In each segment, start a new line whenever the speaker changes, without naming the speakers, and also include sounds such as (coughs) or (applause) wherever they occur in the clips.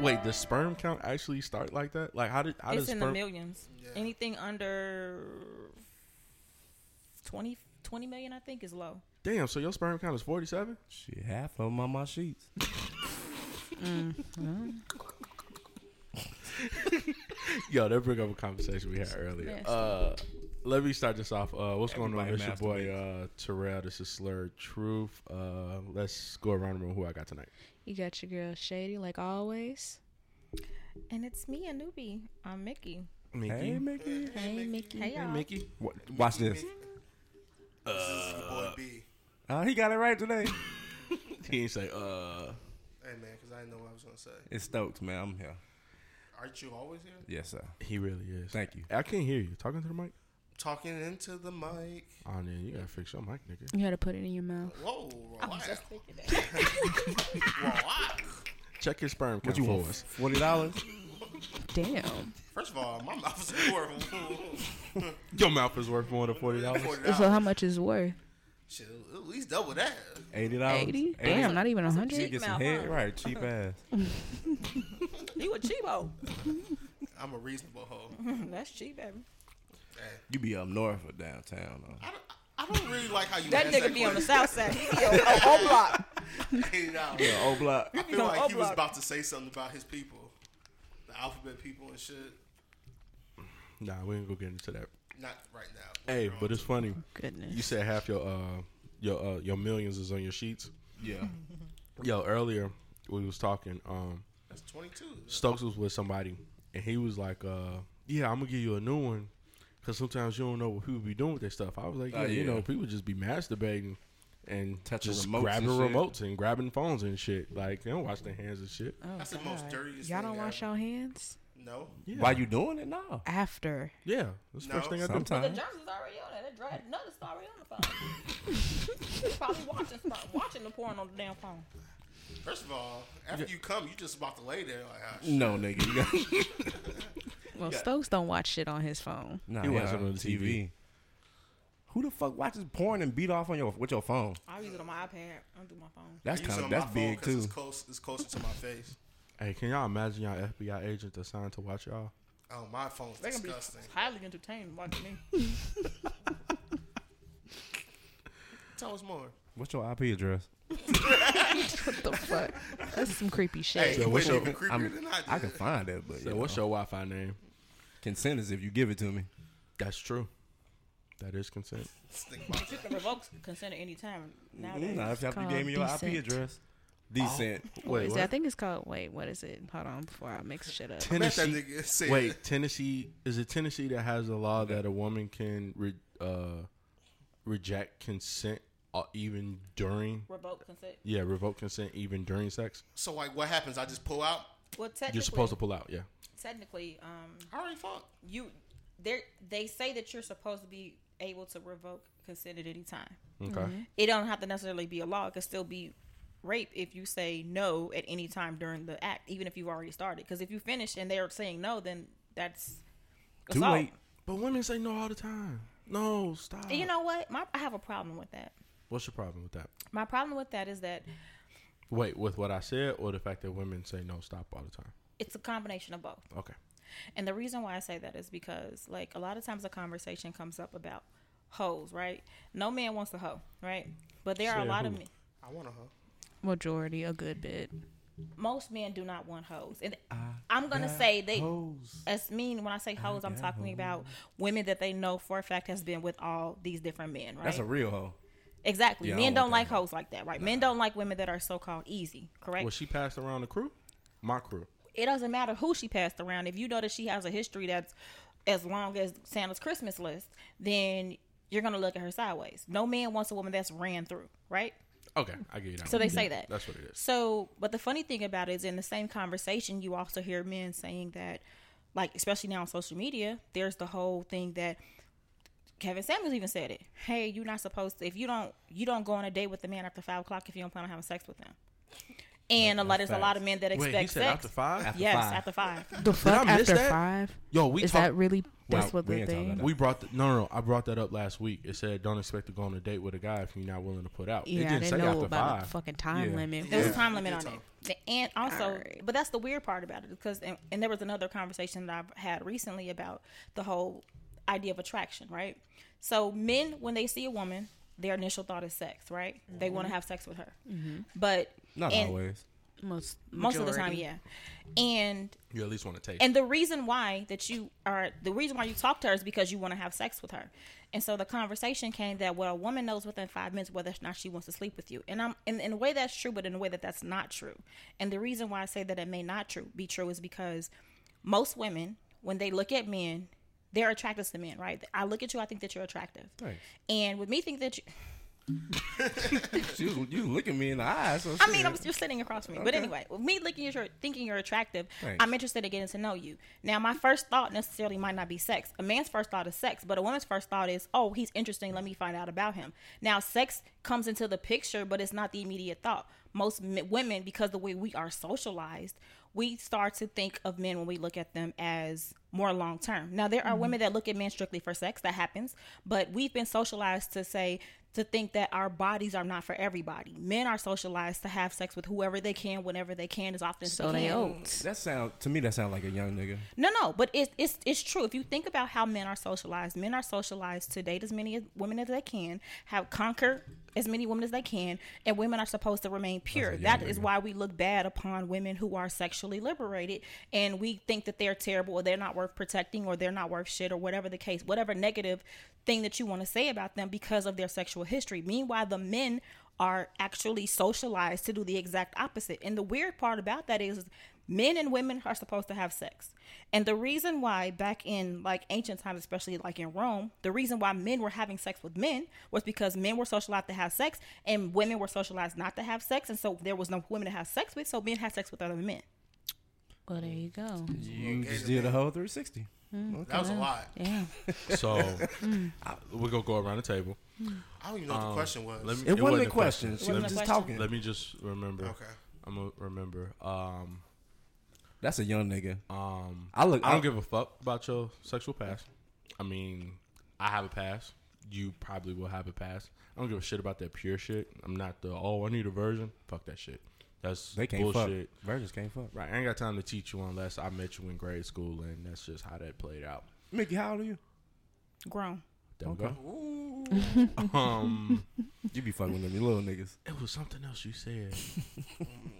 Wait, does sperm count actually start like that? Like how did how
it's
does
in
sperm
the millions. Anything under 20, 20 million, I think, is low.
Damn, so your sperm count is 47?
Shit, half of them on my sheets.
Yo, that bring up a conversation we had earlier.
Yes.
Uh, let me start this off. Uh, what's going on?
Everybody
It's your boy uh, Terrell. This is Slur Truth. Uh, let's go around the room who I got tonight.
You got your girl Shady, like always.
And it's me, a newbie. I'm Mickey.
Mickey.
Hey, Mickey.
Hey, Mickey.
Hey, y'all.
Mickey.
Wa- Watch this.
This is your boy B.
Uh, he got it right today.
He ain't say, uh,
Hey man, because I didn't know what I was gonna say.
It's Stokes, man. I'm here.
Aren't you always here?
Yes, sir.
he really is.
Thank you.
I can't hear you. Talking to the mic?
Talking into the mic.
Oh, man, you gotta fix your mic, nigga.
You had to put it in your mouth.
Whoa, relax.
thinking that.
(laughs) relax.
Check your sperm count
What you
for
want?
us.
Forty dollars.
Damn.
First of all, my mouth is horrible.
Your mouth is worth more than $40.
Forty
So
dollars.
how much is worth?
Shit, at least double that.
Eighty dollars.
Eighty. Damn, not even a
You
hundred.
get some
Mouth,
head
huh?
right, cheap ass.
You a (laughs) cheapo.
I'm a reasonable hoe.
That's cheap, baby.
You be up north or downtown though.
I don't, I don't really like how you
That
asked
nigga be on the
question.
south side. He (laughs) be on on O block.
Eighty (laughs) dollars.
Yeah, old block.
I feel
on
like he was
Oblock.
about to say something about his people, the alphabet people and shit.
Nah, we ain't gonna get into that.
Not right now.
Hey, but it's funny.
Goodness.
You said half your, uh, your, uh, your millions is on your sheets.
Yeah.
Yo, earlier we was talking, um,
That's 22.
Stokes was with somebody, and he was like, uh, "Yeah, I'm gonna give you a new one, because sometimes you don't know what people be doing with their stuff." I was like, "Yeah,
Oh,
you
yeah.
know, people just be masturbating and
Touching
just
remotes
grabbing
and shit.
remotes and grabbing phones and shit. Like they don't wash their hands and shit."
Oh,
That's the most
God.
dirtiest
Y'all
thing
don't wash y'all hands
No.
Yeah.
Why you doing it now?
after.
Yeah, that's the
No.
first thing I do.
The
Sometimes.
Johnson's already on there. That dry nuggets already on the phone. He's probably watching stuff- watching the porn on the damn phone.
First of all, after you come, you just about to lay there like, ah, shit.
No, nigga. You got (laughs)
Well, Stokes don't watch shit on his phone.
nah,
He
yeah,
watching on the TV.
Who the fuck watches porn and beat off on your with your phone?
I use it on my iPad. I don't do my phone.
That's
I use it
kind
on
of
my
that's
phone
big
'cause
too.
It's close. It's closer to my face.
Hey, can y'all imagine y'all FBI agent assigned to watch y'all?
Oh, my phone's
They gonna be
disgusting.
highly entertained watching me.
Tell us more.
What's your IP address?
What the fuck? That's some creepy
Hey,
shit.
you
what's
went
your-
even creepier
I'm-
than I did.
I can find that, but
So,
you
what's
know,
your Wi-Fi name?
consent is if you give it to me.
That's true. That is consent.
Think about
You
that.
can revoke consent at any time nowadays.
Mm.
Nah, if you
called
gave me your IP
decent.
address, decent.
Wait,
Is it- I
what?
think it's called. Wait, what is it? Hold on, before I mix shit up.
I bet that
Tennessee.
nigga said,
Wait, Tennessee is it Tennessee that has a law that a woman can re, uh, reject consent uh, even during?
Revoke consent.
Yeah, revoke consent even during sex.
So like, what happens? I just pull out.
Well, technically,
You're supposed to pull out. Yeah,
technically, um,
I already fucked.
you there. They say that you're supposed to be able to revoke consent at any time.
okay.
It don't have to necessarily be a law. It could still be rape if you say no at any time during the act, even if you've already started. Because if you finish and they're saying no, then that's
Too
assault.
late.
But women say no all the time. No, stop.
And You know what? My, I have a problem with that.
what's your problem with that?
My problem with that is that
Wait, with what I said or the fact that women say no stop all the time?
it's a combination of both.
Okay.
And the reason why I say that is because, like, a lot of times the conversation comes up about hoes, right? No man wants a hoe, right? But there are a
Say
lot of
who?
men.
I want to hoe.
Majority, a good bit.
Most men do not want hoes, and I'm gonna say they.
Hoes.
As mean when I say hoes, I'm talking about women that they know for a fact has been with all these different men, right?
That's a real hoe.
exactly.
Yeah, I
men
don't
don't
want
like hoes like that, right? Men don't like women that are so called easy, correct?
Was she passed around the crew? My crew.
it doesn't matter who she passed around. If you know that she has a history that's as long as Santa's Christmas list, then you're gonna look at her sideways. No man wants a woman that's ran through, right?
Okay, I get you that.
So they
one.
say that.
That's what it is.
So, but the funny thing about it is, in the same conversation, you also hear men saying that, like, especially now on social media, there's the whole thing that Kevin Samuels even said it. Hey, you're not supposed to. If you don't, you don't go on a date with the man after five o'clock if you don't plan on having sex with him. And a lot,
that's
there's a lot
facts.
of men that
Wait,
expect
he said
sex.
after five.
After
yes,
five.
after five.
The fuck
I miss
after
that?
five?
Yo, we
Is
talked.
that really? That's
Wow,
what
we
the
ain't talking
thing.
we brought the, no, no, no. I brought that up last week. It said don't expect to go on a date with a guy if you're not willing to put out. it
Yeah,
didn't
they
say
know
after
about the
five.
fucking time
Yeah.
limit.
There was a
Yeah.
time limit
Good
on
time.
it. The- And also,
Alright.
but that's the weird part about it because, and, and there was another conversation that I've had recently about the whole idea of attraction, right? So, men, when they see a woman, their initial thought is sex, right? They want to have sex with her. But
Not
and
always.
Most
most of the time,
majority.
yeah. And
You at least want to taste.
and the reason why that you are the reason why you talk to her is because you want to have sex with her. And so the conversation came that well, a woman knows within five minutes whether or not she wants to sleep with you. And I'm in, in a way that's true, but in a way that that's not true. And the reason why I say that it may not true be true is because most women, when they look at men, they're attracted to men, right? I look at you, I think that you're attractive.
Thanks.
And with me think that you
She was, you look at me in the eyes. So
I mean,
(laughs)
I'm,
shit.
you're sitting across from me. But anyway, with me looking at your thinking you're attractive,
Thanks.
I'm interested in getting to know you. Now, my first thought necessarily might not be sex. A man's first thought is sex, but a woman's first thought is, oh, he's interesting. Let me find out about him. Now, sex comes into the picture, but it's not the immediate thought. Most m- women, because the way we are socialized, we start to think of men when we look at them as more long term. Now, there are women that look at men strictly for sex. That happens. But we've been socialized to say, to think that our bodies are not for everybody. Men are socialized to have sex with whoever they can, whenever they can, as often as
So
they
they
can.
oats.
That sound to me. That sound like a young nigga.
No, no, but it's it's it's true. If you think about how men are socialized, men are socialized to date as many as- women as they can, have conquer as many women as they can, and women are supposed to remain pure. That is why we look bad upon women who are sexually liberated, and we think that they're terrible, or they're not worth protecting, or they're not worth shit, or whatever the case, whatever negative thing that you want to say about them because of their sexual history. Meanwhile, the men are actually socialized to do the exact opposite. And the weird part about that is men and women are supposed to have sex. And the reason why back in like ancient times, especially like in Rome, the reason why men were having sex with men was because men were socialized to have sex and women were socialized not to have sex. And so there was no women to have sex with. So men had sex with other men.
Well, there you go.
You
just
just
did
did a whole 360.
That was a lot.
(laughs) Yeah.
So we're gonna go around the table.
I don't even know what the question was.
Um, Let me-
It, wasn't a
question.
question. She
It
was
wasn't a
just
question.
talking.
Let me just remember.
Okay.
I'm gonna remember. Um,
That's a young nigga.
um,
I look.
I don't give a fuck about your sexual past. I mean, I have a past. You probably will have a past. I don't give a shit about that pure shit. I'm not the oh I need a version. Fuck that shit. That's
They can't
bullshit.
fuck. Virgins can't fuck.
Right. I ain't got time to teach you unless I met you in grade school and that's just how that played out.
Mickey, how old are you?
Grown.
There
Okay.
we go. (laughs) Um
You be fucking with them, you little niggas.
it was something else you said.
Mm,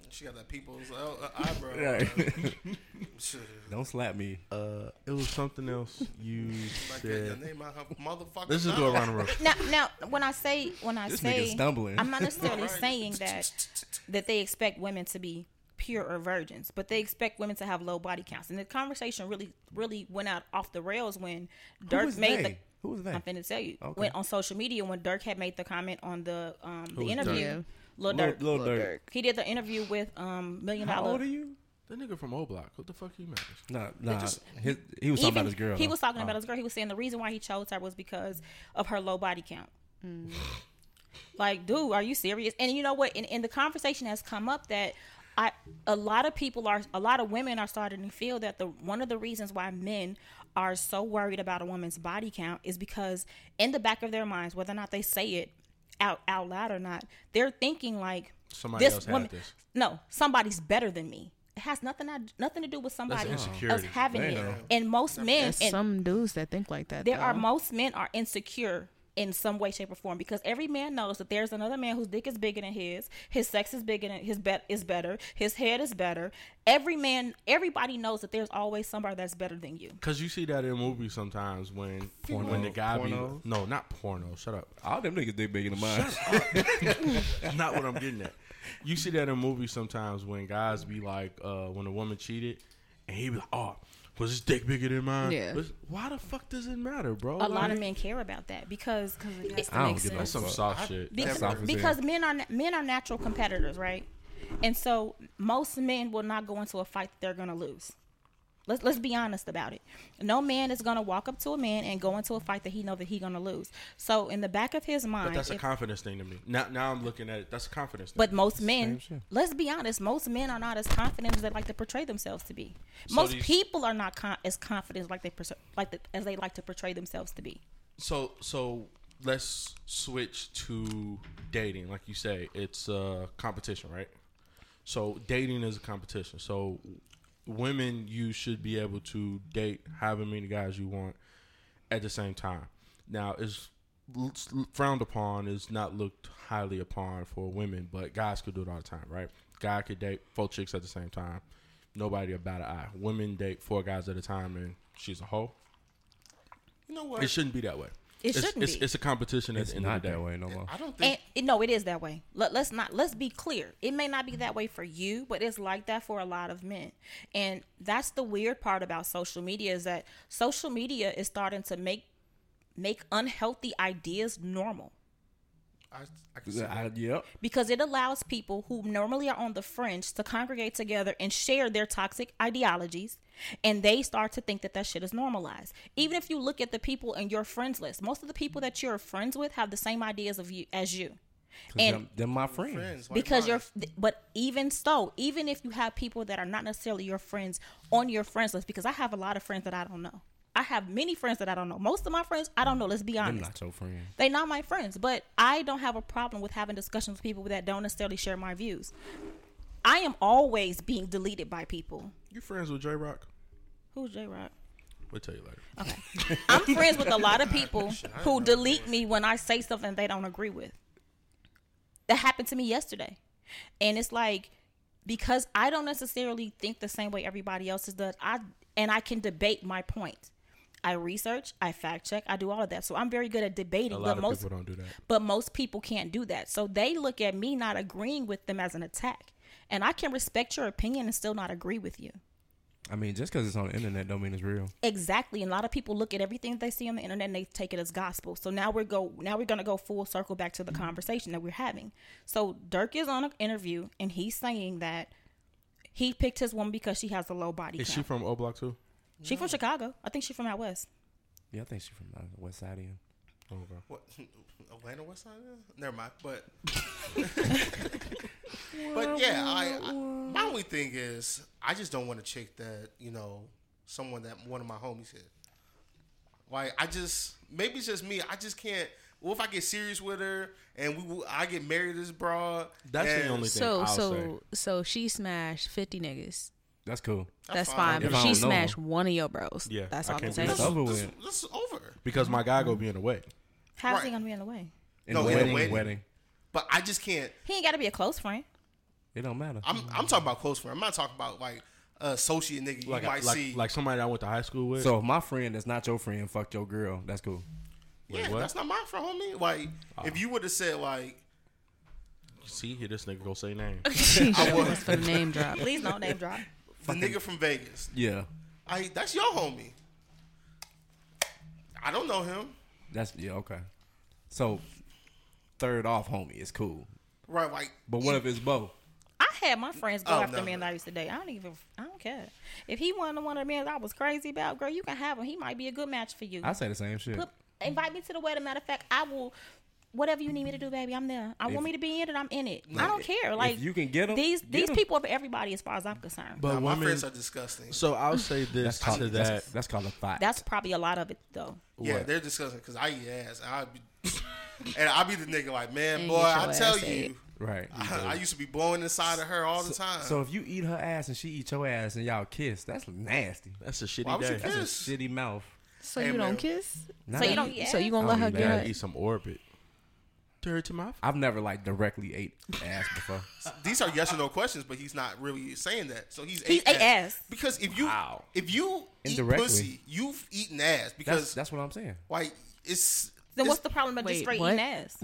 She got that people's uh, uh, eyebrow. (laughs) Shit.
(laughs) don't slap me.
Uh it was something else you
Like that, your
said.
name out her motherfucking
Let's just go around
mouth.
the room.
Now, now when I say, when I
This
say,
nigga stumbling.
I'm not necessarily
Right.
saying that that they expect women to be pure or virgins, but they expect women to have low body counts. And the conversation really, really went out off the rails when
Who
Dirk
was
made
they?
the.
Who was they?
I'm finna tell you.
Okay.
Went on social media when Dirk had made the comment on the um the
Who's
interview.
Dirk?
Lil
Lil-
Dirk.
Lil Durk.
He did the interview with um Million
How old are
Dollar.
you?
That nigga from O Block. What the fuck he matters?
Nah, nah. his, he was talking about his girl.
he
though. Oh.
was talking about his girl. He was saying the reason why he chose her was because of her low body
(sighs)
count. like, dude, are you serious? And you know what? And, and the conversation has come up that I a lot of people are a lot of women are starting to feel that the one of the reasons why men are so worried about a woman's body count is because in the back of their minds, whether or not they say it out out loud or not, they're thinking like
Somebody else had this.
No, somebody's better than me. It has nothing I, nothing to do with somebody else
insecurity.
having it.
Damn.
And most men,
There's
and
some dudes that think like that.
there
though.
are most men are insecure in some way, shape, or form because every man knows that there's another man whose dick is bigger than his, his sex is bigger than his bet is better, his head is better. Every man, everybody knows that there's always somebody that's better than you.
Cause you see that in movies sometimes when when the guy
Pornos?
be no not porno shut up
All them niggas dick bigger than mine.
not what I'm getting
(laughs)
at you see that in movies sometimes when guys be like uh when a woman cheated and he be like oh was his dick bigger than mine
Yeah.
But why the fuck does it matter bro
A lot of men care about that because it-
I don't give no
that's some
fuck.
soft shit
because,
That's opposite.
because men are men are natural competitors, right? And so most men will not go into a fight that they're going to lose. Let's let's be honest about it. No man is gonna walk up to a man and go into a fight that he know that he gonna lose. So in the back of his mind,
But that's a
if-
confidence thing to me. Now, now I'm looking at it. That's a confidence thing.
but most men,
shit.
let's be honest, most men are not as confident as they like to portray themselves to be.
So
most
these-
people are not con- as confident as like they perso- like the, as they like to portray themselves to be.
so so let's switch to dating. Like you say, it's a competition, right? So dating is a competition. So women, you should be able to date however many guys you want at the same time. Now it's l- frowned upon is not looked highly upon for women, but guys could do it all the time, right? Guy could date four chicks at the same time. Nobody about an eye. Women date four guys at a time, and she's a hoe.
(laughs) You know what?
It shouldn't be that way.
It
it's,
shouldn't
it's,
be.
It's a competition at
It's
the end of
not
the day.
that way no more.
I don't think
And it- no, it is that way. Let, let's not let's be clear. It may not be that way for you, but it's like that for a lot of men. And that's the weird part about social media is that social media is starting to make make unhealthy ideas normal
I, I can see that.
I- yep.
because it allows people who normally are on the fringe to congregate together and share their toxic ideologies and they start to think that that shit is normalized even if you look at the people in your friends list most of the people that you're friends with have the same ideas of you as you
'Cause
And-
them, them my friends.
friends like
because
mine.
you're th- but even so even if you have people that are not necessarily your friends on your friends list because i have a lot of friends that i don't know i have many friends that i don't know most of my friends i don't know let's be
Them
honest
not your friends.
they not my friends but i don't have a problem with having discussions with people that don't necessarily share my views i am always being deleted by people
You friends with J Rock?
who's j-rock
We'll tell you later.
i'm friends with a lot of people who delete me when i say something they don't agree with that happened to me yesterday and it's like because i don't necessarily think the same way everybody else does i and i can debate my point i research i fact check i do all of that so i'm very good at debating
A lot
but
of
most
people don't do that.
but most people can't do that. So they look at me not agreeing with them as an attack. And I can respect your opinion and still not agree with you.
I mean, just because it's on the internet don't mean it's real.
Exactly. And a lot of people look at everything they see on the internet and they take it as gospel. So now we're go now we're gonna go full circle back to the conversation that we're having. So Dirk is on an interview and he's saying that he picked his woman because she has a low body count.
Is
She,
she from O Block too?
from Chicago. I think she's from out west.
Yeah, I think she's from the West Side end.
Oh, okay.
What, (laughs) Atlanta West Side? yeah? Never mind.
(laughs)
But but yeah, I, I my only thing is I just don't want a chick that you know someone that one of my homies hit. Like I just maybe it's just me. I just can't. Well, if I get serious with her and we will- I get married to this broad,
That's the
and
only thing
So
I'll
so
say.
so she smashed fifty niggas.
That's cool.
That's
That's,
fine.
fine,
If
but
I
she
don't know
smashed one of your bros.
Yeah,
that's
I
all I'm
can't
saying.
do
This,
It's over
this,
with.
this is over.
Because my guy go be in the way.
How's
Right.
he gonna be in the way?
In
No,
the
in the
wedding,
wedding.
wedding,
But I just can't.
He ain't gotta be a close friend.
it don't matter.
I'm I'm talking about close friend. I'm not talking about like a associate nigga you
Like,
might
like,
see.
like somebody I went to high school with.
so if my friend that's not your friend fucked your girl, that's cool.
yeah,
what?
that's not my friend, homie. Like
Oh.
if you would have said like
see here, this nigga go say
(laughs)
name.
She was for the name drop.
Please no name drop.
the nigga from Vegas,
Yeah,
I that's your homie. I don't know him.
that's yeah okay. So third off, homie, it's cool.
Right, like
But what if it's both?
I had my friends go
Oh,
after
no,
men
no.
that I used to date. I don't even, I don't care. If he wanted one of the men that I was crazy about, girl, you can have him. He might be a good match for you.
I say the same shit.
Put- invite me to the wedding. Matter of fact, I will. Whatever you need me to do, baby, I'm there. I want me to be in it. I'm in it. I don't care. Like
you can get 'em,
these
get
these
'em.
people are for everybody, as far as I'm concerned.
But
nah, my
women.
friends are disgusting.
So I'll say this
That's called,
to
that's-
that.
that's called a thought.
That's probably a lot of it, though.
Yeah,
what?
they're disgusting because I eat ass. And I be (laughs) and I be the nigga like, man,
And
boy,
get your
I tell
ass
you,
ate.
right.
(laughs) I, I used to be blowing inside of her all the time.
So if you eat her ass and she eat your ass and y'all kiss, that's nasty.
That's a shitty
Why would you
day.
kiss?
That's a shitty mouth.
(laughs) So
Hey,
you
man.
don't kiss?
Nah.
So you don't-
So you gonna
I don't
let her
eat
You
get
that.
gotta
her?
eat some Orbit. Dirty to my. f-
I've never like directly ate ass before.
(laughs) These are yes or no questions, but he's not really saying that. So he's
He's ate ass.
because if you
Wow.
if you eat
Indirectly.
pussy, you've eaten ass
That's
because
that's what I'm saying.
like it's
Then
it's-
what's the problem about just
Wait,
straight
what?
eating ass?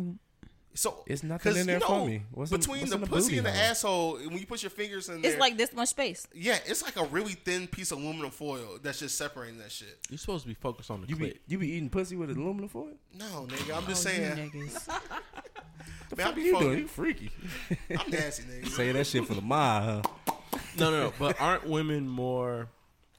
so
It's nothing
'cause,
in there
you
for
know,
me. What's in-
between
what's
the
in the
pussy
booty
and the
hole?
asshole, when you put your fingers in there,
It's like this much space.
yeah, it's like a really thin piece of aluminum foil that's just separating that shit.
You're supposed to be focused on the
You
clit.
be you be eating pussy with aluminum foil?
No, nigga, I'm just
Oh, you
saying,
(laughs)
niggas.
man, I
What
be
you doing?
fucking,
You freaky.
I'm nasty, nigga.
Say that shit for the ma, huh?
No, no, no. But aren't women more?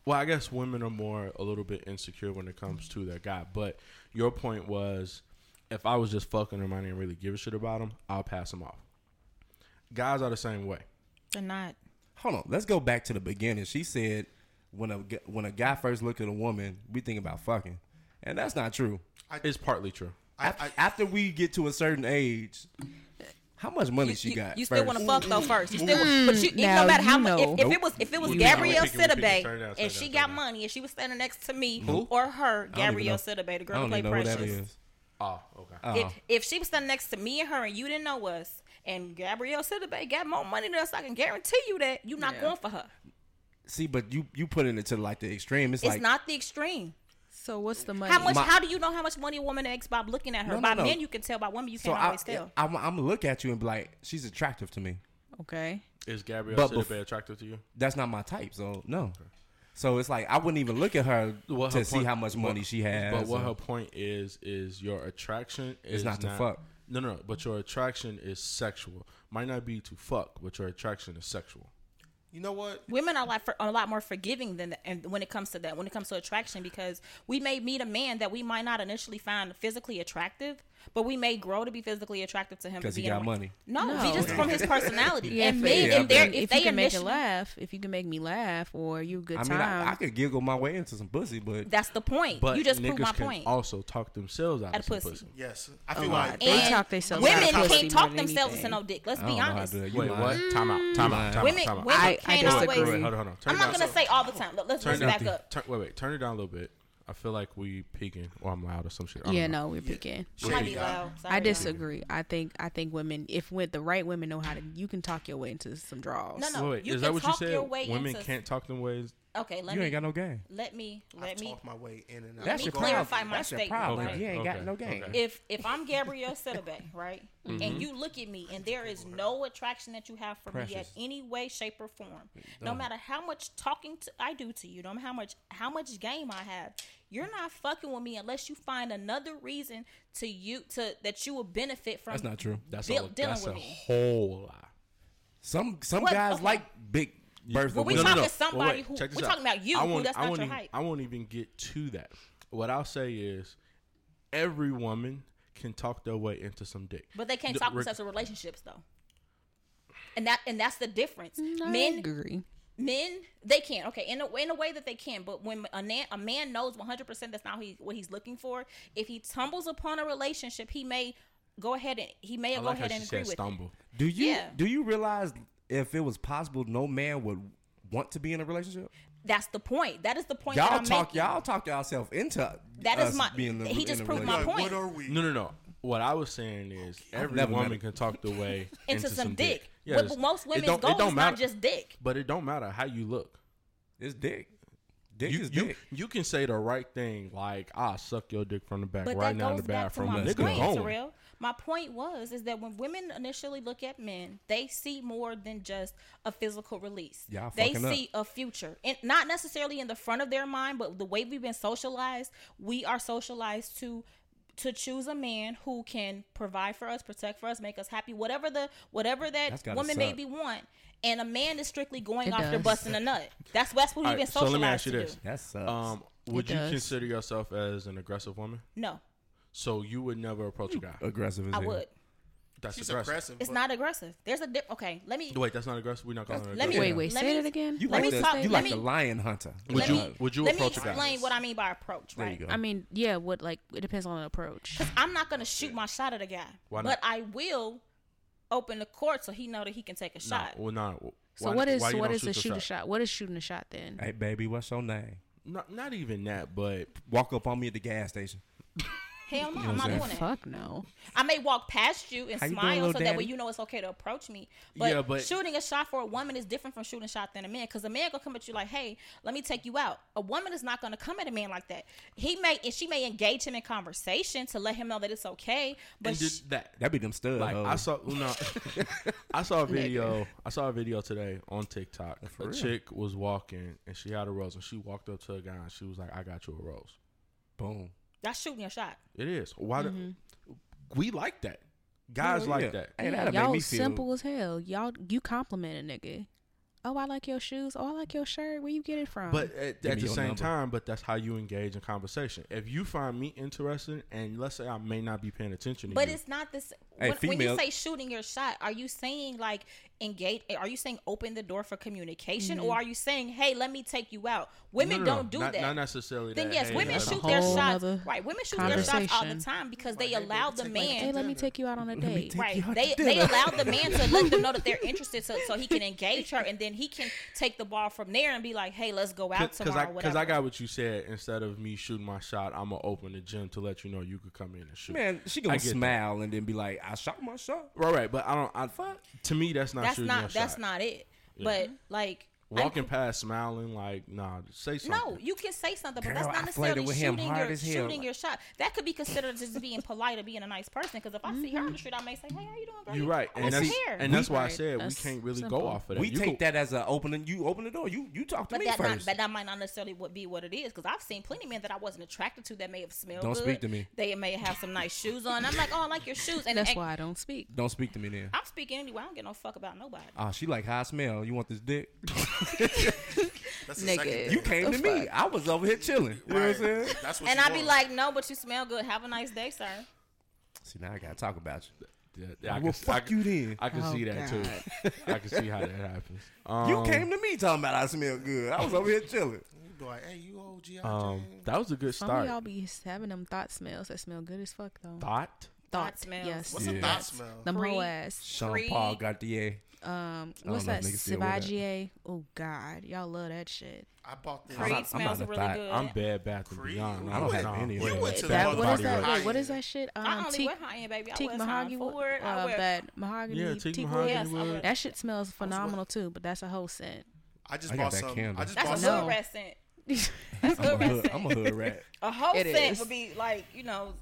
Well, I guess women are more a little bit insecure when it comes to their guy. But your point was, if I was just fucking him, I didn't really give a shit about him. I'll pass him off. Guys are the same way.
They're not.
Hold on, let's go back to the beginning. She said when a gu- when a guy first look at a woman, we think about fucking, and that's not true.
It's partly true.
I,
Af-
I,
after we get to a certain age, how much money she
you,
got?
You still
first? Mm-hmm.
want to fuck though first. You still, want, but Mm-hmm. you, it
now
no matter how
you
much.
know.
If, if it was, if it was
We picking, we
Gabrielle
picking, we picking. Turn
Sidibe
it down, turn
and
it
she
down,
got
turn it down.
money and she was standing next to me
Who?
or her,
even
Gabrielle
know.
Sidibe, the
I
girl who
don't
played
even know who that
Precious.
is.
Oh, okay.
If if she was standing next to me and her and you didn't know us and Gabrielle Sidibe got more money than us, I can guarantee you that you're not going for her.
See, but you you put it to like the extreme. It's,
It's
like
not the extreme.
So what's the money?
How much?
My-
how do you know how much money a woman makes by looking at her?
No, no,
by
no.
men, you can tell. By women, you
so.
can't
I,
always tell.
I'm I'm gonna look at you and be like, she's attractive to me.
Okay.
Is Gabrielle
But
Sidibe
bef-
attractive to you?
That's not my type. So no. So it's like I wouldn't even look at her
What
to
her
see
point-
how much money she has.
But what
or-
her point is is your attraction is
not to fuck.
No, no, but your attraction is sexual. Might not be to fuck, but your attraction is sexual.
you know what?
women are like for, are a lot more forgiving than that, and when it comes to that when it comes to attraction because we may meet a man that we might not initially find physically attractive but we may grow to be physically attractive to him
'Cause he
being
got
around-
money.
no, he just from
(laughs)
his personality
Yeah,
and
if,
men
if,
yeah,
and they're,
if,
if,
if
they
you can make it
initially
laugh, if you can make me laugh, or you a good
I mean,
time.
I, I could giggle my way into some pussy, but
that's the point
But
you just
niggas
proved my
can
point
also talk themselves out
At
of some
pussy.
pussy.
Yes, I
Oh
feel
lot.
like
They
and
talk themselves
women
out of pussy
can't
more
talk
than
themselves
anything.
into no dick let's
I don't
be
know how to
honest
do that. You
Wait,
lying.
what? Time out. Time out. Time
women
out. Time
women
out.
I- I
can't
disagree.
always
Wait, hold on, hold on. Turn
i'm
it
not
down.
gonna say all the time Let- let's,
Turn
let's
it
back
down.
up
Turn, wait, wait. Turn it down a little bit. I feel like we peeking or I'm loud or some shit. I don't
yeah,
know.
no, we're picking.
might be loud
I
Sorry, y'all.
disagree. I think I think women, if with the right women, know how to. You can talk your way into some draws.
No, no.
Wait,
you
is
can
that what you
talk
said?
your way
Women
into-
can't talk them ways.
okay let
you
me
ain't got no game.
let me
I
let me
talk my way in and out.
That's
me
your
clarify
problem.
my
That's your
statement,
problem.
right?
You ain't got
Okay,
no game.
okay.
if if I'm Gabrielle Sidibe, right,
Mm-hmm.
and you look at me and there is no attraction that you have for me at
Precious.
any way, shape, or form, no matter how much talking to, I do to you, no matter how much how much game I have, you're not fucking with me unless you find another reason to you to that you will benefit from.
That's not true.
That's
Deal-
a,
dealing
that's
with
a
me.
whole lie.
Some some
What?
guys
Okay.
like big birth.
Well, we
No, no,
talking
no.
somebody
Well, wait,
who-
check this
we're
out.
talking about you,
I
who
won't-
that's
I
not
won't
your
even-
height.
I won't even get to that. What I'll say is, every woman can talk their way into some dick.
But they can't
The-
talk
reg-
themselves in relationships though. And that and that's the difference.
I
Men
agree.
men they can okay in a, in a way that they can but when a, man a man knows 100% that's not who he, what he's looking for if he tumbles upon a relationship he may go ahead and he may
I
go
like how
ahead
she
and agree
said
with it.
stumble.
Do you
Yeah.
do you realize if it was possible, no man would want to be in a relationship?
that's the point that is the point that
Y'all
I'm
talk
making.
y'all talk yourself into
That is
us
my-
being in the-
he
in
just
a
proved my
Like,
relationship.
point.
what are we?
No, no, no. What I was saying is, every
never met
woman
a-
can talk their
(laughs)
way
into, some, dick,
Yes.
but most
It
women's
don't- it
goal
don't
is
matter.
not just dick
But it don't matter how you look.
It's dick. Dick
You,
is
you,
dick.
you can say the right thing, like "Ah, I suck your dick from the back
but
right
that
now in
goes
the
back to
bathroom.
my
Nigga
point
going.
Terrell. my point was is that when women initially look at men they see more than just a physical release
Y'all
they
fucking up.
see a future and not necessarily in the front of their mind but the way we've been socialized we are socialized to to choose a man who can provide for us protect for us make us happy whatever the whatever that
That's gotta
woman
suck.
may be want and a man is strictly going
It
after
does.
busting a nut that's that's what we've
All
been
right,
socialized
so let me ask you
to
this:
do
That sucks.
um, Would
It
you
does.
consider yourself as an aggressive woman?
no
So you would never approach a guy.
aggressive as
i
hell.
would
That's
She's
aggressive.
aggressive.
it's
but
not aggressive there's a dip okay let me
Wait, that's not aggressive. We're not calling it
Let
aggressive.
me-
Wait, wait.
Let
say
me-
it again.
You
Let
like
me
the,
talk-
you
let
like
me-
the lion hunter.
Would
let
you
me,
would you
let
approach
me
a guy?
explain what I mean by approach,
There you
right?
go.
I mean, yeah. What like it depends on the approach.
I'm not gonna shoot my shot at a guy,
Why not?
but I will open the court so he know that he can take a
No,
shot.
well, no.
So
Why-
what is
why
so
you
what
don't
is a
the
shoot a shot? What is shooting a shot then?
Hey baby, what's your name?
Not not even that, but
Walk up on me at the gas station.
Hell no,
what
I'm not
I'm
doing that.
Fuck no.
I may walk past you and
How you doing,
smile
little
so that way
daddy?
you know it's okay to approach me. But,
Yeah, but-
shooting a shot for a woman is different from shooting a shot than a man because a man gonna come at you like, "Hey, let me take you out." A woman is not gonna come at a man like that. He may and she may engage him in conversation to let him know that it's okay, but
and
sh-
just that
That be them stud.
like
hoes.
I saw no, (laughs) I
(laughs)
saw a video. I saw a video today on TikTok. A
for real.
chick was walking and she had a rose and she walked up to a guy and she was like, "I got you a rose."
Boom.
that's shooting a shot.
It is why
Mm-hmm.
do, we like that. Guys
Yeah.
like that.
Hey, that'll
y'all
make me feel
simple as hell. Y'all you compliment a nigga. oh, I like your shoes. Oh, I like your shirt. Where you get it from?
But at,
Give
at
me
the
your
same
number.
time, but that's how you engage in conversation. If you find me interesting, and let's say I may not be paying attention to
But
you,
it's not this.
Hey,
when, when you
female-
say shooting your shot, are you saying like engage? Are you saying open the door for communication, or are you saying, hey, let me take you out? Women
No, no, no,
don't do
not,
that.
Not necessarily.
then
that,
yes,
hey,
women
that's
a
shoot
whole
their
whole
shots.
nother
Right, women shoot their shots all the
conversation.
time because they
Right, hey,
allow
baby,
the
take my
hey,
man.
let me take you out on a date.
take-
Right,
you out
they
to
they
dinner.
allow the man to let them know that they're
(laughs)
interested, so, so he can engage her, and then he can take the ball from there and be like, "Hey, let's go out
Cause
tomorrow."
I, cause I
whatever.
got what you said. Instead of me shooting my shot, I'm gonna open the gym to let you know you could come in and shoot.
Man, she
I
gonna
get that.
smile and then be like, "I shot my shot."
Right, right. But I don't. I, to me, that's not
that's
shooting your
not that's
shot.
not it. But like I-
walking past, smiling like, nah, say something.
No, you can say something, but that's
Girl,
not
I
necessarily
flirted with him
shooting,
hard
your,
as hell.
shooting your shot. That could be considered just being polite or being a nice person. Because if I see
Mm-hmm.
her on the street, I may say, "Hey, how you doing, girl?"
You're right,
I
and
don't
that's
care.
and that's why I
Right,
said we
that's
can't really
simple.
go off of that.
We
You
take
could-
that as an opening. You open the door. You you talk to
But
me
that, not,
first.
but that might not necessarily would be what it is because I've seen plenty of men that I wasn't attracted to that may have smelled.
Don't
good.
speak to me.
They may have some nice shoes on. I'm like, oh, I like your shoes, and
That's
and
why I don't speak.
Don't speak to me then.
I'm speaking anyway. I don't get no fuck about nobody.
Ah, she like how I smell. You want
(laughs)
this dick?
That's the second
Nigga.
thing.
You came to me. I was over here chilling. You know what I'm
Right.
saying?
(laughs)
That's what
And
you
I'd be
want.
like, no, but you smell good. Have a nice day, sir.
See, now I gotta talk about you.
Yeah, yeah, I
well,
can- I
fuck
can-
you then.
I can
Oh,
see that too. (laughs) I can see how that happens. Um,
(laughs) you came to me talking about I smell good. I was over here chilling.
You be like, hey, you old G.I.
Um,
Jane.
that was a good
Some of y'all
start.
be having them thought smells that smell good as fuck though.
Thought.
Thought smells.
Yes.
What's a
Yeah.
thought smell?
Them
Free.
whole ass.
Sean
Free.
Paul Gaultier.
Um,
don't
what's
know
that?
if niggas still wear that.
Civagier. Oh God, y'all love that shit.
I bought this.
I'm
Creed
not- I'm not
smells
a
really
thought.
good.
I'm Bad Bath and
Creed.
Beyond.
You
I'm
went-
nah,
you
wait
went
a minute.
to the
Bad
That, what is
Body
that?
Works.
Wait, what is that shit? Um,
I only
teak,
wear high end, baby. I
teak
wear
mahogany.
mahogany. Ford. I
uh,
wear
that mahogany.
Yeah, teak
wood.
mahogany
Yes, I
wood.
would.
That shit smells phenomenal too, but that's a whole scent. (laughs)
I just
I got
bought
that
some.
candle.
I just bought
That's a
No.
some.
good red scent.
That's
I'm a
Good
hood,
recipe.
I'm a hood rat.
A whole
It
scent
is.
would be like you know,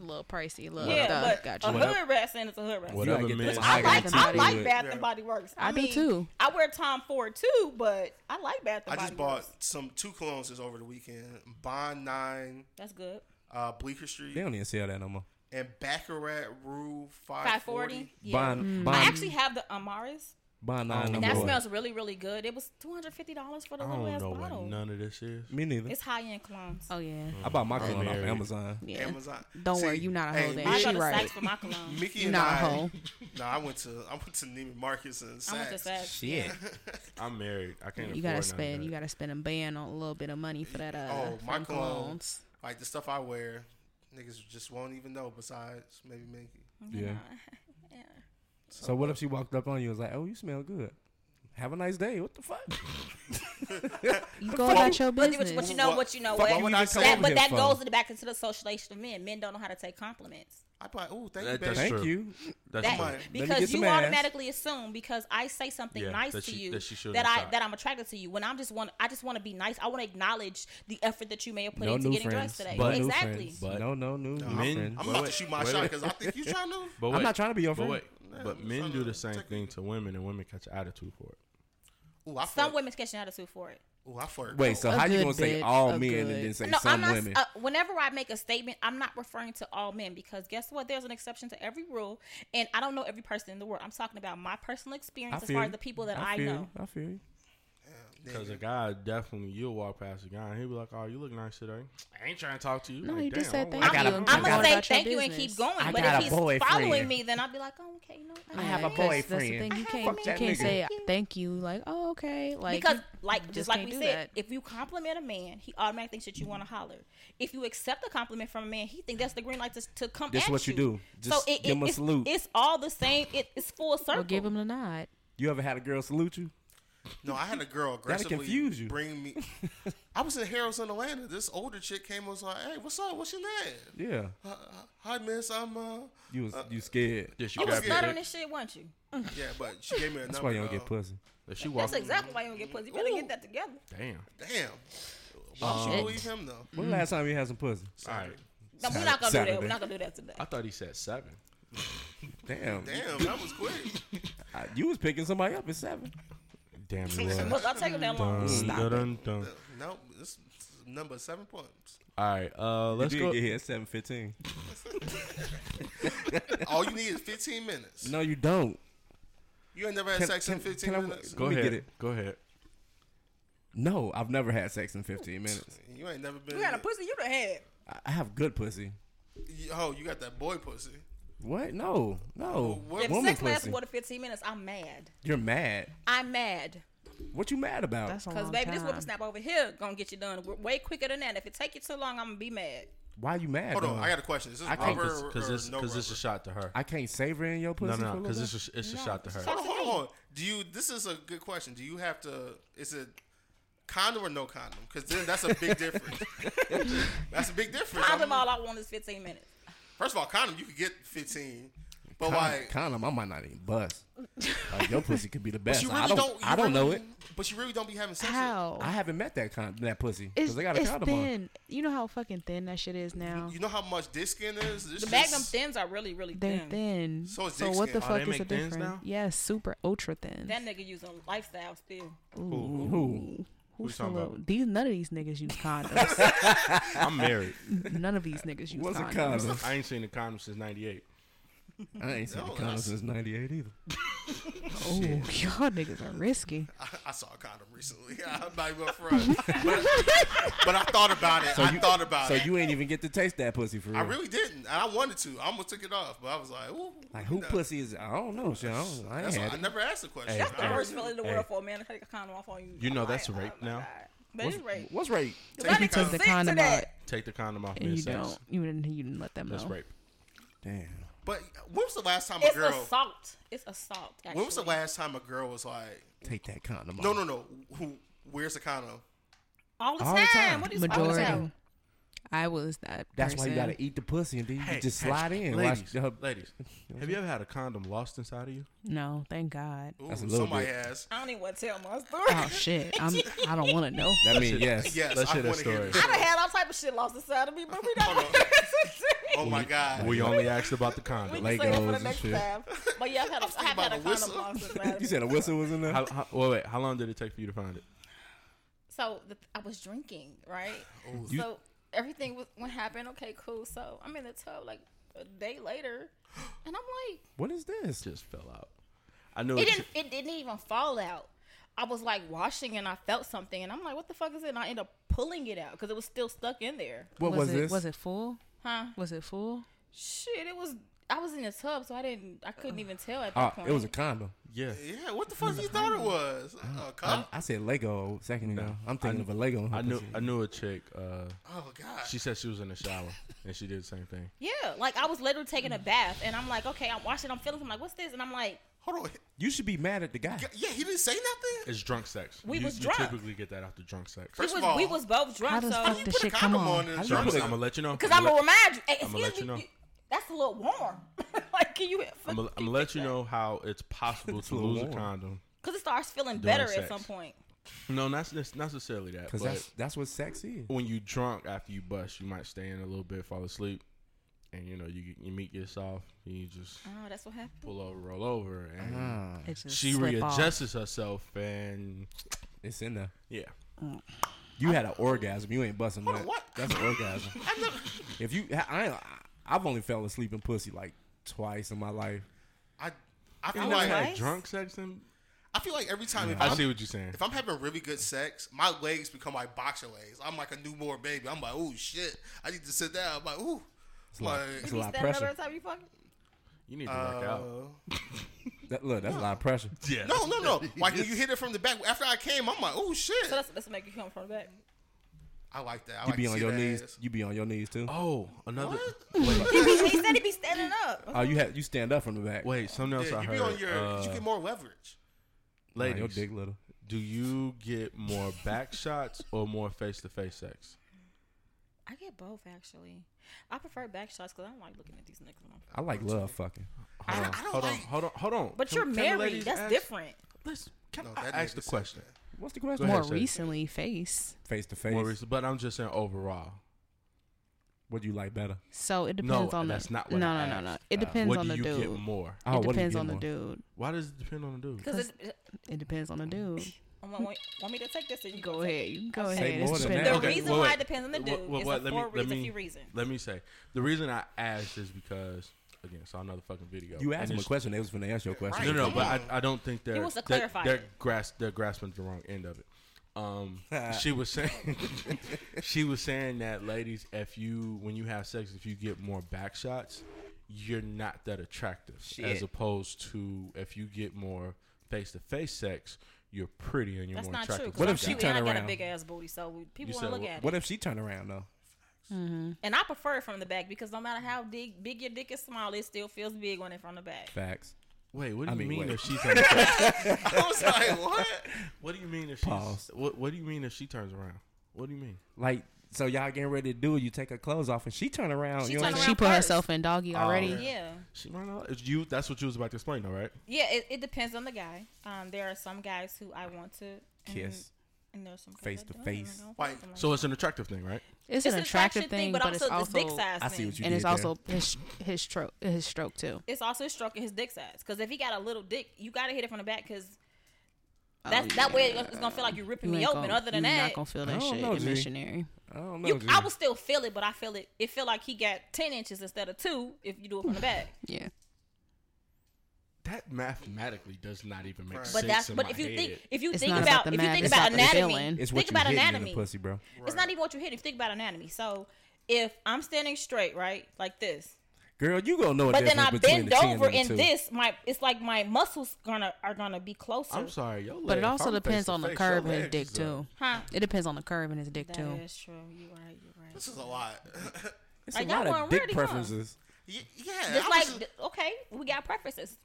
a little pricey. A little
yeah,
thug.
but
Got you.
a hood rat scent is a hood rat. scent.
Whatever
gotta get
man.
this
I
I
like
got
I
Body
like
Works.
Bath
Yeah.
and Body Works. I,
I do
mean,
too.
I wear Tom Ford too, but I like Bath and
I
Body
just bought
Works.
some two colognes this over the weekend. Bond Nine,
That's good.
uh, Bleecker Street,
They don't even sell that no more.
and Baccarat Rue Five
Five
Forty.
forty. Yeah.
Bond,
I
bond,
actually have the Amaris,
bond
And
nine
and
number
that
one.
smells really, really good. It was two hundred fifty dollars for the
I
little
don't
ass
know what
bottle.
none of this is.
Me neither.
It's high end cologne.
Oh yeah,
I bought my cologne off
married.
Amazon.
yeah.
Amazon.
Don't
See,
worry, you not a
hey,
whole
me
day.
and-
I
She
go to
right.
Sachs for my
(laughs)
cologne.
Mickey
You
and
not
I.
a hoe.
No, I went to I went to Neiman Marcus and
I went to
Saks.
Saks.
Shit.
I'm married. I can't.
You
afford none
gotta
of
spend.
that.
You gotta spend a band on a little bit of money for that. Uh,
Oh,
for
my
them
cologne.
colognes.
(laughs) Like the stuff I wear, niggas just won't even know. Besides maybe Mickey.
Yeah. So what if she walked up on you and was like, "Oh, you smell good. Have a nice day." What the fuck?
You go about your
But, but,
business.
but you know what you know what.
Why would I come
that,
over
but
here
that
for?
goes to the back into the socialization of men. Men don't know how to take compliments.
I'd be like, oh, thank
That-
you,
that's
baby.
Thank
true.
you.
That's
That,
Come
right.
on.
me get
because
some
you
ass.
automatically assume because I say something
Yeah,
nice
that
to
she-
you
that she should
that I
decide.
that I'm attracted to you. When I'm just want I just want to be nice. I want to acknowledge the effort that you may have put
No
into
new
getting
friends.
dressed today.
no new
exactly.
friends.
But-
no, no new, new
I'm-
friends.
I'm
Wait,
about to
wait,
shoot my
wait,
shot
wait.
because I think you trying to.
But
I'm
wait,
not trying to be your
But
friend.
wait, but
I'm
men
trying
do
to
the same
take
thing to women, and women catch attitude for it.
Ooh, I
Some
flirt.
women's catching attitude for it.
Ooh, I flirt.
Wait, so
A
how you
good
gonna say
bitch,
all
a
men and
good-
then say
No, I'm
some
not.
women?
Uh, whenever I make a statement, I'm not referring to all men because guess what? There's an exception to every rule, and I don't know every person in the world. I'm talking about my personal
I
experience as
feel
far
you.
as the people that I,
feel
know.
you. I feel you.
Because a
Nigga.
guy definitely, you'll walk past a guy and he'll be like, "Oh, you look nice today." I ain't trying to talk to you.
No,
like,
you just
damn,
said
I want-
thank
I got
you.
a-
and
I
I'm
keep
got
(laughs)
gonna
going
say
about your
thank you and keep
business.
going.
I
but if
got a
he's
boyfriend.
following me, then I'll be like, oh, okay, you know, I
I have a
got it."
Because That's the
boyfriend.
thing. You
I
can't.
have
You
a
can't
man.
say uh,
Thank you.
thank you. Like, oh, okay. Like
because,
you
like, just,
just
like
can't
we
do
said,
that.
if you compliment a man, he automatically thinks that you want to holler. If you accept a compliment from a man, he thinks that's the green light to, to come.
That's
at
what you do. Just give him a
it's,
salute.
It's all the same. It, it's full circle.
Or give him a nod.
You ever had a girl salute you?
No, I had a
(laughs)
girl
That'd
aggressively
confuse you.
bring
(laughs)
me. I was in Harrods in Atlanta. This older chick came and was like, "Hey, what's up? What's your name?
Yeah,
Uh, hi, miss. I'm uh."
you was you scared.
Did she
you was
grab your
stuttering
dick?
and shit, weren't you?
Yeah, but she gave me a
(laughs)
number.
That's why you don't get
though.
pussy.
If she
That's
walked,
exactly why you don't get pussy. You better get that together.
damn.
Damn.
Um,
Why would
Shit.
you believe him though?
When
Mm.
the last time you had some pussy?
All right,
No, we're not gonna do
Saturday.
that. We're not gonna do that today.
I thought he said seven.
Damn,
Damn, that was quick.
(laughs) I- you was picking somebody up at seven.
Damn, you
Look, I'll take him that long.
Dun, dun, dun.
no, Uh, this number seven points.
All right, uh,
You
let's
did
go.
get here at seven fifteen.
All you need is 15 minutes.
No, you don't.
You ain't never had
Can-
sex in
can-
15
can I-
minutes?
Go
Go ahead.
ahead.
Go ahead.
No, I've never had sex in 15 minutes.
You ain't never been.
You got a pussy you done had.
I- I have good pussy.
You- Oh, you got that boy pussy.
What? No, no.
What-
If
Woman
sex lasts
pussy.
more than 15 minutes, I'm mad.
You're mad.
I'm mad.
What you mad about?
That's a
Because,
long
baby, this
time.
whipper snap over here going to get you done w- way quicker than that. If it take you too long, I'm going to be mad.
Why you mad?
Hold on,
though?
I got a question. Is this
I can't-
rubber or,
Because it's
no
because
rubber?
it's a shot to her.
I can't savor in your
No,
pussy.
no,
for a
because
little
it's a, it's a shot to her.
hold on, hold on. Do you? This is a good question. Do you have to? Is it condom or no condom? Because then that's a
(laughs)
big difference. that's a big difference.
Condom,
I'm-
all I want is 15 minutes.
First of all, condom you could get 15,
bit?
but
Con-
Oh, like
condom? I might not even
(laughs)
bust. Like, your pussy could be the best.
you
I don't.
you
I don't know
really-
it.
But you really don't be having sex. with-
How?
I haven't met that con- that pussy
It's,
because they got a
it's
condom on.
thin. You know how fucking thin that shit is now.
You know how much dick skin is? It's
The
just-
Magnum thins are really, really
They're
thin.
thin. So,
So is dick
what
skin.
the
Oh,
fuck
they
is the
make thins
difference?
now?
Yeah, super ultra thin.
That nigga using lifestyle still.
Ooh.
Who's the
talking
little?
about?
These none of these niggas use condoms.
I'm married.
none of these niggas use
What's a
condoms.
(laughs)
condom?
I ain't seen a condom since '98.
I ain't seen
No,
a condom
that's-
since '98 either.
Oh, (laughs) y'all niggas are risky.
I, I saw a condom recently. (laughs) I'm not even front. but, but I thought about it. I thought about
So
it.
you ain't even get to taste that pussy for real.
I really didn't. And I wanted to. I almost took it off, but I was like, ooh.
like who
no.
pussy is? I don't know, Sean. I ain't
That's why
had
I
it.
never asked the question.
Hey,
That's the
hey,
worst feeling in the world
hey.
for a man to take a condom off on you.
You know
I'm
that's
like,
rape
oh my
now.
God. But
What's,
it's rape.
what's rape?
That
You
nigga
took the
sick to
condom out
that.
Take the condom off me.
and you
sex.
don't. You didn't. You didn't let them know.
That's rape.
Damn.
But when was the last time a
It's
girl?
assault. It's assault. Actually.
When was the last time a girl was like,
Take that condom off.
no, no, no, who wears a condom?
All the
All the
time.
time.
What do you all the
Majority.
time?
I was that.
That's why
person.
you gotta eat the pussy and then you just slide in. Watch
Ladies,
her-
ladies, have you ever had a condom lost inside of you?
No, thank God.
Ooh,
That's a little
somebody
bit.
has.
I don't even want to tell my story.
Oh shit! I'm. I don't want to know.
That means yes.
Yes,
Let's
I
hear that
wanna
story.
(laughs)
this.
(laughs) I done had all type of shit lost inside of me, but (laughs) we don't.
Hold Oh my god.
We only asked about the
we
condom.
can say that for
Legos
the
and
next
shit.
time. But yeah, I've had a, I have had a
about a
condom
whistle.
lost inside of
You
me.
said a whistle was in there.
How, how, wait, wait, how long did it take for you to find it?
So the, I was drinking, right?
You-
so everything was what happened. Okay, cool. So I'm in the tub like a day later, and I'm like,
What is this?
Just fell out. I know
it didn't. It didn't even fall out. I was like washing, and I felt something, and I'm like, what the fuck is it? And I end up pulling it out because it was still stuck in there.
What was,
it?
this?
Was it full?
Huh?
Was it full?
Shit, it was. I was in the tub, so I didn't. I couldn't even tell at that
Oh,
point.
it was a condom.
Yeah.
Yeah, what the fuck you thought it was? Uh, A
I,
condom?
I said Lego a second ago. I'm thinking of a Lego. in her
I knew
pussy.
I knew a chick. Uh,
Oh god.
she said she was in the shower and she did the same thing.
Yeah, like I was literally taking a bath, and I'm like, okay, I'm washing, I'm feeling, I'm like, what's this? And I'm like,
Hold on.
You should be mad at the guy.
Yeah, he didn't say nothing.
It's drunk sex.
We
you,
was
you
drunk.
typically get that after drunk sex.
we
First of
was
all,
we was both drunk,
How does
so
fuck
put
this
a
shit come
condom
on?
on it.
So I'm,
put
gonna,
a-
I'm gonna let you know.
because I'm gonna remind you. Hey,
I'ma let
excuse
you
me,
know.
you- that's a little warm. (laughs) like, can you?
I'm gonna, I'm gonna let you know how it's possible to
a little
lose a
warm.
condom.
Because it starts feeling
During
better
sex.
at some point.
No, not nec- not necessarily that.
Because
But
that's that's what sex is.
when you drunk after you bust, you might stay in a little bit, fall asleep, and you know you you meet yourself. And you just
Oh, that's what happened.
pull over, roll over, and
Mm-hmm.
It just
she
slip off.
readjusts herself, and
It's in there.
yeah,
You had an orgasm. You ain't busting that.
what?
That's an orgasm. if you, I, I, I've only fell asleep in pussy like twice in my life.
I I feel
you
like
never had
twice?
drunk sex. And
I feel like every time if
I
I'm,
see what you're saying.
if I'm having really good sex, my legs become like boxer legs. I'm like a newborn baby. I'm like, oh shit, I need to sit down. I'm like, ooh, like
It's a
You
lot
stand up
of pressure.
every time you fucking.
You need to
uh,
work out.
That, look, that's a lot of pressure.
Yeah.
no, no,
(laughs)
no. Like when you hit it from the back after I came, I'm like, oh shit.
So that's that's what make you come from the back.
I like that. I
You
like
be
to
on
see
your
that
knees.
ass.
You be on your knees too.
Oh,
Oh,
another.
he said he be standing
(laughs)
up.
Oh, you had you stand up from the back.
Wait, something else
Yeah,
I
you
heard.
be on your.
uh,
you get more leverage.
Nah,
ladies,
your dick little.
do you get more back shots or more face to face sex?
I get both actually. I prefer back shots because I don't like looking at these niggas. man.
I like love fucking.
I,
Hold on,
don't- I don't
hold on,
like.
hold on, hold on.
But
Can-
you're
can the
married.
ladies
That's
ask-
different.
Let's can
No,
I
that
ask
nigga
the
said
question.
that.
What's the
Go
question?
ahead.
More
Yes, it-
recently, face.
Face to
More
face.
reason- but I'm just saying overall.
What do you like better?
So it depends
No,
on
that's
the.
not what
no,
I
no, no, no.
asked.
It depends
what
on
do
the
you
dude.
get more?
Oh,
it
what do you
depends
get
on the
more?
dude.
Why does it depend on the dude?
Because it,
It depends on the dude.
want, want- want me to take this? Or you
Go
gonna take
ahead. You can go
Say
ahead.
more
It's
than
depend-
that. The
Okay,
reason
well,
why
wait.
it depends on the
Wh-
dude
wh-
is
what- let
a
me-
for
let
reason,
me-
few reasons.
Let me say the reason I asked is because again. Saw another fucking video.
You
And
asked them a
it's-
question. They was finna ask your question.
No, no, but I, I don't think they're
was a
they're-
clarifier.
They're, gras- they're grasping the wrong end of it.
(laughs)
Um, she was saying (laughs) she was saying that ladies, if you when you have sex, if you get more back shots, you're not that attractive. As
Shit.
opposed to if you get more face to face sex, you're pretty and you're
That's
more
not true.
attractive.
'cause
What
I'm
if she
pretty
turn
and I got
around?
a big ass booty, so we- people
You
want to
said
look
what?
at it.
What if she turned around though?
And I prefer it from the back because no matter how big, big your dick is small, it still feels big when it's from the back.
Facts.
Wait, what do
I
you
mean,
mean,
wait.
if (laughs) she turns? around?
(laughs) I
(laughs)
was like, what?
what do you mean if she?
Pause.
What What do you mean if she turns around? What do you mean?
Like so, y'all getting ready to do it. You take her clothes off and she turn around.
She
you know
turn
what I'm
around
She put
first.
herself in doggy already.
Yeah.
She might not. It's you. That's what you was about to explain, though, right?
Yeah, it, it depends on the guy. Um, there are some guys who I want to and-
saying? Kiss.
and there's some guys
Face
I
to
don't,
face.
and I don't
Like,
fuck with them
So it's an attractive thing, right?
It's, an attractive thing, but, it's also
dick size
I
thing.
see what you
and
did
it's
there.
also his his stroke his stroke too.
It's also stroking his dick size because if he got a little dick, you gotta hit it from the back because
Oh,
that's that way it's gonna feel like you're ripping
You
me
ain't
open.
gonna-
Other than
you
that,
not gonna feel
I
that
don't
shit
know,
in
G.
missionary.
I don't know.
you,
G.
I will still feel it, but I feel it. It feel like he got ten inches instead of two if you do it from the back.
Yeah,
That mathematically does not even make
Right.
sense.
But that's
in
but
my
if you
head.
think if you
It's
think
not
about,
about the
if you
math,
think
it's
about
about the feeling.
anatomy,
it's
think
what you
about
hitting
anatomy.
in the pussy, bro.
It's not even what you hit. If you think about anatomy, so if I'm standing straight, right, like this,
Girl, you gonna know. a
but then I
difference between
bend
the 10
over
and the
and
two.
this, my it's like my muscles gonna are gonna be closer.
I'm sorry, yo.
but it also depends on the curve in his dick too.
Huh?
It depends on the curve in his dick
That
too.
is true. You're right. You're right.
This is a lot. (laughs)
It's
Like,
a lot
y'all
of
weren't
dick
ready, huh?
preferences.
Y- yeah,
Just
I
like
was-
th- okay, we got preferences.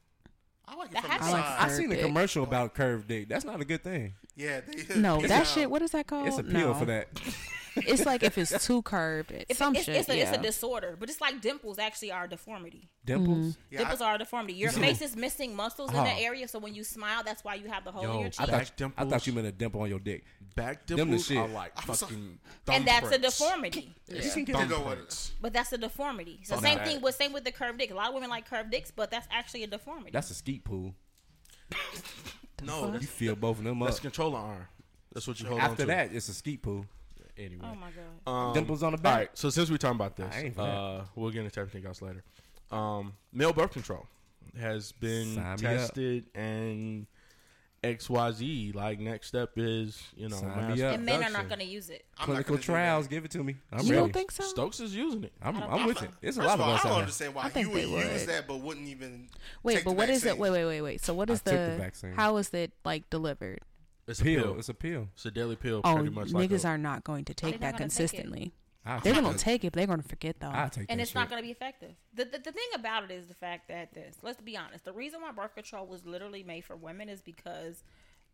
I like it
that
from the
happens.
I
side.
like
I
Curved
seen a
dick.
commercial about curved dick. That's not a good thing.
yeah,
(laughs)
they, (laughs)
No,
they
that
sound-
shit. What is that
Oh,
called?
It's a pill
no.
for that.
It's like if it's too curved. It's
It's,
some
it's,
shit.
it's, a,
yeah.
it's a disorder, but it's like dimples. Actually, are a deformity.
Dimples.
Yeah, I-
dimples are a deformity. Your
see-
face is missing muscles
Oh.
in that area, so when you smile, that's why you have the hole
Yo,
in your
I
I
cheek.
Back
thought, I
dimples.
thought you meant a dimple on your dick.
Back
the
dimples
shit.
are like fucking.
And that's a
thumbprints.
deformity.
It's
You can get
it over.
thumbprints.
But that's a deformity. So
Fuck
same
that.
thing with same with the curved dick. A lot of women like curved dicks, but that's actually a deformity.
That's a skeet pool.
No,
You
that's,
feel both of them up.
that's controller arm. That's what you hold
After
on to.
that, it's a skeet pool.
anyway.
oh my god.
Um,
Dimples on the
All
back.
right. So since we're talking about
I ain't
this,
for that.
uh, we'll get into everything else later. Um, male birth control has been
Sign me up.
tested and X Y Z. Like next step is you know
Sign me
mass
up.
and men are not
production.
going to use it.
I'm not
Clinical
gonna do that.
trials, give it to me. I'm
You
ready.
don't think so?
Stokes is using it.
I'm, I'm with it. It's a lot
First
of
all,
us
I don't
out there.
understand why
I
you
think
would
they would.
use that, but wouldn't even.
Wait,
take
but
the
what is it?
vaccine.
Wait, wait, wait, wait. So what
I
is
took the
the,
vaccine.
how is it like delivered?
It's a
Pill.
pill.
It's a pill.
It's a daily pill.
Oh,
pretty much like
niggas
a-
are not going to take
They're not
that
gonna take it.
consistently.
I'll
They're
take
gonna
that.
take it, but they're gonna forget though.
I'll take
and
that
it's not
shit.
going to be effective. The, the the thing about it is the fact that this. Let's be honest. The reason why birth control was literally made for women is because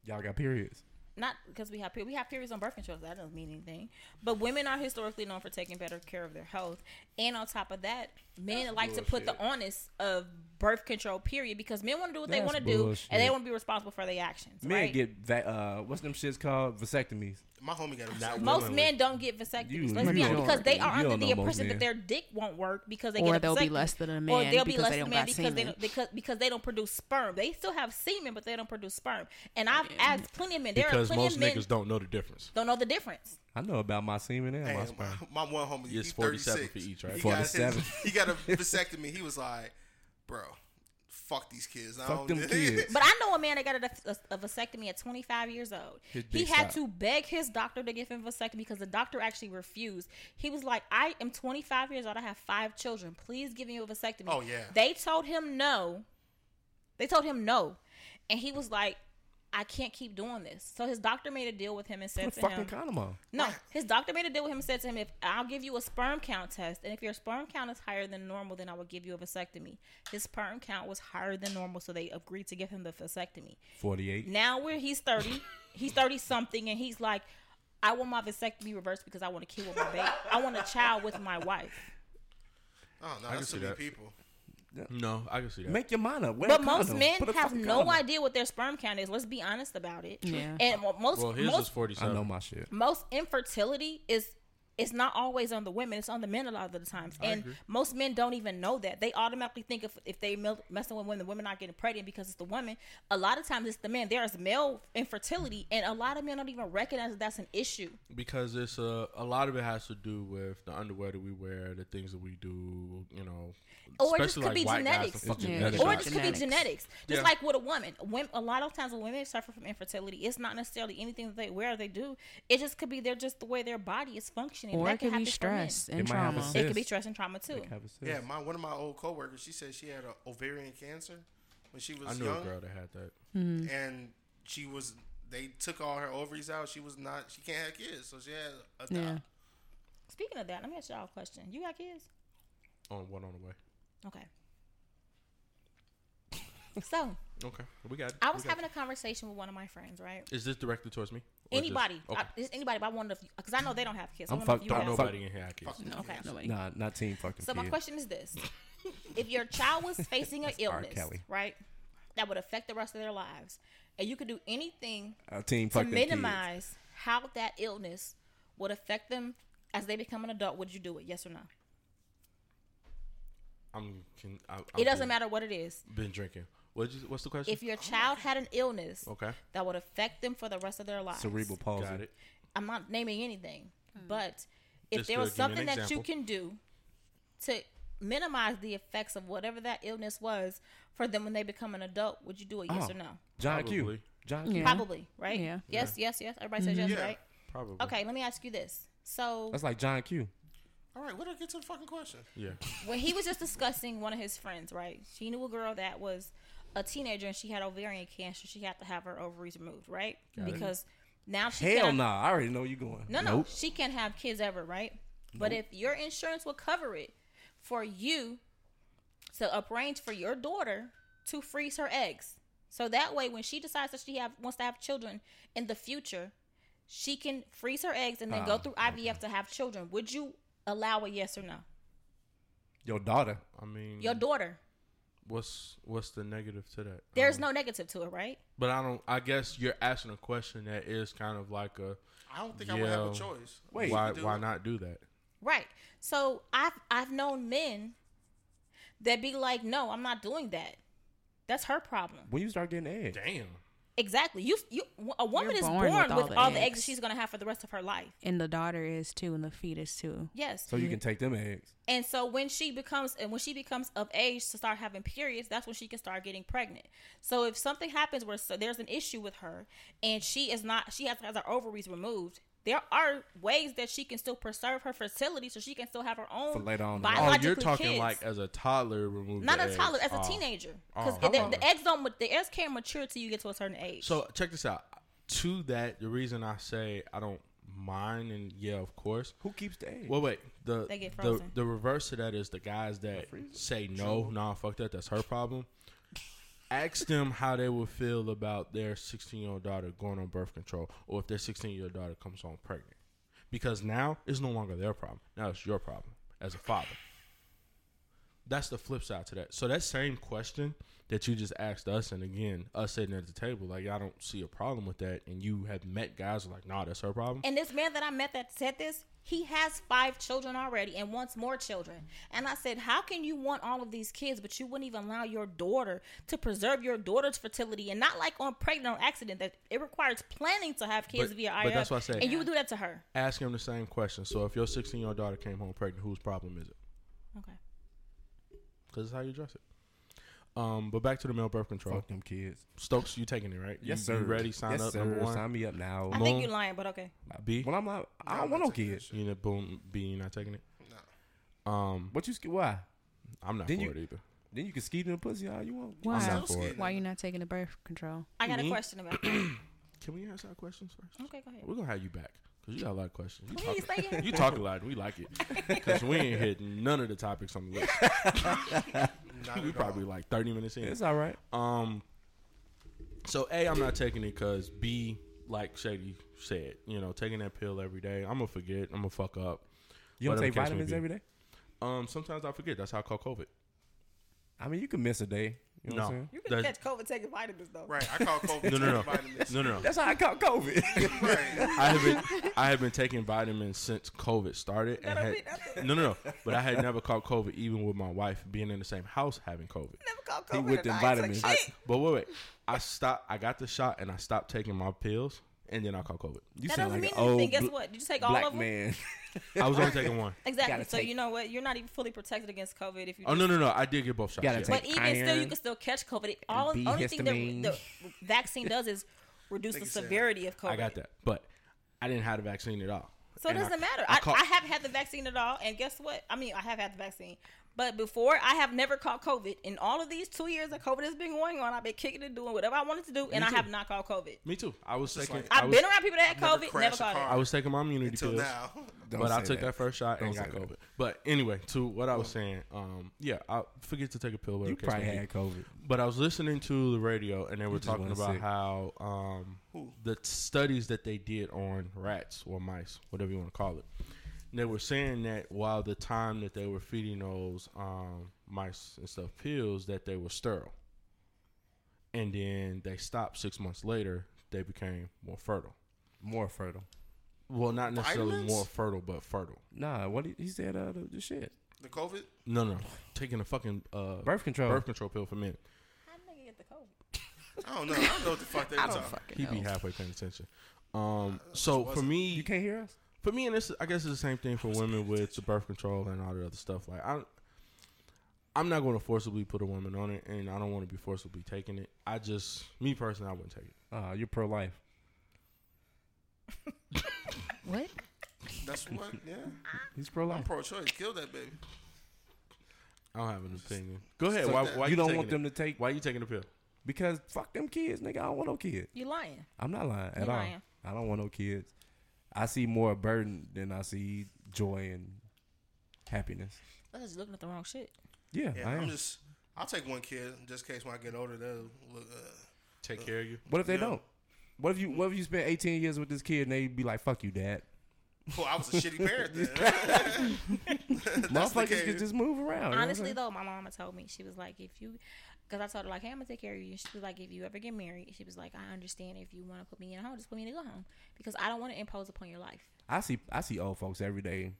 Y'all got periods.
not because we have periods. We have periods on birth control. so That doesn't mean anything. But women are historically known for taking better care of their health. And on top of that, men like to put the onus of birth control period because men want to do what they
That's
want to do and they
bullshit.
want to be responsible for their actions.
Men
right?
get va- uh, what's them shits called? Vasectomies.
My homie got upset.
Not
Not
most
women
men don't get vasectomies.
You-
let's
you
be honest,
don't-
because they are
you
under
don't
the
know most
impression that
men.
their dick won't work because they
Or
get
they'll be
vasectomy.
less than a
or
man
they'll be
because
less
they
than a
don't
man
got
because they
semen.
don't, because because they don't produce sperm. They still have semen, but they don't produce sperm. And I've asked plenty of men. There
because
are plenty
most
of men
niggas don't know the difference.
don't know the difference.
I know about my semen and my
Damn,
sperm.
my, my one homie.
It's
he's
47
46.
for each, right?
He got, his,
47.
(laughs) he
(laughs)
got a vasectomy. He was like, bro, fuck these kids. I
Fuck
don't (laughs)
them kids.
But I know a man that got a, a, a vasectomy at 25 years old.
His
He
dick
had
stopped.
to beg his doctor to give him vasectomy because the doctor actually refused. He was like, "I am 25 years old. I have five children. Please give me a vasectomy."
Oh, yeah.
They told him no. They told him no, and he was like, "I can't keep doing this." So his doctor made a deal with him and
Put a
said to
fucking
him,
condom on.
No, his doctor made a deal with him and said to him, if I'll give you a sperm count test, and if your sperm count is higher than normal, then I will give you a vasectomy. His sperm count was higher than normal, so they agreed to give him the vasectomy.
Forty-eight.
Now where he's 30, he's 30 something, and he's like, I want my vasectomy reversed because I want a kid with my baby. I want a child with my wife.
Oh, no,
can
that's
see
too many
that.
people.
No, I can see that.
Make your mind up. Wear a
But most
condom.
men
Put a
have
fucking
no
condom.
idea what their sperm count is. Let's be honest about it.
Yeah.
And mo- most
well, his
most
is forty
I know
seven.
my shit.
most infertility is it's not always on the women; it's on the men a lot of the times. And most men don't even know that. They automatically think if if they mel- messing with women, the women not getting pregnant because it's the woman. A lot of times it's the men. There is male infertility, and a lot of men don't even recognize that that's an issue.
because it's a a lot of it has to do with the underwear that we wear, the things that we do, you know.
Or it just
especially
could be
white guys,
genetics.
the fucking
Yeah.
nut
or it
shots.
just could be
Genetics.
genetics.
Yeah.
Just like with a woman, women, a lot of times when women suffer from infertility, it's not necessarily anything that they wear or they do. It just could be they're just the way their body is functioning.
Or
that
it could be
happen for men.
stress and
It might have a
trauma.
cyst.
It could be stress and trauma too.
Have a sis.
Yeah, my one of my old coworkers, she said she had a ovarian cancer when she was
I knew
young,
a girl that had that.
Mm.
and she was they took all her ovaries out. She was not she can't have kids, so she had a
Yeah.
Speaking of that, let me ask y'all a question. You got kids?
On one on the way.
Okay. (laughs) so
Okay, we got. it.
I
We
was
got it.
having a conversation with one of my friends, right?
Is this directed towards me? Or just-
Anybody,
okay.
I, it's anybody, but I wanted because I know they don't have kids. so
I'm
I wanna know if
fucked
you
up.
have-
No,
Nobody in here had kids.
no.
Okay.
Nobody.
Nah, not team fucking.
So my
kid.
question is this: (laughs) If your child
(laughs)
was facing an
R.
illness,
Kelly.
right, that would affect the rest of their lives, and you could do anything
Uh, team
to
fucking kid.
minimize how that illness would affect them as they become an adult, would you do it? Yes or no?
I'm. Can, I, I'm
It doesn't
been-
matter what it is.
Been drinking. What? You, what's the question?
If your child had an
Oh,
illness
okay,
that would affect them for the rest of their lives,
Cerebral palsy.
got it.
I'm not naming anything, but if
Just
there
to
was
give you an
something that you
example.
can do to minimize the effects of whatever that illness was for them when they become an adult, would you do it? Yes
Oh.
or no?
John Q.
Probably.
John Q.
Yeah.
Probably, right?
Yeah.
Yes, yes, yes. Everybody says yes,
Yeah.
right?
Probably.
Okay, let me ask you this. So
That's like John Q.
All right, let her get to the fucking question.
Yeah.
when he was just discussing one of his friends, right? She knew a girl that was a teenager and she had ovarian cancer. She had to have her ovaries removed, right? because now she
Hell
cannot-
no! I already know you going.
No, no,
Nope.
she can't have kids ever, right? But if your insurance will cover it for you to arrange for your daughter to freeze her eggs, so that way when she decides that she have wants to have children in the future, she can freeze her eggs and then go
Ah,
through IVF to have children. Would you allow a yes or no?
Your daughter.
I mean,
Mm.
Your daughter.
what's what's the negative to that?
There's
Uh-huh.
no negative to it, right?
But I don't. I guess you're asking a question that is kind of like a.
I don't think I would have
Yeah.
a choice.
Wait.
why?
do
Why
it.
not do that?
Right. So I've I've known men that be like, no, I'm not doing that. That's her problem.
When you start getting eggs.
Damn.
Exactly. You, you, a woman
You're
is born
born
with, all, the, eggs.
eggs.
she's gonna have for the rest of her life.
And the daughter is too, and the fetus too.
Yes.
So you can take them eggs.
and so when she becomes, and when she becomes of age to start having periods, that's when she can start getting pregnant. So if something happens where so there's an issue with her, and she is not, she has, has her ovaries removed. There are ways that she can still preserve her fertility, so she can still have her own
For later on in life.
Oh,
biological
you're talking
kids.
like as a toddler removing.
not
the
a toddler,
eggs.
as a
Oh.
teenager, because
Oh,
the,
okay.
the eggs don't, ma- the eggs can't mature till you get to a certain age.
So check this out. To that, the reason I say I don't mind, and yeah, of course,
Who keeps the eggs?
Well, wait. The
They get
the
frozen.
the reverse of that is the guys that say no, nah, fuck that. That's her problem. Ask them how they would feel about their 16 year old daughter going on birth control, or if their 16 year old daughter comes home pregnant, because now it's no longer their problem. Now it's your problem as a father. That's the flip side to that. So that same question that you just asked us, and again, us sitting at the table, like I don't see a problem with that, and you have met guys who are like, nah, that's her problem.
And this man that I met that said this, he has five children already and wants more children. And I said, How can you want all of these kids, but you wouldn't even allow your daughter to preserve your daughter's fertility and not like on pregnant on accident that it requires planning to have kids
But-
via IF.
but that's what I said.
And you would do that to her.
ask him the same question. So if your 16 year old daughter came home pregnant, whose problem is it?
Okay.
Because it's how you address it. Um, but back to the male birth control.
Fuck them kids.
Stokes, you taking it right?
Yes,
You,
sir.
you ready? Sign
yes,
up.
Sir.
Number one.
Sign me up now.
I think you're lying, but okay.
B.
Well, I'm not. I don't want no kids.
You know, boom. B. You not taking it? No. Um,
What you? sca- Why?
I'm not
Then
for
you-
it either.
Then you can ski them pussy all you want.
Why?
not for it.
Why you not taking the birth control?
I
Mm-hmm.
got a question about that.
Can we ask our questions first?
Okay, go
(coughs)
ahead.
We're gonna have you back because you got a lot of questions. You
Please
talk,
say yes.
(laughs)
you talk a lot. and We like it because we ain't hit none of the topics on the list.
(laughs)
we probably like 30 minutes in.
It's all right.
Um. So a, I'm not taking it because b, like Shady said, you know, taking that pill every day, I'm gonna forget, I'm gonna fuck up.
You don't
Whatever
take
the case may
vitamins
be.
every day.
Um, sometimes I forget. That's how I caught COVID.
I mean, you can miss a day. You know what
No,
I'm saying?
You can
That's-
catch COVID taking vitamins though.
Right. I call COVID
(laughs)
no, no, no,
vitamins.
no, no, no.
That's how I
(laughs)
caught COVID.
Right.
I have been I have been taking vitamins since COVID started. And
don't
had,
mean nothing.
no, no, no. But I had never caught COVID, even with my wife being in the same house having COVID.
Never call
He
COVID
with
a diet. It's
them vitamins.
Like,
I-
shit.
But wait, wait. I stopped. I got the shot and I stopped taking my pills, and then I caught COVID.
you
That
sound
doesn't
like
mean
an
anything.
old
Guess
bl-
what? Did you take all
black
of them?
(laughs) man.
I was only taking one.
Exactly.
Gotta
So
take-
you know what? You're not even fully protected against COVID if you.
Oh
just-
no, no, no! I did get both shots.
Gotta
yeah.
take-
But even still, you
iron,
can still catch COVID. It, all
B
only thing
histamine.
the, the vaccine does is reduce the
Think it's sad.
severity of COVID.
I got that, but I didn't have the vaccine at all.
So it
And I-
doesn't matter. I, I,
caught-
haven't had the vaccine at all, and guess what? I mean, I have had the vaccine, but before I have never caught COVID. In all of these two years that COVID has been going on, I've been kicking and doing whatever I wanted to do, and I
too.
have not caught COVID.
Me too. I was taking.
like-
I
I've
was,
been around people that had
Never
COVID, never
crashed a
caught
car.
it.
I was taking my immunity
Until
pills,
now.
Don't
but I
say
took that. first shot and
Don't
got
say
COVID.
that.
But anyway, to what I was saying, um, yeah, I forget to take a pill.
You
whatever case
probably
may be.
had COVID.
But I was listening to the radio, and they were
just
talking
wasn't
about
sick.
how um, the t- studies that they did on rats or mice, whatever you want to call it, and they were saying that while the time that they were feeding those um, mice and stuff pills, that they were sterile, and then they stopped six months later. They became more fertile.
More fertile.
Well, not necessarily
Vitamins?
more fertile, but fertile.
Nah, what he, he said? Uh, the, the shit.
The COVID.
No, no, taking a fucking uh, birth,
Birth control.
control pill for men.
How did I get the COVID?
I don't know. I don't know what the fuck they were
I don't
talking.
fucking
He be
know.
halfway paying attention. Um, so for
wasn't-
me,
You can't hear us.
for me, and this I guess it's the same thing for women with the birth control and all that other stuff. Like I, I'm not going to forcibly put a woman on it, and I don't want to be forcibly taking it. I just, me personally, I wouldn't take it.
Uh, you're pro life.
What?
That's what. Yeah.
He's pro
I'm
life.
pro-choice. Kill that baby.
I don't have an opinion. Go ahead. Why, why
you don't
taking
want them
it?
to take
Why you taking the pill?
because fuck them kids, nigga. I don't want no kids.
You lying?
I'm not lying at
You're
all.
lying.
I don't want no kids. I see more burden than I see joy and happiness.
I was just looking at the wrong shit.
Yeah,
Yeah.
I am.
I'm just. I'll take one kid just in case when I get older they'll look. Uh,
Take care of you.
what if they
Yeah.
don't? What if you What if you spend 18 years with this kid and they be like, "Fuck you, dad."
well, I was a shitty parent then. (laughs) That's the
Motherfuckers
case.
can just move around.
Honestly,
Oh, you know
though, my mama told me she was like, if you, because I told her like, hey, I'm gonna take care of you. She was like, if you ever get married, she was like, I understand if you want to put me in a home, just put me in a good home because I don't want to impose upon your life.
though, I see I see old folks every day,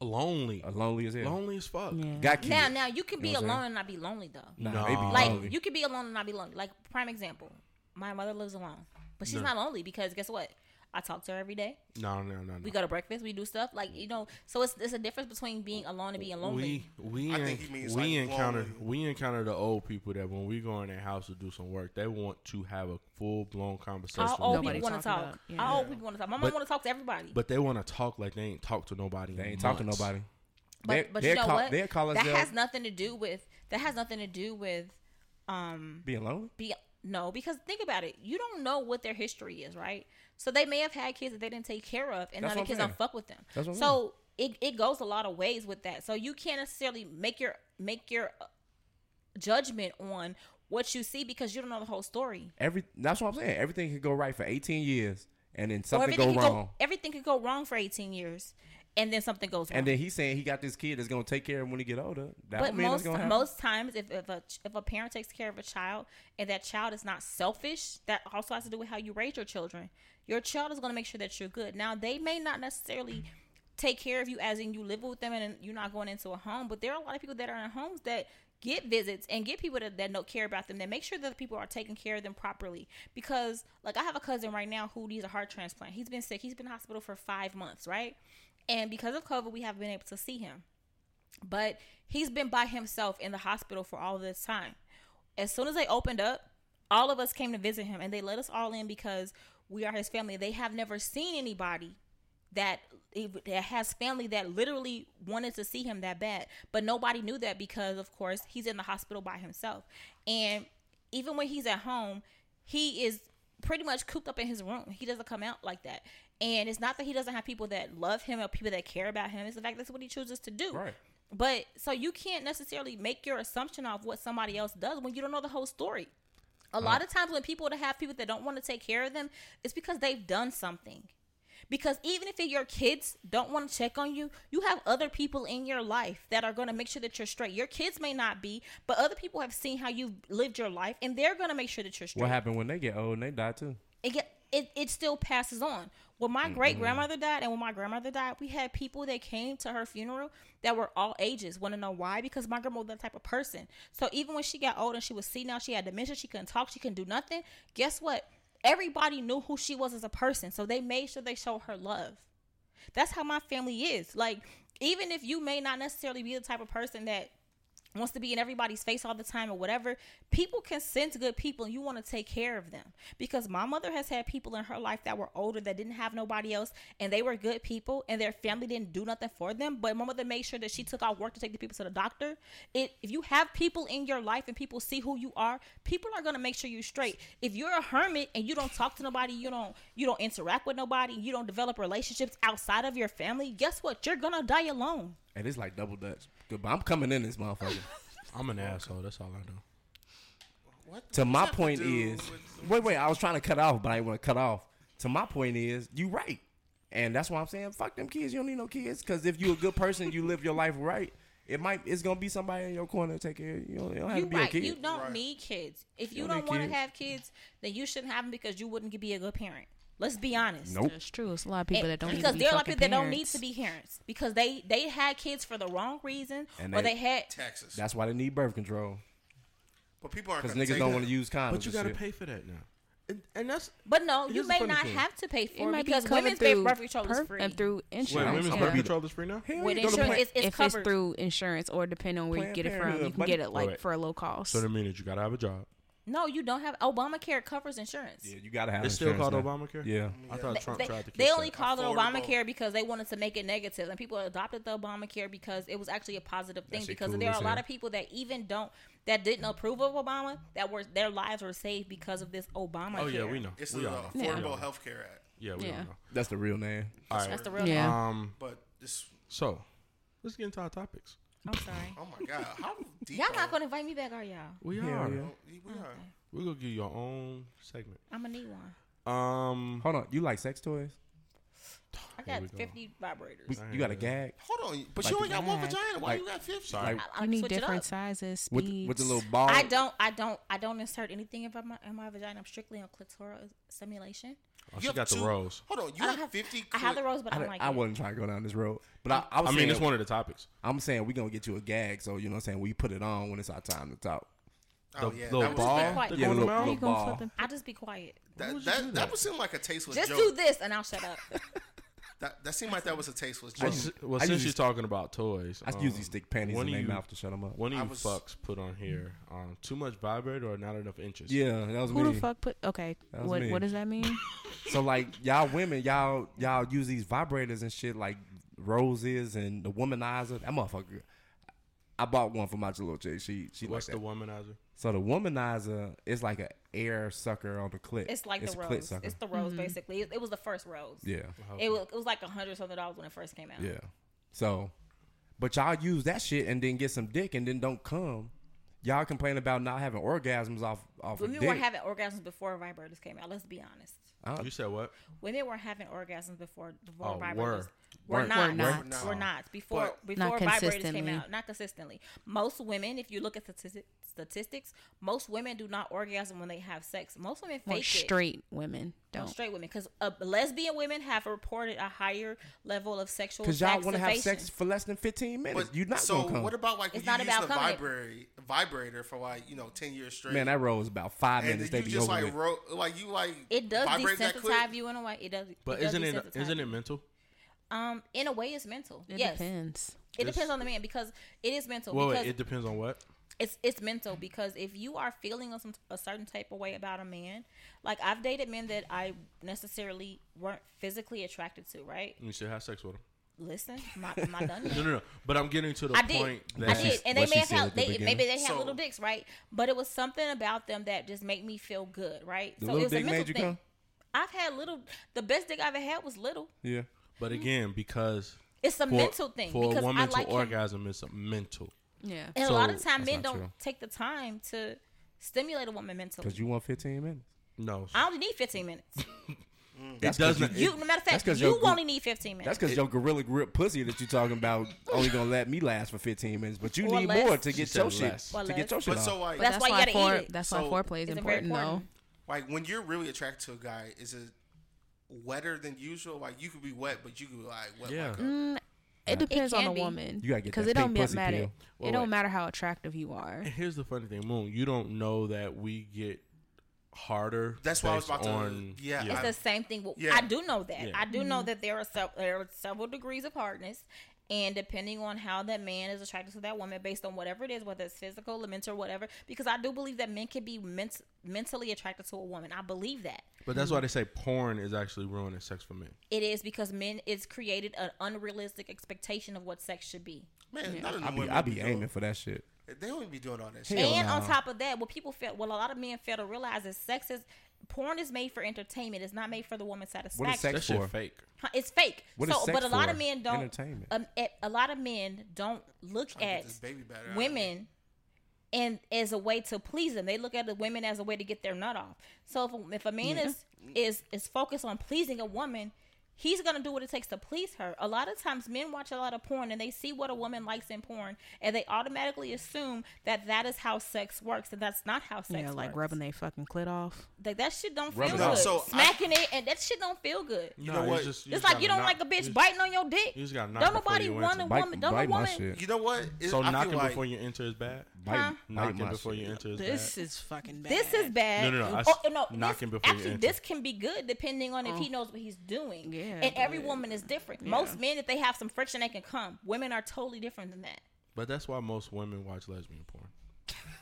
Lonely,
uh, lonely as hell.
lonely as fuck.
Yeah.
Got kids.
Now, now you can be
know what I'm
alone
saying?
and not be lonely though.
Nah,
No.
they be
Like
lonely.
you could be alone and not be lonely. Like prime example, my mother lives alone, but she's
No.
not lonely because guess what? I talk to her every day.
No, no, no, no.
We go to breakfast. We do stuff like you know. So it's it's a difference between being alone and being lonely.
we we
I
en-
think he means,
we
like,
encounter
lonely.
we encounter the old people that when we go in their house to do some work, they want to have a full blown conversation.
all old
with
Nobody
people want to
talking
talk.
about-
All old people want to talk. My mom
But-
want to talk to everybody.
But they want to talk like they ain't talk to nobody.
They
in
ain't talking to
months.
nobody.
But, but
they
you know
call,
what?
They'll call us
that has nothing to do with that has nothing to do with um
being lonely.
be no because think about it you don't know what their history is right so they may have had kids that they didn't take care of and
That's
now the
what I'm
kids
saying.
don't fuck with them
That's what I'm
so it, it goes a lot of ways with that so you can't necessarily make your make your uh, judgment on what you see because you don't know the whole story
Every that's what I'm saying. Everything can go right for 18 years, and then
Or
something go
could
wrong.
go everything could go wrong for 18 years and then something goes wrong
And then he's saying he got this kid that's gonna take care of him when he get older. That
But
don't mean
most
that's gonna happen.
most times, if if a, if a parent takes care of a child and that child is not selfish, that also has to do with how you raise your children. Your child is going to make sure that you're good. Now they may not necessarily take care of you as in you live with them and you're not going into a home, but there are a lot of people that are in homes that get visits and get people that, that don't care about them that make sure that the people are taking care of them properly because like i have a cousin right now who needs a heart transplant he's been sick he's been in hospital for five months right and because of covid we haven't been able to see him but he's been by himself in the hospital for all this time. As soon as they opened up, all of us came to visit him and they let us all in because we are his family. They have never seen anybody that that has family that literally wanted to see him that bad, but nobody knew that because of course he's in the hospital by himself. And even when he's at home, he is pretty much cooped up in his room. He doesn't come out like that. And it's not that he doesn't have people that love him or people that care about him. It's the fact that's what he chooses to do.
Right.
But so you can't necessarily make your assumption of what somebody else does when you don't know the whole story. A lot of times when people that have people that don't want to take care of them, it's because they've done something. Because even if your kids don't want to check on you, you have other people in your life that are going to make sure that you're straight. Your kids may not be, but other people have seen how you've lived your life and they're going to make sure that you're straight
What happened when they get old and they die too?
it get it, it still passes on. When my great grandmother died and when my grandmother died, we had people that came to her funeral that were all ages. Want to know why? Because my grandma was that type of person. So even when she got old and she was senile, she had dementia, she couldn't talk, she couldn't do nothing. Guess what? Everybody knew who she was as a person. So they made sure they showed her love. That's how my family is. Like, even if you may not necessarily be the type of person that wants to be in everybody's face all the time or whatever, people can sense good people and you want to take care of them. Because my mother has had people in her life that were older that didn't have nobody else and they were good people and their family didn't do nothing for them. But my mother made sure that she took off work to take the people to the doctor. It if you have people in your life and people see who you are, people are gonna make sure you're straight. If you're a hermit and you don't talk to nobody, you don't you don't interact with nobody, you don't develop relationships outside of your family, guess what? You're gonna die alone.
And it's like double dutch. Goodbye. I'm coming in this
(laughs)
motherfucker.
I'm an asshole. That's all I know.
What
to
does
my
that have
point
do
is,
with-
wait, wait. I was trying to cut off, but I didn't want to cut off. To my point is, you right, and that's why I'm saying, fuck them kids. You don't need no kids, because if you a good person, you live your life right. It might, it's gonna be somebody in your corner to take care. of You You don't, you don't have
You
to be a
right.
kid.
You don't
Right.
need kids. If you,
You don't
don't
need
want to
kids.
have kids, then you shouldn't have them because you wouldn't be a good parent. Let's be honest.
Nope.
That's true. It's a lot of people
And-
that don't need
because
to be
there are a lot of
fucking
people that don't need
parents.
to be parents because they they had kids for the wrong reason
And
or
they-
they had
taxes.
That's why they need birth control,
but people aren't
because
gonna
niggas
take
don't
that.
want to use condoms.
But you
and
gotta
shit.
pay for that now, and and that's
but no you
Here's the
may
funny
not
thing.
have to pay
It
for it,
might be
because women's
covered
birth control is
perf-
free
and through
wait.
insurance.
Women's
yeah.
birth control is free now.
with
Hell, you go to
insurance
Planned-
it's, it's
if
covered
it's through insurance or depending on where
Planned
you get it from, you
Parenthood,
can get it like
Right.
for a low cost.
So that means you gotta have a job.
no you don't have obamacare covers insurance
Yeah, you gotta have.
It's still
insurance
called
now.
Obamacare.
Yeah.
I thought Trump
they,
tried to.
they
kick
only
that.
called it
Affordable.
Obamacare because they wanted to make it negative, and people adopted the Obamacare because it was actually a positive thing.
shit
Because
cool
there
as
are a lot
hell.
of people that even don't that didn't approve of Obama that were their lives were saved because of this Obamacare.
Oh yeah, we know.
It's the
we all know.
Yeah.
Affordable Health Care Act.
Yeah, we all
Yeah.
know.
That's the real name.
All right.
That's the real.
Yeah.
Um.
But this,
So let's get into our topics.
I'm sorry.
oh my god, how deep?
Y'all
are
not gonna invite me back, are y'all?
We
Hell
are.
yeah.
we- we are?
We're gonna give you your own segment.
I'm gonna need one.
Um.
Hold on. You like sex toys?
I
Here
got
we go.
50 vibrators.
We- You got a gag
Hold on, but
Like
you
the
only got one
back,
vagina. Why
like-
you got fifty?
like
I,
you
I
need
switch it up.
different sizes,
with
speeds.
with the little ball.
I don't, I don't, I don't insert anything in my in my vagina. I'm strictly on clitoral stimulation.
Oh,
You
she
have
got the
two-
rose.
Hold on,
I
you have,
don't have
fifty.
I have the
clit-
rose, but I,
I,
don't
don't-
like
I
it.
wasn't trying to go down this road, but I, I was
I mean,
saying-
it's one of the topics.
I'm saying we're gonna get you a gag, so you know what I'm saying we put it on when it's our time to talk.
Oh
the
yeah,
little
that was
ball.
bad.
Quite-
that
Yeah,
go in
the
the mouth?
little-
you gonna flip
ball.
and
I'll just be quiet.
Why
That
would you do
that, that
that?
would seem like a tasteless
Just
joke.
do this, and I'll shut up.
That that seemed like that was a tasteless
Well,
joke.
s- well,
I
since
usually-
you're talking about toys,
I
um,
usually stick panties
one
in
of
their
you-
mouth to shut them up.
One of
I
you
was-
fucks put on here um, too much vibrator or not enough inches.
Yeah, that was
Who
me.
the fuck put? Okay,
That was
what
me.
what does
(laughs)
that mean?
So like y'all women, y'all y'all use these vibrators and shit like roses and the womanizer. That motherfucker. I bought one for my little chick. She she
What's the
likes that.
womanizer?
So the womanizer is like an air sucker on the clit.
It's like
it's
the
a
rose.
Clit sucker.
It's the rose, basically. It, it was the first rose.
yeah,
It was it was like a hundred something dollars when it first came out.
yeah. So, but y'all use that shit and then get some dick and then don't come. Y'all complain about not having orgasms off off of
Women
dick.
were having orgasms before vibrators came out. Let's be honest.
I don't-
You said what?
Women were having orgasms before before
Oh,
vibrators.
were.
We're,
Weren't.
not.
Were not.
We're not. Before before
Not
vibrators came
consistently.
out, not consistently. Most women, if you look at statistics, statistics, most women do not orgasm when they have sex. Most women
More
fake it.
straight women
on
don't.
straight women because uh, lesbian women have reported a higher level of sexual
Cause y'all want to have
satisfaction.
sex for less than fifteen minutes.
But
You're not
so
gonna come.
what about like when
It's
you
not
use
about
the
coming.
vibrator vibrator for like you know ten years straight?
Man, that roll was about five
and
minutes.
then
They be
you just
over
like
with.
ro- like you like
It does
vibrate that
desensitize
clit.
you in a way. It does.
But
it
isn't
does
it
desensitize
isn't
you.
it mental?
Um, in a way, it's mental.
It
yes,
depends.
it depends on the man because it is mental.
Well,
because
wait, it depends on what.
it's it's mental because if you are feeling a, some, a certain type of way about a man, like I've dated men that I necessarily weren't physically attracted to. Right?
You should have sex with him.
Listen, I'm not, I'm
(laughs)
not done yet.
No, no, no. But I'm getting to the
I did.
point
I
that
did. And they
what
may
she
have
said
had,
at the
they,
beginning.
maybe they had
So-
little dicks, right? But it was something about them that just made me feel good, right?
The
so
little
it was
dick
a mental
made you
thing.
come?
I've had little, the best dick I ever had was little.
Yeah.
But again, because
It's a
for-
mental thing.
for
because
a woman
I like
to
him.
orgasm is mental.
Yeah.
And a lot of
So-
time men
not
don't
true.
take the time to stimulate a woman mentally.
Cause you want fifteen minutes.
No,
I only need 15 minutes.
That's
it doesn't.
'cause
You, matter of
that's
fact,
'cause
you
your-
only need 15 minutes.
That's because your gorilla grip pussy that you talking about only gonna let me last for 15 minutes, but you
Or
need
less.
more to
She
get
said
your shit
less.
to
Or
get
less.
your shit
But so
off.
like,
That's why you gotta
fore-
eat it.
That's
So-
why foreplay is
It's very
important, though.
important.
like when you're really attracted to a guy, is it wetter than usual? Like you could be wet, but you could be like wet.
Yeah.
Like a-
Mm, It depends on
can
the
be.
woman.
You gotta get
because
that
it don't
pink pussy
matter.
pill.
Well,
it
wait.
don't matter how attractive you are.
And here's the funny thing, Moon. You don't know that we get harder.
That's why I was
based
about to-
on,
yeah,
It's
I-
the same thing. Well,
Yeah.
I do know that.
Yeah.
I do
Mm-hmm.
know that there are sev- there are several degrees of hardness, and depending on how that man is attracted to that woman, based on whatever it is, whether it's physical, or mental, whatever. Because I do believe that men can be ment- mentally attracted to a woman. I believe that
But that's why they say porn is actually ruining sex for men.
it is because men it's created an unrealistic expectation of what sex should be.
man, none of
I
them
be,
women
I be
doing-
aiming for that shit.
They don't even be doing all that
Hell
shit.
and on
no.
top of that, what people fail, what a lot of men fail to realize is sex is porn is made for entertainment. It's not made for the woman's satisfaction.
That
sex-
shit
For-
fake.
Huh, It's fake.
What
so,
is sex
but a lot of
for?
men don't.
Entertainment.
Um, a, a lot of men don't look
to get
at
this baby batter out of
women and as a way to please them. They look at the women as a way to get their nut off. So, if, if a man is is is focused on pleasing a woman. He's gonna do what it takes to please her. A lot of times, men watch a lot of porn and they see what a woman likes in porn, and they automatically assume that that is how sex works, and that's not how sex
Yeah,
works.
like rubbing their fucking clit off.
like that shit don't feel
Rubbing
good.
it off.
So I-
Smacking it and that shit don't feel good.
You
know what?
It's like you don't like a bitch biting on your dick.
you just gotta knock
don't
before
nobody
you
want
enter.
a
Bite-
woman. Don't
bite
a
my
woman.
shit.
You know what? It's-
So
I feel
knocking
like-
before you enter is bad.
Bite,
Huh?
bite
Knocking
my
before
shit.
you enter is
This
bad.
is fucking bad.
This is bad.
No, no, no, I
Oh,
s-
no,
knocking
this,
before you
actually,
enter.
this can be good depending on if he knows what he's doing.
Yeah,
and every
but-
woman is different. Most men, if they have some friction, they can come. Women are totally different than that.
But that's why most women watch lesbian porn.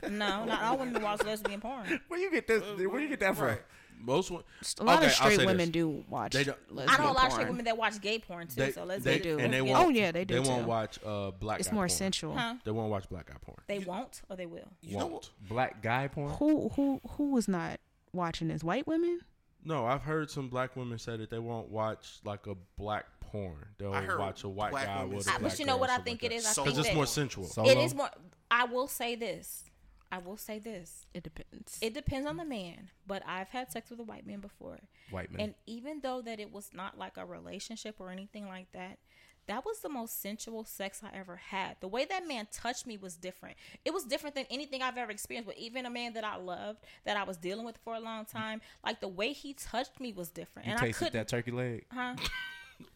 No, not all women watch lesbian porn.
(laughs) Where you get this? Where you get that from?
right.
Most wo-
a lot
Okay, I'll
of straight
say
women
this.
do watch.
They don't-
(laughs) I know a lot
lesbian
of
porn.
straight women that watch gay porn too.
They,
so let's
they,
get-
do.
and they
Oh,
won't.
yeah, they do
They won't
too.
watch uh, black.
It's
guy
more
porn.
sensual.
Huh?
They won't watch black guy porn.
They won't or they will.
You know
Won't.
Black guy porn.
Who who who was not watching this? White women?
No, I've heard some black women say that they won't watch like a black porn. They'll
I heard
watch a white
black
guy
women
with a
say
black
that.
But you know what I think it is? I
So-
think
Because it's
that
more sensual.
Solo.
it is more. I will say this. I will say this.
It depends.
It depends on the man, but I've had sex with a white man before.
white man.
And even though that it was not like a relationship or anything like that, that was the most sensual sex I ever had. The way that man touched me was different. It was different than anything I've ever experienced. But even a man that I loved, that I was dealing with for a long time, like the way he touched me was different.
you
and I
tasted
couldn't.
that turkey leg.
Huh?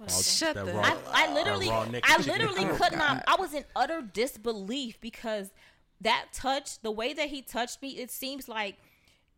Shut
that
the
raw-
I, I literally,
raw Oh, naked
I
chicken.
literally could not. I was in utter disbelief because that touch, the way that he touched me, it seems like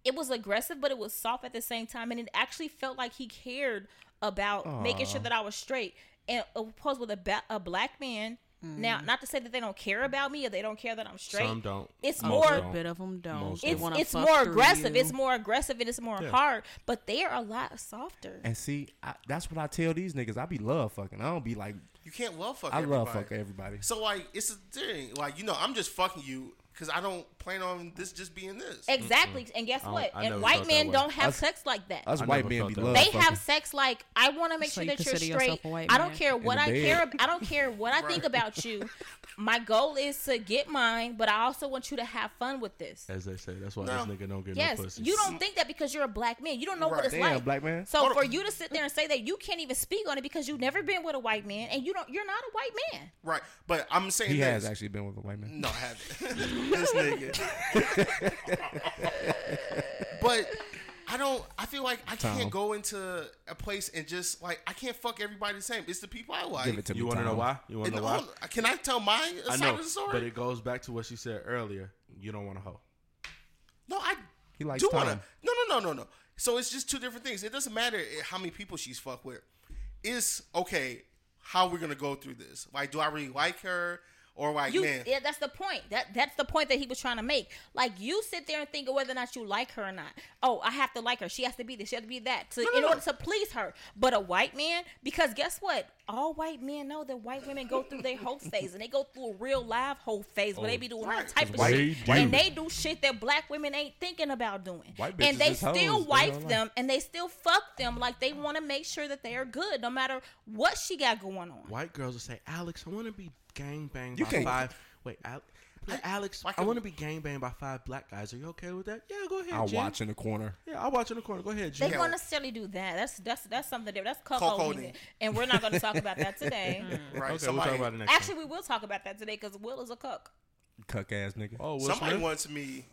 it was aggressive, but it was soft at the same time, and it actually felt like he cared about making sure that I was straight. And opposed with a ba- a black man.
Mm.
Now, not to say that they don't care about me or they don't care that I'm straight.
Some don't.
It's
Most
more-
don't.
bit of them don't.
Most
They
It's
wanna
it's
fuck
more
through
aggressive.
you.
It's more aggressive and it's more
Yeah.
hard, but they are a lot softer.
And see, I, that's what I tell these niggas. I be love fucking. I don't be like
You can't love fuck.
I
everybody.
love fuck everybody.
So like, it's a thing. Like, you know, I'm just fucking you because I don't plan on this just being this.
Exactly. And guess
don't-
what?
I never
and white
felt that
men
way.
don't have
Us-
sex like that.
Us
I
white
never
men
felt
be
that
love
way.
they
Oh, fucking.
have sex like I want to make
So
sure
you
that you're
consider yourself
straight.
a white
I don't
man.
care what
the
I
bed.
care. I don't care what I think about you. My goal is to get mine, but I also want you to have fun with this.
As they say, that's why
No.
this nigga don't get
Yes,
no pussy.
you don't think that because you're a black man. You don't know
Right.
what it's
Damn,
like.
black man.
So
Hold
for
on.
you to sit there and say that you can't even speak on it because you've never been with a white man and you don't, you're not a white man.
Right. But I'm saying
He
this.
has actually been with a white man.
No, I haven't. (laughs) this nigga. (laughs) but I don't. I feel like I
Tom.
can't go into a place and just like I can't fuck everybody the same. It's the people I like.
Give it to me.
You want to know
Tom.
why? You want
And
to know why?
hold on, can I tell my
I
side
know,
of the story?
but it goes back to what she said earlier. You don't want a hoe.
no, I
He likes
do
Tom.
want to. No, no, no, no, no. So it's just two different things. It doesn't matter how many people she's fucked with. It's okay. How we're gonna go through this? Like, do I really like her, or like,
You,
man?
yeah, that's the point. That that's the point that he was trying to make. Like you sit there and think of whether or not you like her or not. Oh, I have to like her. She has to be this. She has to be that. To,
no,
in
no.
order to please her. But a white man, because guess what? All white men know that white women go through their whole phase, and they go through a real live whole phase where they
Oh.
be doing all
right.
type of
White-
shit,
white-
and they do shit that black women ain't thinking about doing.
White
and
bitches
they
is hoes.
still
They
wife
don't like-
them, and they still fuck them. Like they want to make sure that they are good, no matter what she got going on.
White girls will say, "Alex, I want to be gang bang
You
by
can't-
five. Wait, Al- Be like, Alex, I want to be gangbanged by five black guys. Are you okay with that? Yeah, go ahead.
I'll
Jen.
watch in the corner.
Yeah, I'll watch in the corner. Go ahead,
They
Jen.
Yeah.
won't necessarily do that. That's that's that's something different. That's
Cuckolding.
cuckolding, and we're not going to talk about that today.
Mm.
Right.
Okay, we'll
somebody
talk about it next time.
Actually, we will talk about that today because Will is a cuck.
Cuck ass nigga.
Oh, Will
somebody
Smith?
wants me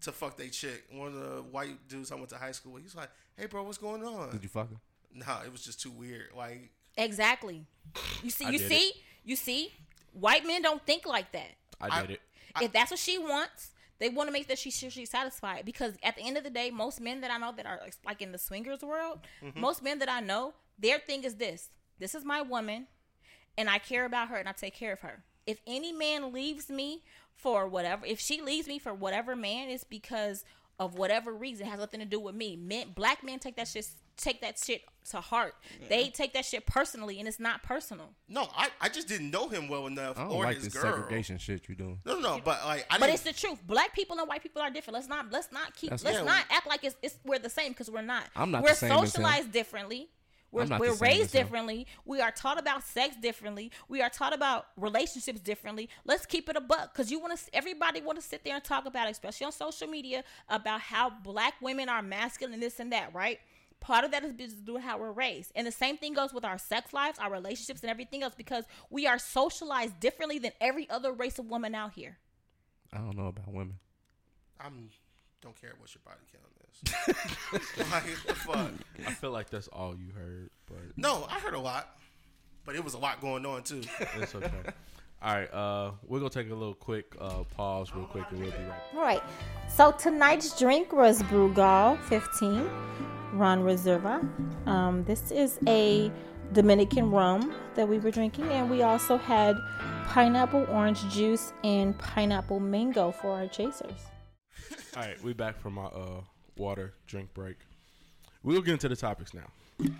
to fuck they chick. One of the white dudes I went to high school with. He's like, "Hey, bro, what's going on?"
Did you fuck him?
Nah, it was just too weird. Like,
Exactly. You see,
I
you
did
see, you see. White men don't think like that.
I did it.
if that's what she wants, they want to make that she she- she's satisfied. Because at the end of the day, most men that I know that are like- like in the swingers world, most men that I know, their thing is this: this is my woman, and I care about her and I take care of her. If any man leaves me for whatever, if she leaves me for whatever man, it's because of whatever reason. It has nothing to do with me. Men, black men take that shit take that shit to heart. They take that shit personally, and it's not personal.
no, I, I just didn't know him well enough
I don't
or
like
his
this
girl.
segregation shit you doing.
No, no, no, but like I
But
didn't.
it's the truth. Black people and white people are different. Let's not let's not keep
That's-
let's
Yeah.
not act like it's, it's we're the same because we're not.
I'm not
We're
the same as them.
socialized differently. We're,
I'm not
we're
the same as
raised
them.
differently. We are taught about sex differently. We are taught about relationships differently. Let's keep it a buck because you want to. Everybody want to sit there and talk about, it, especially on social media, about how black women are masculine and this and that, right? Part of that is because of how we're raised, and the same thing goes with our sex lives, our relationships, and everything else because we are socialized differently than every other race of woman out here.
I don't know about women.
I'm don't care what your body count is. (laughs) like the fuck.
I feel like that's all you heard, but
No, I heard a lot, but it was a lot going on too.
it's okay. All right, uh, we're gonna take a little quick uh, pause, real quick, and we'll be right. back.
Right. So tonight's drink was Brugal 15, Ron Reserva. Um, this is a Dominican rum that we were drinking, and we also had pineapple orange juice and pineapple mango for our chasers.
All right, we back from our uh, water drink break. We'll get into the topics now.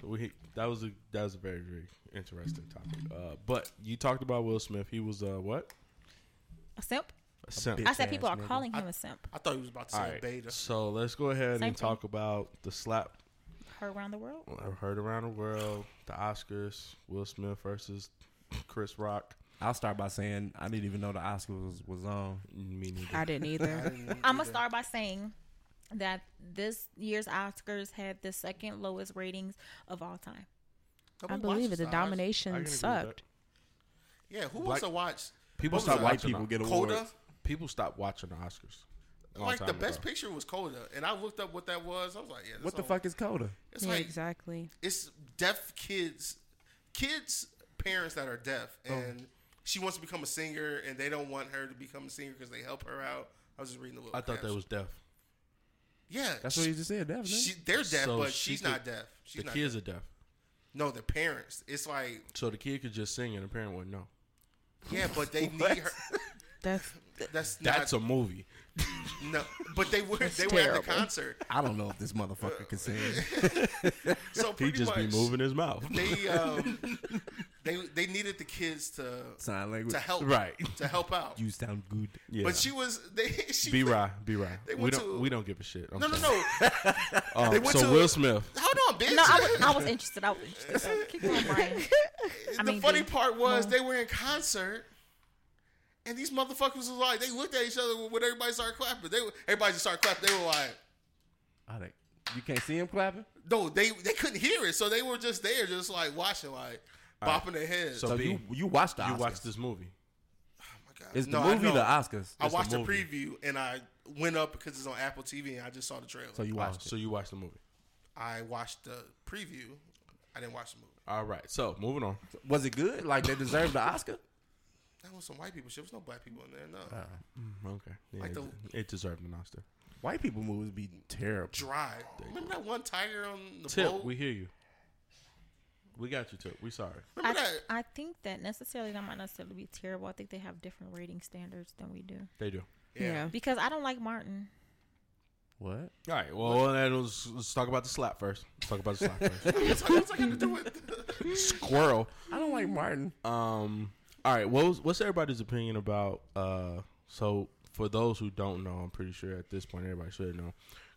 We that was a that was a very very interesting topic. Uh, but you talked about Will Smith. He was uh, what?
A simp?
A simp.
I said people are calling him a simp.
I thought he was about to
All
say
right,
beta.
so let's go ahead
Same
and
thing.
talk about the slap
Heard around the world.
I've heard around the world. The Oscars, Will Smith versus Chris Rock.
I'll start by saying I didn't even know the Oscars was, was on.
Me neither. (laughs)
I didn't either.
I'm gonna start by saying that this year's Oscars had the second lowest ratings of all time.
Nobody
I
watches
believe it. The
Oscars.
I can
domination
agree with
sucked.
Yeah, who
Black-
wants to watch
People
What was
stop
it?
watching the-
Coda?
People stop watching the Oscars. a long
Like the
time
best
ago.
picture was Coda, and I looked up what that was. I was like, yeah, this
What the
don't-
fuck is Coda?
It's
Yeah,
like
exactly.
it's deaf kids, kids parents that are deaf,
Oh.
and she wants to become a singer, and they don't want her to become a singer because they help her out. I was just reading the little.
I thought that
caption.
was deaf.
yeah.
That's what you just said, definitely.
she, they're deaf,
So
but
she
she's
could-
not deaf. She's
the
not
kids
deaf.
are deaf.
No, the parents. It's like
So the kid could just sing and the parent wouldn't know.
yeah,
(laughs)
but they need her.
(laughs)
That's
That's
That's
not,
a movie.
no. But they were they were at
terrible.
the concert,
I don't know if this motherfucker can sing.
so
He
pretty
just be
much,
moving his mouth.
They um, they they needed the kids to
Sign language.
to help
Right.
to help out.
You sound good.
(laughs) Yeah.
But she was they (laughs) she
be right, be right.
They
We
went
don't
to-
we don't give a shit. I'm
No, no,
sorry. (laughs)
no.
Um,
they went
so
to-
Will Smith.
Hold on, bitch.
No, I was, I was interested. I was interested. So keep going, Brian.
the
mean,
funny
dude,
part was they were in concert, and these motherfuckers was like, they looked at each other when everybody started clapping. They were- everybody just started clapping. They were like,
I think you can't see him clapping.
no, they they couldn't hear it, so they were just there, just like watching, like bopping their heads.
So
So
B,
you you watched the
you
Oscars.
watched this movie.
oh my God.
Is the
No, I
movie
know.
the Oscars?
I
It's a
watched the,
movie.
preview and I went up because it's on Apple TV and I just saw the trailer.
So you
Wow.
watched
So you watched the movie.
I watched the preview. I didn't watch the movie.
All right. So moving on.
it. Was it good? Like they deserved the Oscar?
That was some white people shit. There was no black people in there. No.
Ah. Mm, Okay. Yeah,
Like
it,
the-
it deserved an Oscar.
White people movies be terrible.
Dry. Remember that one tiger on the
Tip,
boat?
we hear you. We got you, Tip. We sorry.
I,
Remember that?
I think that necessarily that might necessarily be terrible. I think they have different rating standards than we do
They do.
(laughs)
yeah.
because I don't like Martin.
What?
All right. Well, then let's, let's talk about the slap first. Let's talk about the slap first.
What's that- what's that got to do
(laughs)
with?
Squirrel.
I don't like Martin.
Um. All right. What was, what's everybody's opinion about? Uh. So for those who don't know, I'm pretty sure at this point everybody should know.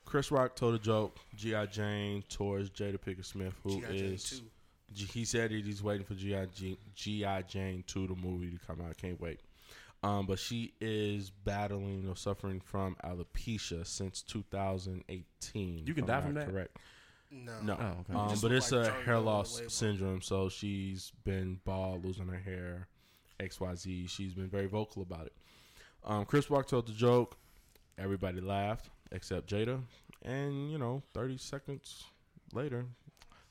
Chris Rock told a joke. G.I. Jane towards Jada Pickett Smith, who is
G.I. Jane 2.
G- he said that he's waiting for G.I. G- G.I. Jane 2, the movie to come out. Can't wait. Um, but she is battling or suffering from alopecia since 2018.
You can
if
die
I'm
from
not
that?
Correct.
No.
No.
Oh, okay.
Um,
just
but
look
it's
like
a
Johnny
hair
Depp
loss
with a
syndrome. So she's been bald, losing her hair, XYZ. She's been very vocal about it. Um, Chris Rock told the joke. Everybody laughed except Jada. And, you know, 30 seconds later,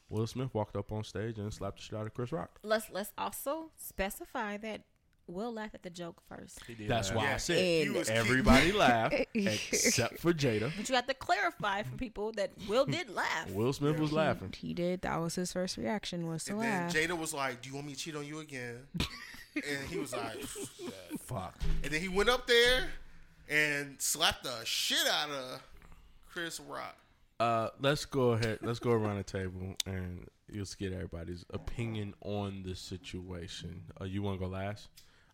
Will Smith walked up on stage and slapped the shit out of Chris Rock.
Let's let's also specify that we'll laugh at the joke first.
That's why I said
You was
everybody laughed
(laughs)
except for Jada.
But you have to clarify for people that Will
(laughs)
did laugh.
Will Smith was laughing.
He did. That was his first reaction was to
And then
laugh.
Jada was like, "Do you want me to cheat on you again?" and he was like, (laughs) "Yeah."
Fuck.
and then he went up there and slapped the shit out of Chris Rock.
Uh, let's go ahead. Let's go around the table and let's get everybody's opinion on the situation. Uh, you want to go last?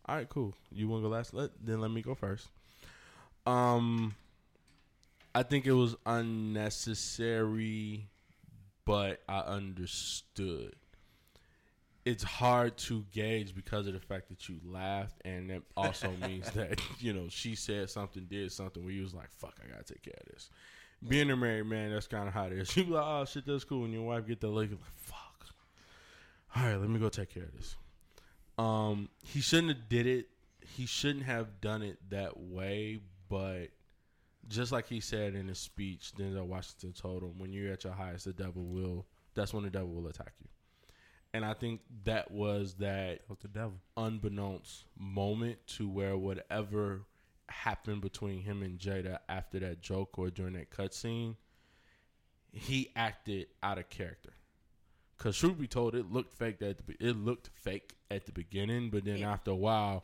All right, cool. You want to go last? Let then let me go first. Um, I think it was unnecessary, but I understood. It's hard to gauge because of the fact that you laughed, and it also means that you know she said something, did something. where you was like, "Fuck, I gotta take care of this." Being a married man, that's kind of how it is. (laughs) You be like, "Oh shit, that's cool," and your wife get that look, you're like, "Fuck." All right, let me go take care of this. Um, he shouldn't have did it. He shouldn't have done it that way, but just like he said in his speech, Denzel Washington told him, "When you're at your highest, the devil will. That's when the devil will attack you." And I think that was that
With the devil.
unbeknownst moment to where whatever happened between him and Jada after that joke or during that cutscene, he acted out of character. Cause truth be told, it looked fake at the be- it looked fake at the beginning, but then after a while,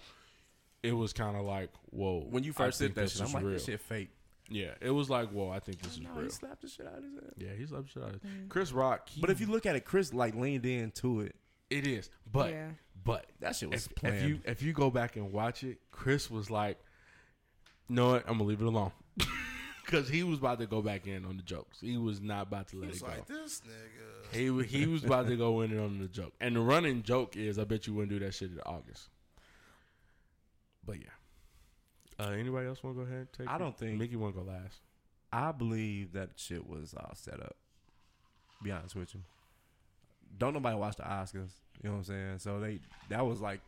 it was kind of like, whoa.
When you
I
first said
think
that
this
shit, I'm
is
like,
real.
this shit fake.
Yeah, it was like, whoa, I think this is
No,
real.
he slapped the shit out of his head.
Yeah, he's up shit out of it. Chris Rock. he-
Mm. But if you look at it, Chris like leaned into it.
it is, but
Yeah.
but
That shit was
if,
planned.
if you if you go back and watch it, Chris was like, "No, I'm gonna leave it alone," (laughs) because he was about to go back in on the jokes. He was not about to let it
It's
go.
like this nigga.
he wa- he was about to go in on the joke, and the running joke is, "I bet you wouldn't do that shit in August." But yeah. Uh, anybody else want to go ahead? And take
I
it?
don't think-
Mickey want to go last.
I believe that shit was all set up. Be honest with you. Don't nobody watch the Oscars. You know what I'm saying? So they that was like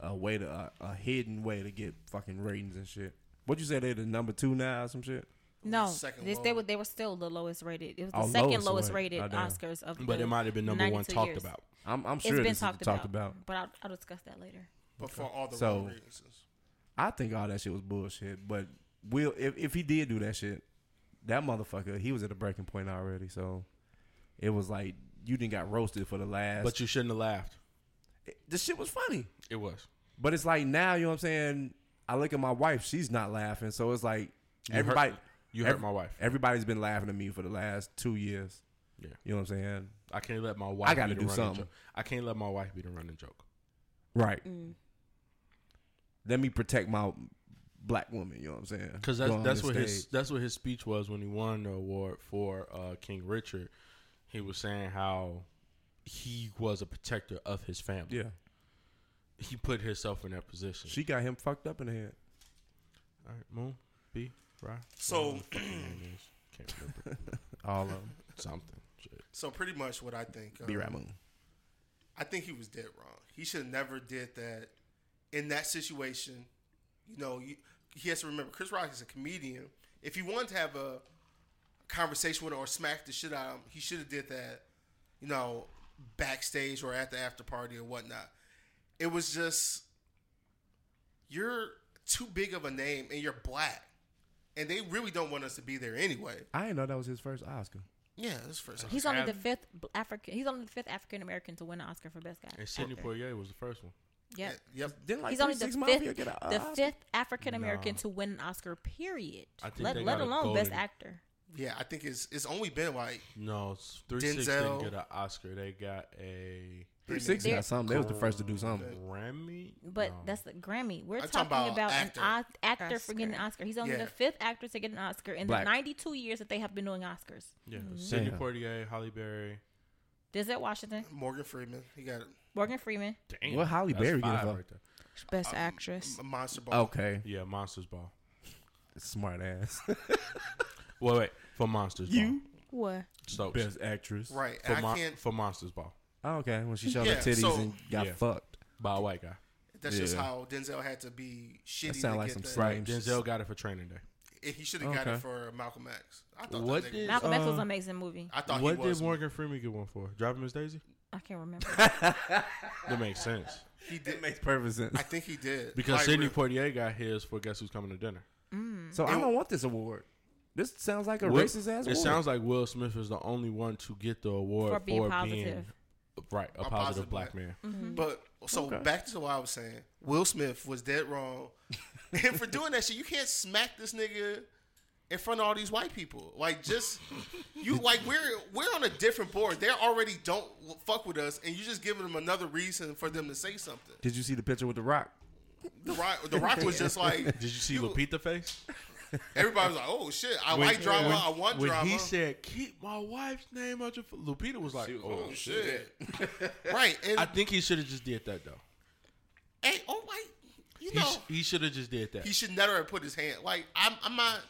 a way to a, a hidden way to get fucking ratings and shit. What you say they the number two now or some shit?
No,
Second
this, they
low-
were they were still the lowest rated. It was the
Oh,
second
lowest
lowest,
one.
rated
Oh, damn.
Oscars of.
But
the
it might have been number one
92
talked
years.
about.
I'm I'm
It's
sure
been
this
talked,
is talked
about,
about.
But I'll, I'll discuss that later.
But for all the
So-
wrong reasons.
I think all that shit was bullshit. But Will, if, if he did do that shit, that motherfucker, he was at a breaking point already. So it was like you didn't got roasted for the last.
But you shouldn't have laughed.
the shit was funny.
It was.
But it's like now, you know what I'm saying? I look at my wife, she's not laughing. So it's like
hurt-
everybody
You hurt
ev-
my wife.
everybody's been laughing at me for the last two years.
Yeah.
You know what I'm saying?
I can't let my wife. be
gotta
the
do
running
something.
joke. I can't let my wife be the running joke.
Right.
Mm.
Let me protect my black woman, you know what I'm saying?
Because that's
Go on
that's
the
what his
stage.
that's what his speech was when he won the award for uh, King Richard. He was saying how he was a protector of his family.
Yeah.
He put himself in that position.
She got him fucked up in the head.
All right, Moon B Rye.
So-
whatever the fuck her name is. can't
(clears throat)
remember
All of them.
something. Shit.
So pretty much what I think. uh,
B Rat Moon.
I think he was dead wrong. He should have never did that in that situation. You know, you, he has to remember Chris Rock is a comedian. If he wanted to have a conversation with him or smack the shit out of him, he should have did that. You know, backstage or at the after party or whatnot. It was just you're too big of a name and you're black, and they really don't want us to be there anyway.
I didn't know that was his first Oscar.
Yeah, that's first.
He's only the
Av-
fifth African. He's only the fifth African American to win an Oscar for Best Guy.
And Sidney
Actor.
Poitier was the first one.
Yeah.
Yep.
Didn't like
He's only the
36 Mafia
fifth,
get an
the
Oscar?
fifth African American
No.
to win an Oscar. Period.
I think
Let,
they
let
got a
alone Best
golden-
Actor.
Yeah, I think it's it's only been like
No, three six
Denzel.
didn't get an Oscar. They got a
36
They're-
got something. They was the first to do something.
Grammy.
But
No.
that's the Grammy. We're
I'm
talking
talking
about,
about
an
actor.
o- actor for getting an Oscar. He's only
Yeah.
the fifth actor to get an Oscar in
Black.
the 92 years that they have been doing Oscars.
yeah. Sidney
Damn.
Poitier, Holly Berry.
Denzel Washington,
Morgan Freeman. He got it.
Morgan Freeman,
Damn,
What Holly
that's
Berry get it
five
for?
right there.
Best actress.
um,
Monster Ball.
Okay,
Yeah, Monsters Ball.
smart ass.
Wait, wait. For Monsters Ball.
you
What?
So,
(laughs) best actress,
Right.
Oh, For,
I
mon-
can't.
for Monsters Ball.
Oh, okay, when she showed
Yeah,
her titties
so-
and got
Yeah.
fucked.
By a white guy.
That's just
Yeah.
how Denzel had to be shitty.
That sound
to
like
get
some
that.
slime.
Denzel got it for training day.
And He should have got
Okay.
it for Malcolm X. I thought
What
that nigga
did-
was-
Malcolm X was
Uh,
an amazing movie.
I thought
what
he was.
did Morgan Freeman get one for? Driving Miss Daisy?
I can't remember.
That makes
(sighs)
sense.
he did.
Makes perfect sense.
I think he did.
Because
Like,
Sidney
real-
Poitier got his for Guess Who's Coming to Dinner.
so I don't want this award. This sounds like a
Will-
racist ass.
It sounds like Will Smith is the only one to get the award
For
for
being
being,
positive.
right a, positive,
positive
black
black-
man.
But so back to what I was saying. Will Smith was dead
(laughs)
wrong, and for doing that shit, you can't smack this nigga in front of all these white people. Like just
(laughs)
you, like we're we're on a different board. They already don't fuck with us, and you just giving them another reason for them to say something.
Did you see the picture with the Rock?
The Rock, the Rock was just
(laughs)
like,
Did you see Lupita face?
everybody was like, oh shit, I like drama, I want
when
drama.
he said, "Keep my wife's name out your," f-" Lupita was like, "Oh
oh
shit."
shit,
(laughs)
right? And,
I think he should have just did that though.
and oh like, you
He,
know,
sh- he should have just did that.
he should never have put his hand. Like I'm, I'm not.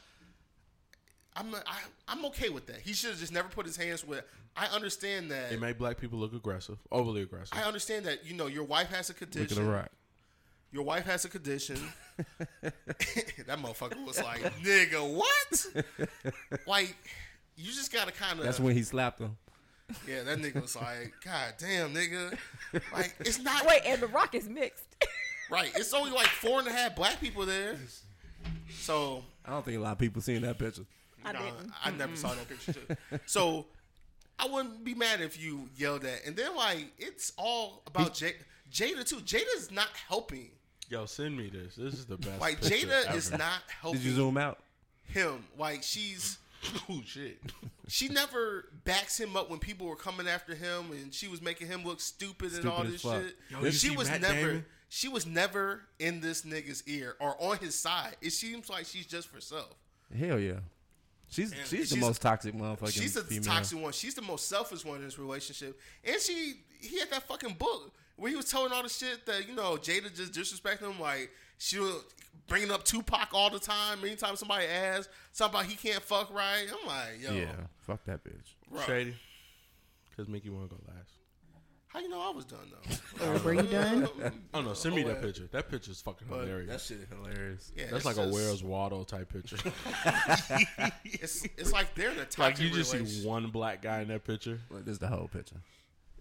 I'm not, I, I'm okay with that. He should have just never put his hands where. I understand that.
it made black people look aggressive, overly aggressive.
I understand that. You know, your wife has a
Look at the
condition.
Rock.
Your wife has
(laughs)
a condition. (laughs) that motherfucker was like, "Nigga, what?" like, you just gotta kind of.
That's when he slapped him.
Yeah, that nigga was like, "God damn, nigga." Like, it's
(laughs)
not
Wait, and The Rock is mixed.
right. It's only like four and a half black people there. So
I don't think a lot of people seen that picture.
I didn't. I never saw that picture. Too. So I wouldn't be mad if you yelled at. And then like it's all about Jada, Jada too. Jada's not helping.
Yo, send me this. This
(laughs)
is the best.
Like
picture
Jada
ever.
is not helping
Did you zoom out?
him. Like she's
Oh shit!
she never backs him up when people were coming after him and she was making him look stupid, and
Stupid
all
as
this
fuck.
shit.
Yo, you
she
see
was
Matt
never
Damon?
she was never in this nigga's ear or on his side. It seems like she's just for herself.
Hell yeah. She's she's, the
she's-
most toxic motherfucking
She's the
female.
toxic one. She's the most selfish one in this relationship. And she, he had that fucking book where he was telling all the shit that you know Jada just disrespecting him, like she was bringing up Tupac all the time. Anytime somebody asks something about he can't fuck right, I'm like, yo,
Yeah, fuck that bitch.
bro,
(laughs) Shady, because Mickey want to go last.
how you know I was done though?
Or
(laughs)
were you
(laughs)
done?
Oh no, send me
Oh,
that
uh,
picture. That picture's fucking hilarious.
shit is hilarious.
Yeah,
That's
it's
like a
just-
Where's Waldo type
(laughs)
picture.
It's, it's like they're in a toxic
like you just see
relationship.
one black guy in that picture.
But this is the whole picture.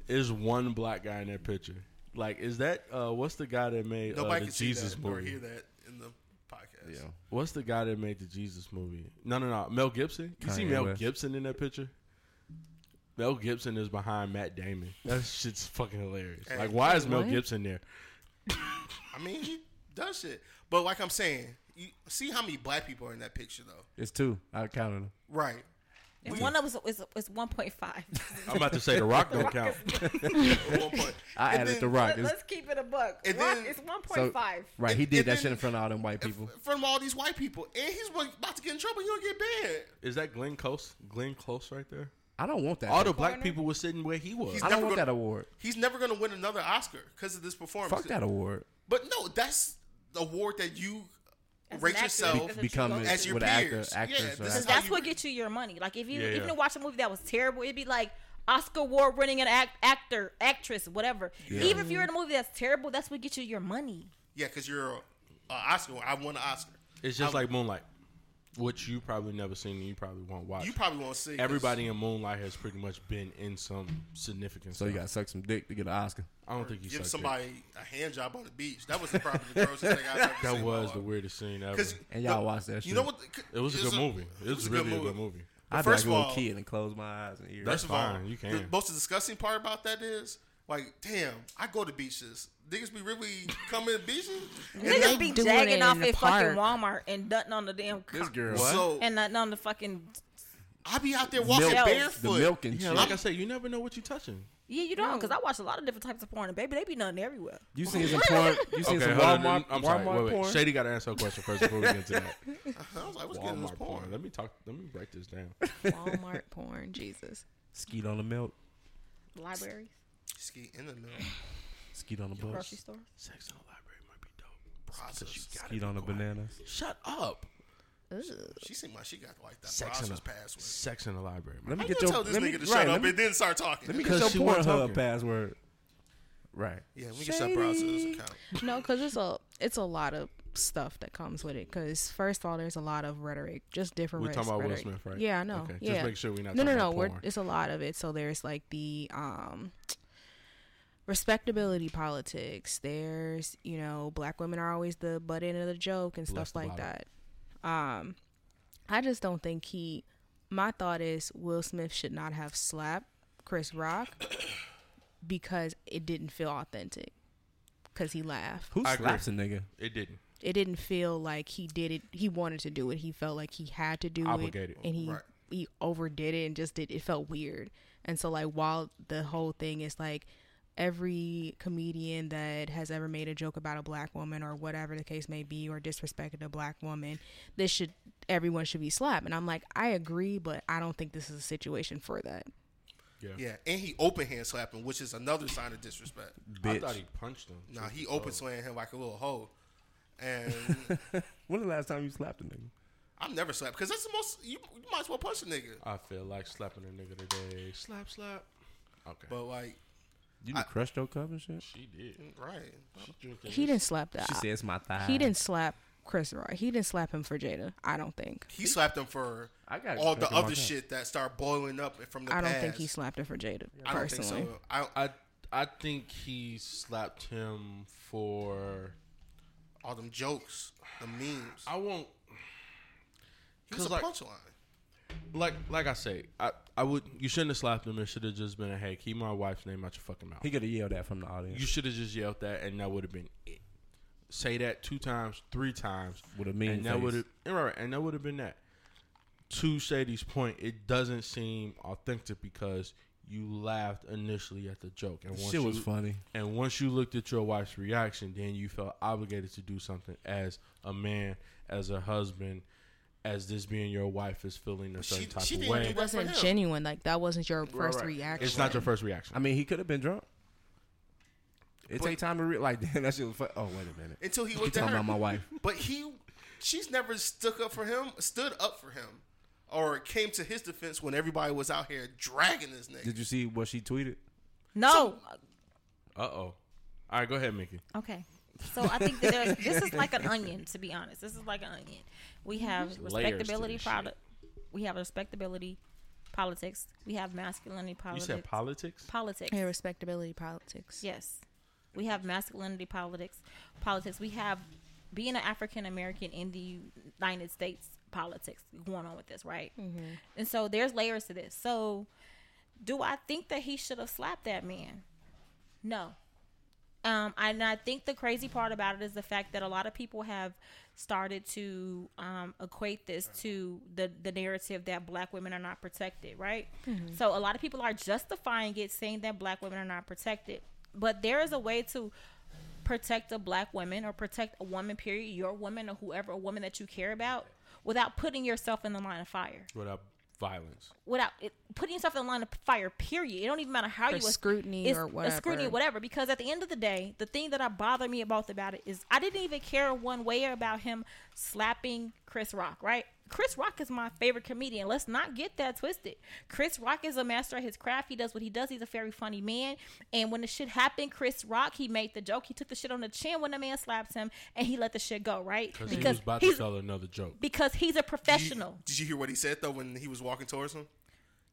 Is one black guy in that picture? Like, is that uh, what's the guy that made uh,
Nobody
the
can see
Jesus
that or
movie?
hear that in the podcast.
Yeah.
What's the guy that made the Jesus movie? No, no, no. Mel Gibson. You see
Kanye
Mel
West.
Gibson in that picture? Mel Gibson is behind Matt Damon. That shit's fucking hilarious.
Hey,
Like, why is Mel
what?
Gibson there?
I mean, he does shit, but like I'm saying, you see how many black people are in that picture though,
It's two. I counted them.
right?
And one of us is, is 1.5.
I'm about to say The Rock don't count.
At one point.
I
And
added
then-
the rock.
(laughs)
Let,
It's-
us keip it a buck.
And
Rock
then-
is one
so-
point five.
right, he did
and
that
then-
shit in front of all them white people.
from all these white people, and he's wa- about to get in trouble. He don't get banned.
Is that Glenn Close? Glenn Close right there?
I don't want that.
All
shit.
the black people were sitting where he was.
He's
I
never
don't want
gonna-
that award.
He's never gonna win another Oscar because of this performance.
Fuck that award.
But no, that's the award that you
an
rate
actor,
yourself
as a-
Become
As
as
your
with an actor,
peers. Yeah,
actress,
this
or
is
Because
actor.
how
that's
you-
what gets you your money. Like if you
Yeah,
even
yeah.
to watch a movie that was terrible, it'd be like Oscar award winning an act, actor, actress, whatever. Even if you're in a movie that's terrible, that's what gets you your money.
yeah, because you're an Oscar. I won an Oscar.
It's just like Moonlight, which you probably never seen and you probably won't
Uh,
watch.
You probably won't see 'cause-
Everybody in Moonlight has pretty much been in some significant.
So you gotta suck some dick to get an Oscar.
I don't think you
Give
sucked
somebody a hand job on the beach. That was the probably the
(laughs)
grossest thing I've ever
dick.
seen.
That
in my
was the
life.
weirdest scene ever.
'Cause-
And y'all
no,
watch that shit.
You know what?
It was a good movie. It was really a good movie.
I'd
first
first
of
like a
all-
little kid and close my eyes and ears.
That's
First of all,
fine, you
the
can.
most disgusting part about that is, like, damn, I go to beaches. Niggas be really coming to beaches. And
Niggas
they-
be
doing it
jagging
in
off
the
at fucking
park.
Walmart and dunting on the damn
this
car
girl.
So
and nothing on the fucking.
I be out there walking
Milk.
The
barefoot.
milk and
Yeah,
shit.
like I said, you never know what you're touching.
Yeah, you don't. Because I watch a lot of different types of porn, and baby, they be nothing everywhere.
you seen some porn? You seen some Walmart,
I'm
Walmart
sorry. Wait, wait.
porn?
Shady got to answer a question first before we get into that.
Uh-huh, I was like, what's getting this
Walmart
porn?
porn. Let me talk. Let me break this down.
Walmart porn. Jesus.
Skeet on the milk.
Libraries,
Ski in the milk.
Skeet on the
grocery
bus.
stores.
Sex in the library might be
process.
Eat on the bananas.
Shut up.
She seemed like she got like that
Sex in
process
the
password.
Sex in the library. man.
Let me
How
get
you
your
tell this
let
nigga
me,
to
right,
shut
let
up
me,
and then start talking?
let me
Because
get
she
your
wasn't
Pornhub
talking.
password. Right.
yeah, we get your process account.
No, because it's a it's a lot of stuff that comes with it. Because first of all, there's a lot of rhetoric, just different.
We're talking about Will
rhetoric.
Smith, right?
Yeah, I know.
Okay, just
Yeah.
make sure we're not
No, no,
talking
no.
about
We're,
porn.
it's a lot of it. So there's like the um respectability politics. There's you know black women are always the butt end of the joke and
Bless
stuff
the
like
bottle.
that. Um, I just don't think he. My thought is Will Smith should not have slapped Chris Rock because it didn't feel authentic. Because he laughed
Who
I agree.
slaps a nigga?
It didn't.
it didn't feel like he did it he wanted to do it he felt like he had to do
Obligated.
it and he
Right.
he overdid it and just did it felt weird and so like while the whole thing is like every comedian that has ever made a joke about a black woman or whatever the case may be or disrespected a black woman this should everyone should be slapped and i'm like i agree but i don't think this is a situation for that
Yeah, and he open hand slapping, which is another sign of disrespect.
I thought
Bitch.
he punched him.
Now he open
Oh.
slaying him like a little hoe, and
When the last time you slapped a nigga?
I'm never slapped because that's the most. You, you might as well punch a nigga.
I feel like slapping a nigga today. Slap, slap. Okay.
But like,
You done crushed your cup and shit?
she did.
right?
She drinking.
he didn't slap that
She "Ah." says my thigh.
he didn't slap chris rock he didn't slap him for jada i don't think
He slapped him for
I got
all
it.
the
Back in my
other
cup.
shit that started boiling up from the
i don't
past.
think he slapped him for jada
I don't think
personally
so. I,
I I think he slapped him for.
all them jokes, the memes.
I won't
He was a
'cause, like-
punchline.
like like I say. I I would. You shouldn't have slapped him. It should have just been a hey, keep my wife's name out your fucking mouth.
He could have yelled that from the audience.
You should have just yelled that, and that would have been it. Say that two times, three times,
With a mean
and that
face.
would have and right, and that would have been that. To Shady's point, it doesn't seem authentic because you laughed initially at the joke, and once
shit was
you-
funny.
And once you looked at your wife's reaction, then you felt obligated to do something as a man, as a husband, as this being your wife is feeling a certain
she-
type
she
of
didn't
way.
do
it
that for
wasn't
him.
genuine. Like that wasn't your first
right.
reaction.
It's not your first reaction.
I mean, he could have been drunk. It
But-
take time to re- like (laughs) damn that shit was. Fu- oh wait a minute.
Until he
You
looked at
talking
her.
about my wife?
But he, she's never stuck up for him, stood up for him, or came to his defense when everybody was out here dragging this nigga.
Did you see what she tweeted?
No.
Uh oh. All right, go ahead, Mickey.
okay. So I think that there's, this is like an onion. To be honest, this is like an onion. We
Mm-hmm.
have
Layers to this
respectability
shit.
product. We have respectability politics. We have masculinity
You
politics.
said politics.
politics.
Yeah, respectability politics.
Yes. We have masculinity politics, politics. We have being an African American in the United States politics going on with this, right? And so there's layers to this. So do I think that he should have slapped that man? No. Um, and I think the crazy part about it is the fact that a lot of people have started to um, equate this to the, the narrative that black women are not protected, right? So a lot of people are justifying it, saying that black women are not protected. But there is a way to protect a black woman or protect a woman, period, your woman or whoever, a woman that you care about, without putting yourself in the line of fire,
without violence.
without it, putting yourself in the line of fire, period. It don't even matter how
For
you was-
scrutiny
it's
or
a scrutiny,
whatever.
whatever. Because at the end of the day, the thing that I bother me about about it is I didn't even care one way about him slapping Chris Rock. Right? Chris Rock is my favorite comedian. Let's not get that twisted. Chris Rock is a master at his craft. He does what he does. He's a very funny man. And when the shit happened, Chris Rock he made the joke. He took the shit on the chin when the man slapped him, and he let the shit go. Right?
Because he was about to
he's-
tell another joke.
because he's a professional.
Did you hear what he said though when he was walking towards him?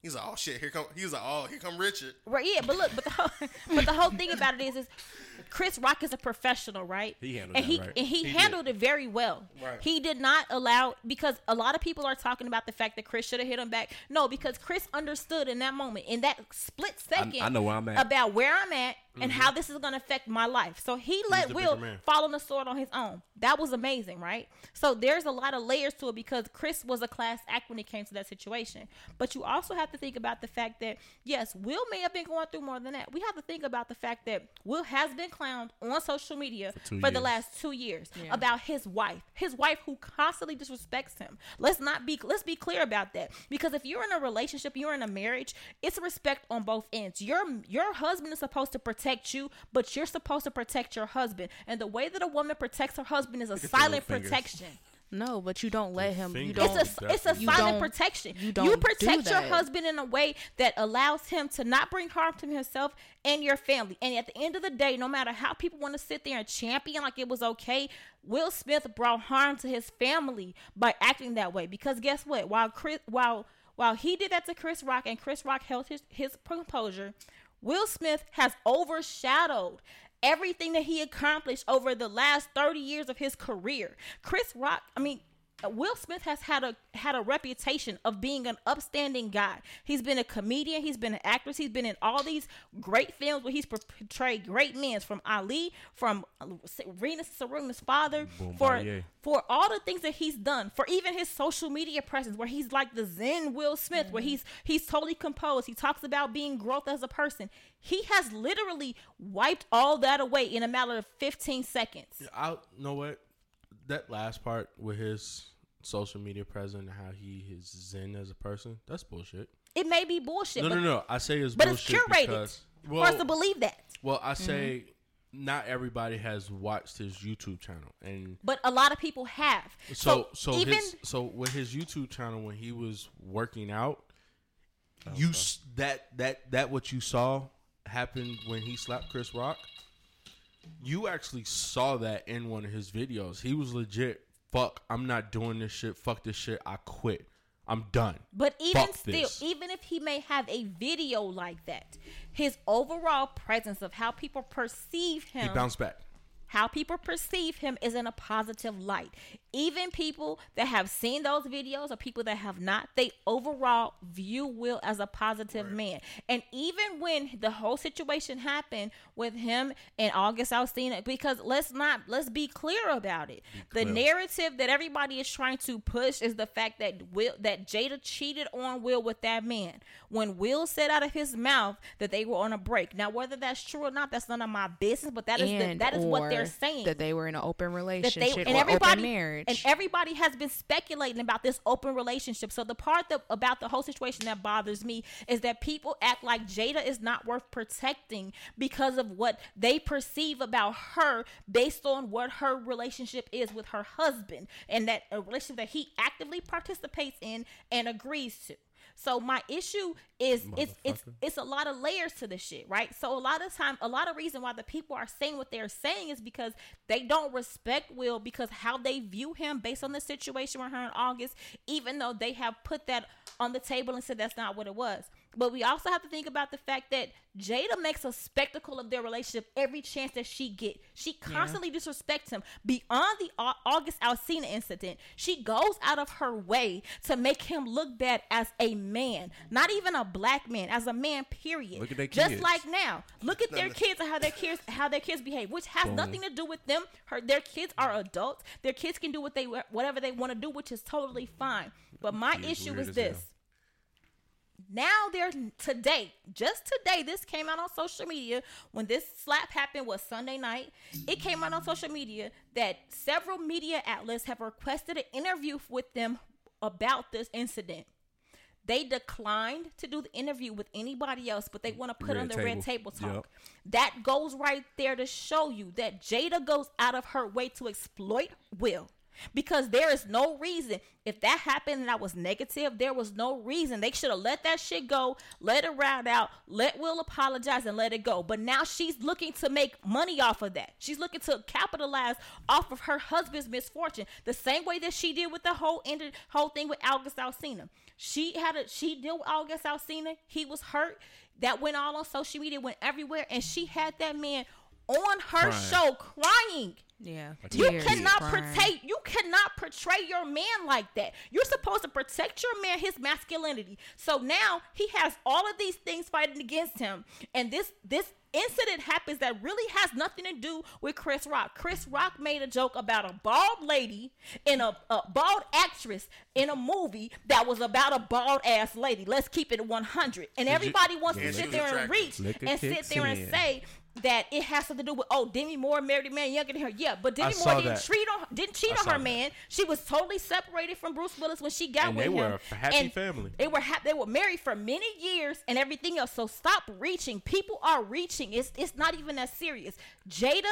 He's like, oh shit, here come. He was like, oh, here come Richard.
Right, yeah, but look, but the whole, (laughs) but the whole thing about it is, is Chris Rock is a professional, right?
He handled
and
that
he,
right.
And he, handled it very well.
Right.
He did not allow because a lot of people are talking about the fact that Chris should have hit him back. No, because Chris understood in that moment, in that split second,
I know where I'm at.
about where I'm at and how this is going to affect my life. So he
Mm-hmm.
let
the
Will
bigger man.
fall on the sword on his own. That was amazing, right? So there's a lot of layers to it because Chris was a class act when it came to that situation. But you also have to think about the fact that yes, Will may have been going through more than that. We have to think about the fact that Will has been clowned on social media for,
two
the
years.
last two years
Yeah.
about his wife, his wife who constantly disrespects him. Let's not be let's be clear about that because if you're in a relationship, you're in a marriage, it's respect on both ends. Your your husband is supposed to protect protect you, but you're supposed to protect your husband. And the way that a woman protects her husband is a silent
fingers.
protection.
No, but you don't let him. You
fingers.
don't.
It's a it's a
Definitely.
You
silent
don't-
protection.
you
You,
don't do
protect your
that.
husband in a way that allows him to not bring harm to himself and your family. And at the end of the day, no matter how people want to sit there and champion like it was okay, Will Smith brought harm to his family by acting that way. Because guess what? While Chris, while while he did that to Chris Rock and Chris Rock held his, his composure, Will Smith has overshadowed everything that he accomplished over the last 30 years of his career. Chris Rock, I mean, Will Smith has had a had a reputation of being an upstanding guy. He's been a comedian, he's been an actress, he's been in all these great films where he's portrayed great men from Ali, from Rena Saruman's father, for
Bombay.
for all the things that he's done, for even his social media presence, where he's like the Zen Will Smith, where he's he's totally composed. He talks about being growth as a person. He has literally wiped all that away in a matter of 15 seconds.
I know what that last part with his social media presence and how he is zen as a person. That's bullshit.
It may be bullshit,
No,
but,
no, no. I say it's
but it's
bullshit
curated
because
for
well,
us to believe Mm-hmm. that.
well, I say not everybody has watched his YouTube channel and.
But a lot of people have.
So so his so with his YouTube channel when he was working out, you s that that that what you saw happened when he slapped Chris Rock. You actually saw that in one of his videos. He was legit. Fuck, I'm not doing this shit. Fuck this shit. I quit. I'm done.
But even
Fuck
still,
this.
even if he may have a video like that, his overall presence of how people perceive him
He bounced back.
how people perceive him is in a positive light. Even people that have seen those videos or people that have not, they overall view Will as a positive man. And even when the whole situation happened with him and August Alsina, because let's not let's be clear about it. The narrative that everybody is trying to push is the fact that Will that Jada cheated on Will with that man. When Will said out of his mouth that they were on a break. Now whether that's true or not, that's none of my business, but that that is the-
and
that is what they're
or
saying.
that they were in an open
That
relationship
they
or
and everybody
open marriage.
and everybody has been speculating about this open relationship. So the part that about the whole situation that bothers me is that people act like Jada is not worth protecting because of what they perceive about her based on what her relationship is with her husband and that a relationship that he actively participates in and agrees to. So my issue is it's it's it's a lot of layers to this shit, right? So a lot of time, a lot of reason why the people are saying what they're saying is because they don't respect Will because how they view him based on the situation with her in August, even though they have put that on the table and said that's not what it was. But we also have to think about the fact that Jada makes a spectacle of their relationship every chance that she get. She constantly disrespects him. Beyond the Au- August Alcina incident, she goes out of her way to make him look bad as a man, not even a black man, as a man. Period.
Look at their
Just
kids.
like now, look at their kids and how their kids how their kids behave, which has nothing to do with them. Her their kids are adults. Their kids can do what they whatever they want to do, which is totally fine. But my
Yeah, it's
issue
weird
is
as hell.
this now they're today just today this came out on social media when this slap happened was sunday night it came out on social media that several media outlets have requested an interview with them about this incident they declined to do the interview with anybody else but they want to put
Red
on the
table.
red table talk
Yep.
that goes right there to show you that Jada goes out of her way to exploit Will. Because there is no reason. If that happened and I was negative, there was no reason. They should have let that shit go, let it ride out, let Will apologize and let it go. But now she's looking to make money off of that. She's looking to capitalize off of her husband's misfortune. The same way that she did with the whole ended whole thing with August Alsina. She had a she deal with August Alsina. He was hurt that went all on social media, went everywhere, and she had that man on her
Crying.
show crying.
yeah,
You
tears,
cannot
crying.
protect. You cannot portray your man like that. You're supposed to protect your man, his masculinity. So now he has all of these things fighting against him, and this this incident happens that really has nothing to do with Chris Rock. Chris Rock made a joke about a bald lady and a, a bald actress in a movie that was about a bald ass lady. Let's keep it 100. And everybody wants
Yeah,
to
she
sit
was
there and
attractive.
reach
Liquor
and sit
kicks
there and
in.
say that it has something to do with oh Demi Moore married a man younger than her. Yeah, but Demi
I
Moore
saw
didn't
that.
treat on didn't cheat
I
on
saw
her
that.
man. She was totally separated from Bruce Willis when she got
And
with
they
him.
were a happy family.
They were happy. They were married for many years and everything else. So stop reaching. People are reaching. It's it's not even that serious. Jada.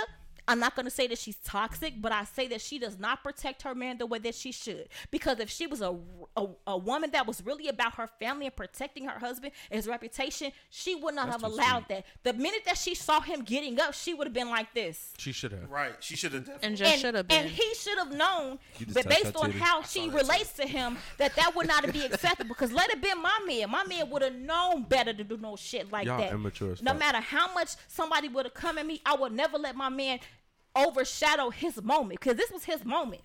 I'm not gonna say that she's toxic, but I say that she does not protect her man the way that she should. Because if she was a, a, a woman that was really about her family and protecting her husband and his reputation, she would not have allowed that. The minute that she saw him getting up, she would have been like this.
She should have.
Right. She should have definitely.
and just
And-
should have been.
And he should have known,
You just
but
touched
based
her
on
titty.
how she relates to him, that that would not be acceptable. Because let it been my man. My man would have known better to do no shit like
Y'all
that.
immature as
no
fuck.
matter how much somebody would have come at me, I would never let my man overshadow his moment because this was his moment.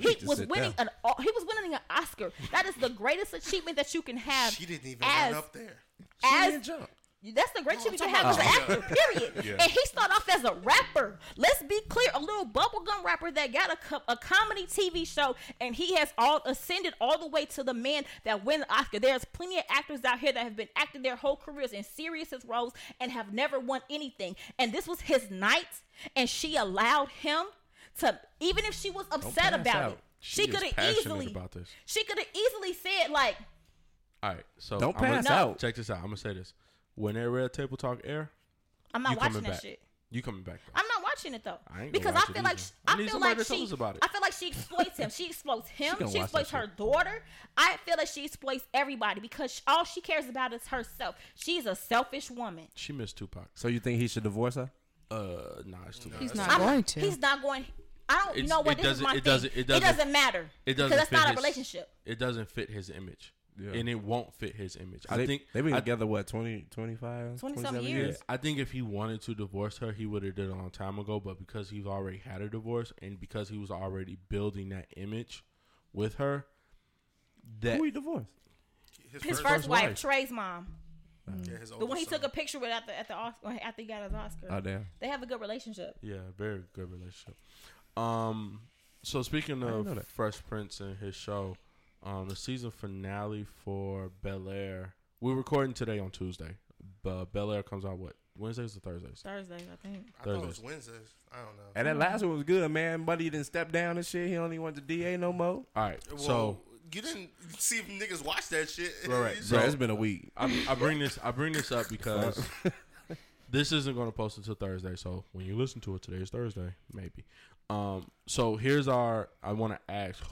He
need to
was
sit
winning
down.
an O- he was winning an Oscar. That is the greatest achievement that you can have.
She didn't even
as,
run up there.
as
jump.
that's the great
No,
shit we
I'm
can
talking
have as an
about-
actor,
(laughs)
period.
Yeah.
And he started off as a rapper. Let's be clear, a little bubblegum rapper that got a, co- a comedy TV show, and he has all ascended all the way to the man that win the Oscar. There's plenty of actors out here that have been acting their whole careers in serious roles and have never won anything. And this was his night, and she allowed him to, even if she was upset
pass
about
out.
it,
She
she,
is
could have
passionate
easily,
about this.
she could have easily said like,
All right, so
Don't
I'm
pass
gonna,
out.
Check this out. I'm gonna say this: when that red table talk air,
"I'm not
you
watching
coming
that
back.
shit."
You coming back? Though.
I'm not watching it though,
I ain't gonna
because
watch
I
it
feel like
either.
sh-
I
I,
need
feel
somebody
like
to tell
she
us about it.
I feel like she exploits him. She exploits him.
gonna
She,
watch
exploits
that
her daughter. I feel like she exploits everybody because sh- all she cares about is herself. She's a selfish woman.
She missed Tupac.
So you think he should divorce her?
Uh, nah, it's Tupac.
he's not
I'm-
going to.
He's not going. I don't.
It's-
you know
it
what? This is
doesn't-
my
it
thing.
doesn't- it doesn't-
matter.
It
because
doesn't.
that's
fit
not
his-
a relationship.
It doesn't fit his image,
Yeah.
and it won't fit his image. I
They-
think
they've been
I-
together what 20, 25,
20-something
27
years.
Yeah, I think if he wanted to divorce her, he would have did it a long time ago. But because he's already had a divorce, and because he was already building that image with her, that
Who he divorced?
His
first
first, wife,
wife. Oh,
Trey's mom,
Yeah, his
the one he
oldest
took a
son.
picture with at the at the Oscar, after he got his Oscar.
Oh damn.
they have a good relationship.
yeah, very good relationship. Um, so speaking
know
of
that.
Fresh Prince and his show, um, the season finale for Bel Air. We're recording today on Tuesday, but Bel Air comes out what Wednesdays or Thursdays?
Thursdays, I think.
I thought it was Wednesdays. I don't know.
And that last one was good, man. Buddy didn't step down and shit. He don't even want the DA no more.
All right,
Well,
so
you didn't see if niggas watch that shit.
Right,
(laughs)
right.
You
So-
Bro,
said-
it's been a week.
I, I bring this I bring this up because this isn't going to post until Thursday. So when you listen to it, today is Thursday, maybe. Um, so here's our. I want to ask.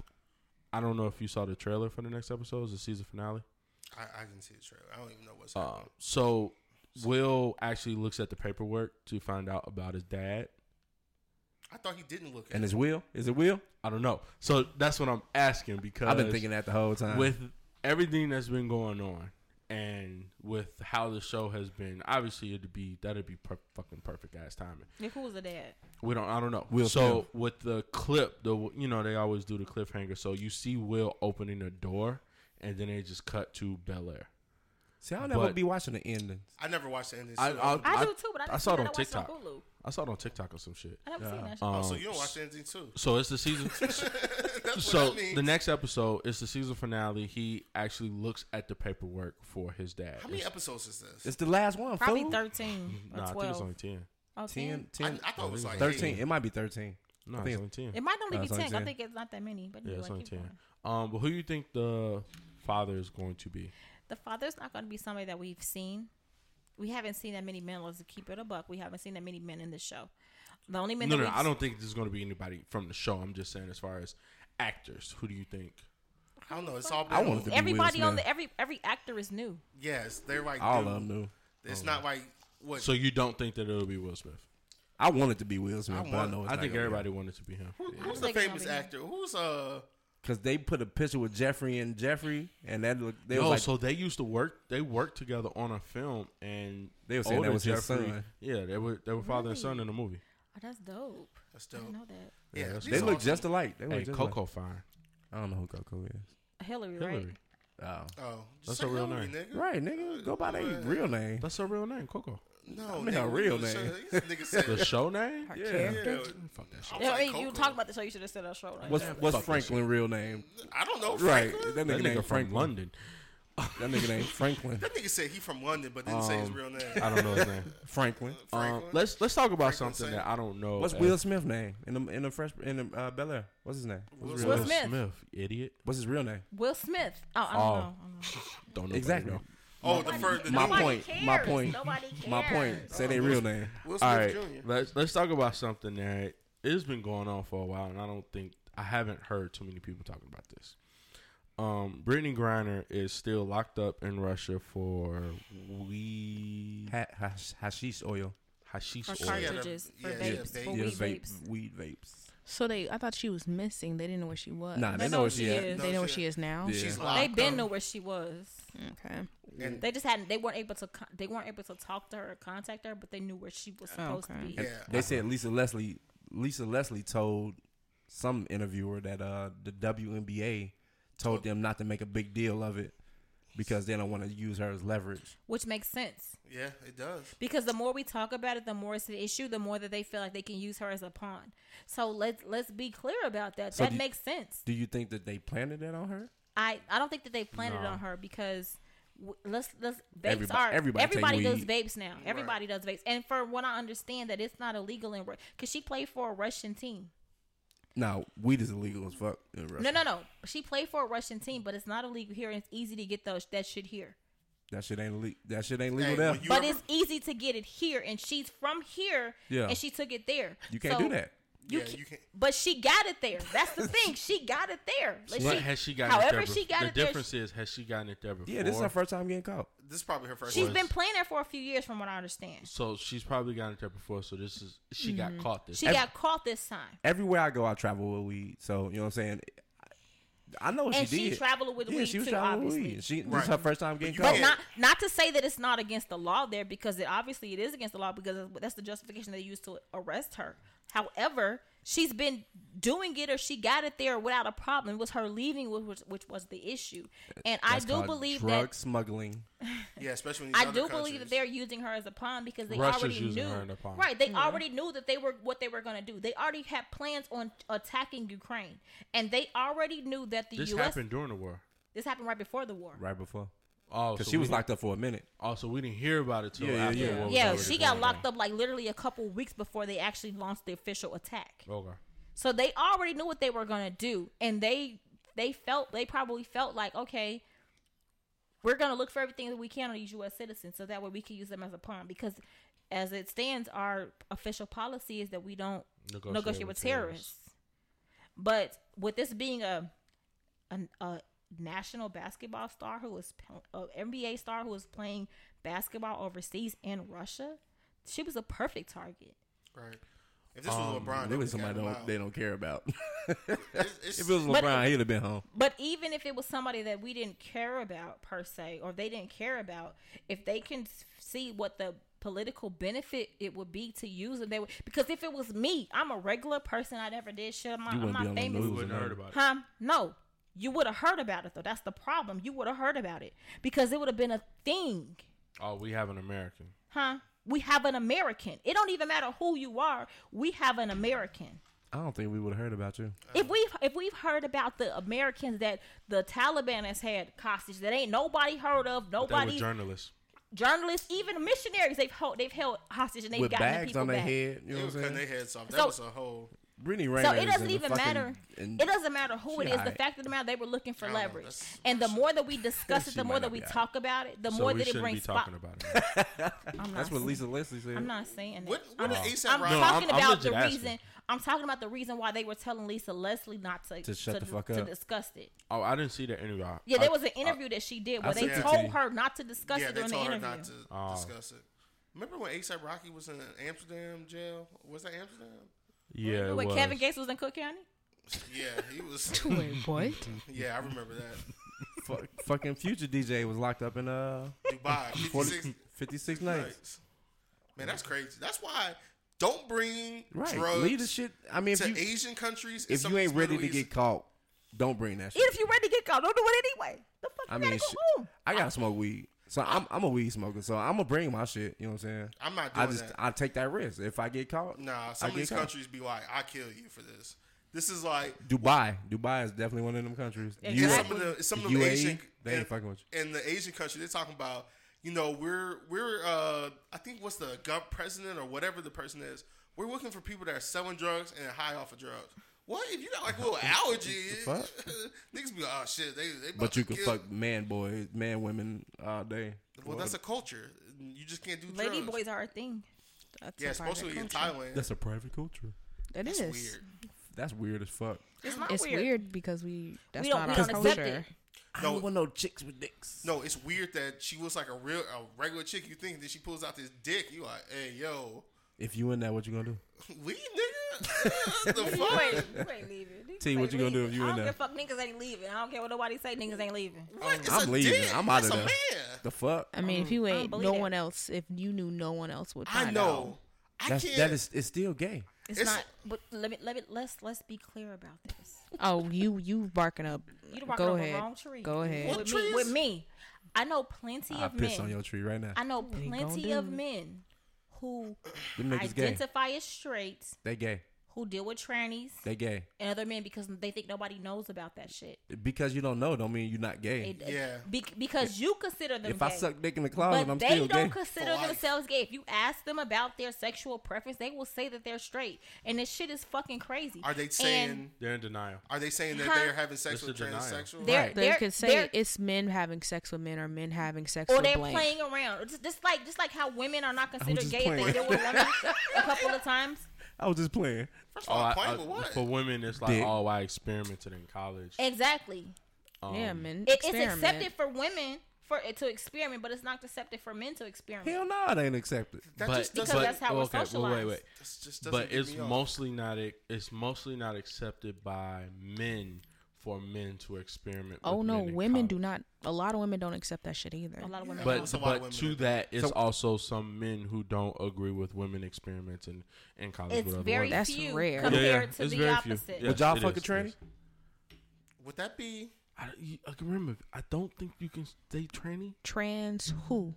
I don't know if you saw the trailer for the next episode, it's the season finale.
I, I didn't see the trailer. I don't even know what's
Uh, so Will actually looks at the paperwork to find out about his dad.
I thought he didn't look at
And
it.
it's Will. Is it Will?
I don't know. So that's what I'm asking because
I've been thinking that the whole time.
with everything that's been going on and with how the show has been. Obviously, it'd be that'd be per- fucking perfect ass timing.
Yeah, who was the dad?
We don't. I don't know.
Will
so
Smith.
with the clip, the you know they always do the cliffhanger. So you see Will opening the door, and then they just cut to Bel Air.
See, I'll never
but-
be watching the endings.
I never watched the ending.
I-
so-
I'll-
I,
I-
do too, but I,
I
didn't
saw
see
it on
that. I watched it
TikTok.
Hulu.
I saw it on TikTok or some shit.
I never seen that. shit.
oh,
Um,
so you don't watch the ending too?
so it's the season.
(laughs)
(laughs)
That's what
so
that means.
the next episode is the season finale. He actually looks at the paperwork for his dad.
How many
It's-
episodes is this?
It's the last one.
Probably
fool.
13 or
Mm-hmm. nah, I
12.
think it's only ten.
Oh,
10,
10?
10
I, I thought it was like
13.
thirteen.
It might be 13.
No,
I
it's
think
only ten.
It might only
Oh,
be
it's only
10. I
10.
think it's not that many. But
yeah,
anyway,
it's only
keep
ten.
going.
Um, but who you think the father is going to be?
The father's not going to be somebody that we've seen. We haven't seen that many men. Let's keep it a buck. We haven't seen that many men in this show. The only men
No,
that
no,
we've
I don't think there's going to be anybody from the show. I'm just saying, as far as actors, who do you think?
I don't know. It's all.
I
been-
wanted to be Will
Everybody on
Smith.
the every every actor is new.
Yes, they're like
All
dude,
of them knew.
It's not like what.
So you don't think that it'll be Will Smith?
I wanted to be Will Smith,
I
but I
want-
know it's
I think everybody wanted to be him.
who- who's
Yeah.
the famous
Yeah.
actor? Who's uh?
Because they put a picture with Jeffrey and Jeffrey, and that look, they
No,
was like,
Oh, so they used to work. They worked together on a film, and
They were saying that
older
was his son.
Yeah, they were they were father and son in the movie.
Oh, that's dope.
That's
I
dope.
didn't know that.
Yeah,
that's-
these
they
are
look
all-
just alike. They look
Hey,
just
Coco
Alike.
Fine,
I don't know who Coco is.
Hillary,
Hillary.
right?
Oh.
Oh,
That's
that's
her
a
real
real name,
name.
nigga.
Right, nigga. Go by their real name.
That's her real name, Coco.
No,
mean, her real
these
name.
niggas- these niggas said-
The (laughs) show name?
Her
Yeah.
Yeah,
character.
Fuck that shit.
I was
Yeah,
like,
hey, you
Coco.
talked about the show. You should have said our show. Like
What's
that.
what's Franklin real name?
I don't know.
Right.
Franklin?
That nigga
That nigga
named
from
Franklin.
London.
That nigga named
(laughs)
Franklin.
That nigga said he from London, but didn't say his
Um,
real name.
I don't know his
(laughs)
name.
Franklin.
Um,
Franklin?
let's let's talk about
Franklin
something
Saint.
that I don't know.
What's
as-
Will Smith's name in the in the fresh in the uh, Bel Air? What's his name? What's his, real
Will
Will
name?
Smith.
Smith, you idiot.
What's his real name?
Will Smith. Oh, I don't
Oh.
know. I don't know.
Don't know
Exactly.
All
oh, the first. The
My
new one.
point. My point.
Nobody cares.
My point. Say their real name.
Will Smith
right,
Jr.
let's let's talk about something that it's been going on for a while, and I don't think I haven't heard too many people talking about this. Um, Brittany Griner is still locked up in Russia for weed
Ha- hash- hashish oil.
hashish.
For
oil.
car-
cartridges, for
Yeah,
yeah,
vapes,
vape.
for
Yeah,
weed
vape-
vapes.
Weed vapes.
So they, I thought she was missing. They didn't know where she was.
Nah, they
They
know
know
where
she
she at.
is.
They know where she is now.
Yeah.
She's
They
locked
been
up.
knew where she was.
Okay. (laughs)
And-
They just hadn't. They weren't able to. Con- they weren't able to talk to her or contact her, but they knew where she was supposed
Okay.
to be.
Yeah.
They said Lisa Leslie. Lisa Leslie told some interviewer that uh, the WNBA told them not to make a big deal of it because they don't want to use her as leverage.
Which makes sense
Yeah, it does.
because the more we talk about it, the more it's an issue. The more that they feel like they can use her as a pawn. So let's let's be clear about that.
So
that
do-
makes sense.
Do you think that they planted that on her?
I I don't think that they planted it
No.
on her because w- let's let's vapes
Everybody-
are
everybody
everybody,
take
does
weed.
vapes now. Everybody does vapes, and for what I understand, that it's not illegal in Russia because she played for a Russian team.
No, weed is illegal as fuck in Russia.
No, no, no. She played for a Russian team, but it's not illegal here, and it's easy to get those that shit here.
That shit ain't le- that shit ain't legal
Hey,
there.
when you
but
ever-
it's easy to get it here, and she's from here,
Yeah.
and she took it there.
You can't
So,
do that.
You
Yeah,
ca-
you can't-
But she got it there. That's the thing. She got it there. Like,
But
she-
has she gotten
however,
it there
she
bef-
got
the
it there.
difference is has she gotten it there before?
Yeah, this is her first time getting caught.
This is probably her first.
She's
one.
been playing there for a few years, from what I understand.
so she's probably gotten it there before. So this is she got caught this.
She
Ev-
got caught this time,
Everywhere I go, I travel with weed. So you know what I'm saying. I know what
and
she
she,
did.
traveled with
yeah,
weed
she was
too,
traveling with
obviously.
weed. She, This
Right.
is her first time getting
you
caught.
can't-
not not to say that it's not against the law there because it obviously it is against the law because that's the justification they used to arrest her. However, she's been doing it or she got it there without a problem. It was her leaving which was, which was the issue. And I
That's
do
called
believe
drug
that
smuggling.
Yeah, especially. When
I do believe that they're using her as a pawn because they
Russia's
already
using
knew.
her in a pawn.
Right, they already knew that they were what they were going to do. They already had plans on attacking Ukraine, and they already knew that the
This
U.S.
happened during the war.
this happened right before the war.
right before
Oh,
because
so
she
we
was
didn't-
locked up for a minute.
Oh, so we didn't hear about it till
Yeah, yeah,
after
yeah.
what was
Yeah,
already
she got
going
locked
on.
up like literally a couple weeks before they actually launched the official attack.
Okay.
So they already knew what they were gonna do, and they they felt they probably felt like okay, we're gonna look for everything that we can on these U.S. citizens, so that way we can use them as a pawn. Because as it stands, our official policy is that we don't
Negotiate
negotiate
with
with terrorists. But with this being a an, a national basketball star who was an NBA star who was playing basketball overseas in Russia, she was a perfect target.
Right. If this was
Um,
LeBron, they
Really,
would've
somebody
gotten him
don't,
out.
they don't care about. (laughs) if
It's- it's-
it was
But-
LeBron, he'd have been home.
But even if it was somebody that we didn't care about per se, or they didn't care about, if they can s- see what the political benefit it would be to use them, they would. Because if it was me, I'm a regular person. I never did shit. I'm not,
You
I'm
wouldn't be
not
on the
famous.
We
news.
wouldn't have heard about it.
Huh? No. You would have heard about it though. That's the problem. You would have heard about it because it would have been a thing.
Oh, we have an American.
Huh? We have an American. It don't even matter who you are. We have an American.
I don't think we would have heard about you.
If we've if we've heard about the Americans that the Taliban has had hostage that ain't nobody heard of,
They were
nobody
journalists.
journalists, even missionaries they've held they've held hostage and they've
With
gotten the
bags
people
on their
back.
head, you
They
know
was
what I'm
cutting their
saying?
heads off. That
So-
was a whole.
Brittany Rainer.
So
is
it
in
doesn't
the
even
fucking-
matter.
in-
It doesn't matter who it
she
is. The
alright.
fact of the matter, they were looking for
I don't know,
leverage,
that's-
and the more that we discuss it,
She
the
might
more
not
that we
be alright.
talk about it, the
So
more
we
that it
shouldn't be
brings.
talking
spot-
about it.
I'm not
That's what
saying-
Lisa Leslie said.
I'm not saying that.
What?
I'm,
What did ASAP
I'm
Rocky?
No, I'm-
talking
I'm
about
legit
the
asking.
reason. I'm talking about the reason why they were telling Lisa Leslie not to
To shut the fuck
to
up.
discuss it.
Oh, I didn't see that interview. I-
Yeah, there
I-
was an interview that she did
I
where they
sent it to
told
you.
her not to discuss
Yeah,
it
they
during the
told her
interview.
not to
Oh.
discuss it. Remember when ASAP Rocky was in Amsterdam jail? Was that Amsterdam?
yeah, it
when
was.
Kevin Gates was in Cook County,
Yeah, he
(laughs)
was.
Wait, what?
yeah, I remember that.
Fuck- fucking future DJ was locked up in uh
Dubai,
(laughs) 40,
56
56 nights.
nights. Man, that's crazy. That's why don't bring
Right.
drugs
Lead the shit. I mean,
to
if you,
Asian countries. and
if
some
you
of these
ain't ready to
Middle
get
East-
caught, don't bring that shit.
even if you ready to get caught, don't do it anyway. The fuck, you
I
gotta
mean,
go
shit,
home.
I gotta smoke weed, so I'm I'm a weed smoker, so I'm gonna bring my shit. You know what I'm saying?
I'm not
I
doing
just
that.
I take that risk. If I get caught,
Nah, some
I
of these
get caught.
countries be like, I kill you for this. This is like
Dubai. Dubai is definitely one of them countries. You-
some of the some of the
UAE,
Asian
they ain't
and-
fucking with you.
in the Asian country, they're talking about, you know, we're we're uh I think what's the gov- president or whatever the person is, we're looking for people that are selling drugs and high off of drugs. What if you got
(laughs)
like little allergies?
fuck?
(laughs) Niggas be like, oh shit, they they. about
But
to
you can
kill-
fuck man boys, man women all day.
Well, that's a culture. You just can't do
Lady
drugs.
boys are a thing.
That's
Yeah,
a part of
especially
that
in
culture.
Thailand.
that's a private culture.
That
That's
is.
weird.
That's weird as fuck.
It's not
It's weird.
weird.
because we that's
We don't-
not
we
our
don't accept
(laughs) culture.
I
No.
don't want no chicks with dicks.
No, it's weird that she looks like a real a regular chick. You think that she pulls out this dick? You like, hey yo, (laughs)
If you in that, what you gonna do?
leave nigga. (laughs) the
You
fuck?
ain't, you ain't leaving. Niggas
T, what
ain't
you gonna do
leaving.
if
I
you in
don't
there?
give a fuck. Niggas ain't leaving. I don't care what nobody say. Niggas ain't leaving.
What? It's
I'm
a
leaving.
dick.
I'm outta
That's a
there.
man.
The fuck?
I
Mm-hmm.
mean, if you ain't
believe
no
that.
one else, if you knew no one else would find
I know.
out.
I
That's,
can't.
that is it's still gay.
It's,
It's-
not. But let me let me let's let's be clear about this.
Oh, you you barking up.
You done walking
Go
up the
ahead.
wrong tree.
Go ahead.
What
with me,
trees?
with me, I know plenty
I
of men.
piss on your tree right now.
I know
you gonna
plenty of
do?
men who
Them niggas gay.
identify as straight,
They gay.
who deal with trannies
They gay.
and other men because they think nobody knows about that shit.
Because you don't know, don't mean you're not gay.
It-
Yeah.
be- because you consider them
If
gay.
I suck dick in the
but
closet, I'm
they
still
don't
gay.
For
consider
life.
themselves gay. If you ask them about their sexual preference, they will say that they're straight, and this shit is fucking crazy.
Are they
And
saying?
They're in denial.
are they saying that
Huh?
they're having sex
It's
with
the denial.
transsexuals?
they're,
Right.
They
they're,
could
they're-
say it's men having sex with men or men having sex
or
with
they're
blank.
playing around, Or just, just like just like how women are not considered
just
gay if
playing.
they deal with
(laughs)
women a couple of times.
I was just playing.
First of all,
Oh, I-
playing
I-
with what?
For women, it's like,
Dick.
oh, I experimented in college.
Exactly,
Um,
yeah, men.
it, it's
experiment.
accepted for women for to experiment, but it's not accepted for men to experiment.
Hell no, it ain't accepted.
that
but,
just
Because
doesn't.
but,
that's how we're
okay, well, wait,
socialized.
wait.
that's just doesn't
but
get
it's
me off.
mostly not e, it's mostly not accepted by men for men to experiment.
Oh
with
no,
men in
women do
college.
not. A lot of women don't accept that shit either.
A lot of women,
But
There's a lot of
but
women
to
that
that, it's
So-
also some men who don't agree with women experimenting in college.
it's
with other
very
women.
That's
few
rare. Yeah,
Yeah,
compared
yeah,
to
it's
the
very few.
opposite.
Yes,
Would y'all
it
fuck
is,
a
it
tranny?
is.
Would that be?
I, you, I can remember. I don't think you can stay tranny.
Trans who?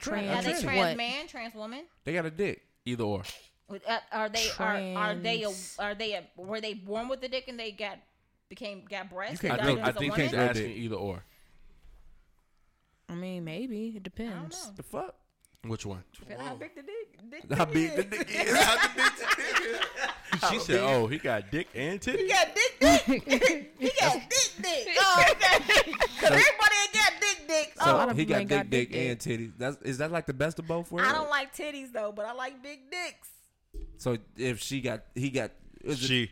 Trans,
Are they
Trans
trans
what?
man, trans woman?
They got a dick.
Either or.
With- uh, Are they are, are they a,
Trans.
are they a, were they born with the dick and they got became got breasts?
You
I
and
can't
died
think,
as
I
a
think
woman?
he's
woman? Or
asking
dick.
either or.
I mean, maybe it depends.
know.
The fuck?
Which
(laughs)
one?
How
Whoa.
big the dick? dick
How
thing
big
is?
the dick is?
How the big dick is?
She said, "Oh, he got dick and titty."
He got dick dick.
(laughs)
he got dick dick. (laughs) Oh, okay. Cause everybody ain't got dick dick. Oh,
A lot
So
of
he got
men got
big dick,
big dick.
and titties. That's is that like the best of both worlds?
I don't like titties though, but I like big dicks.
So if she got, he got. Is it-
She.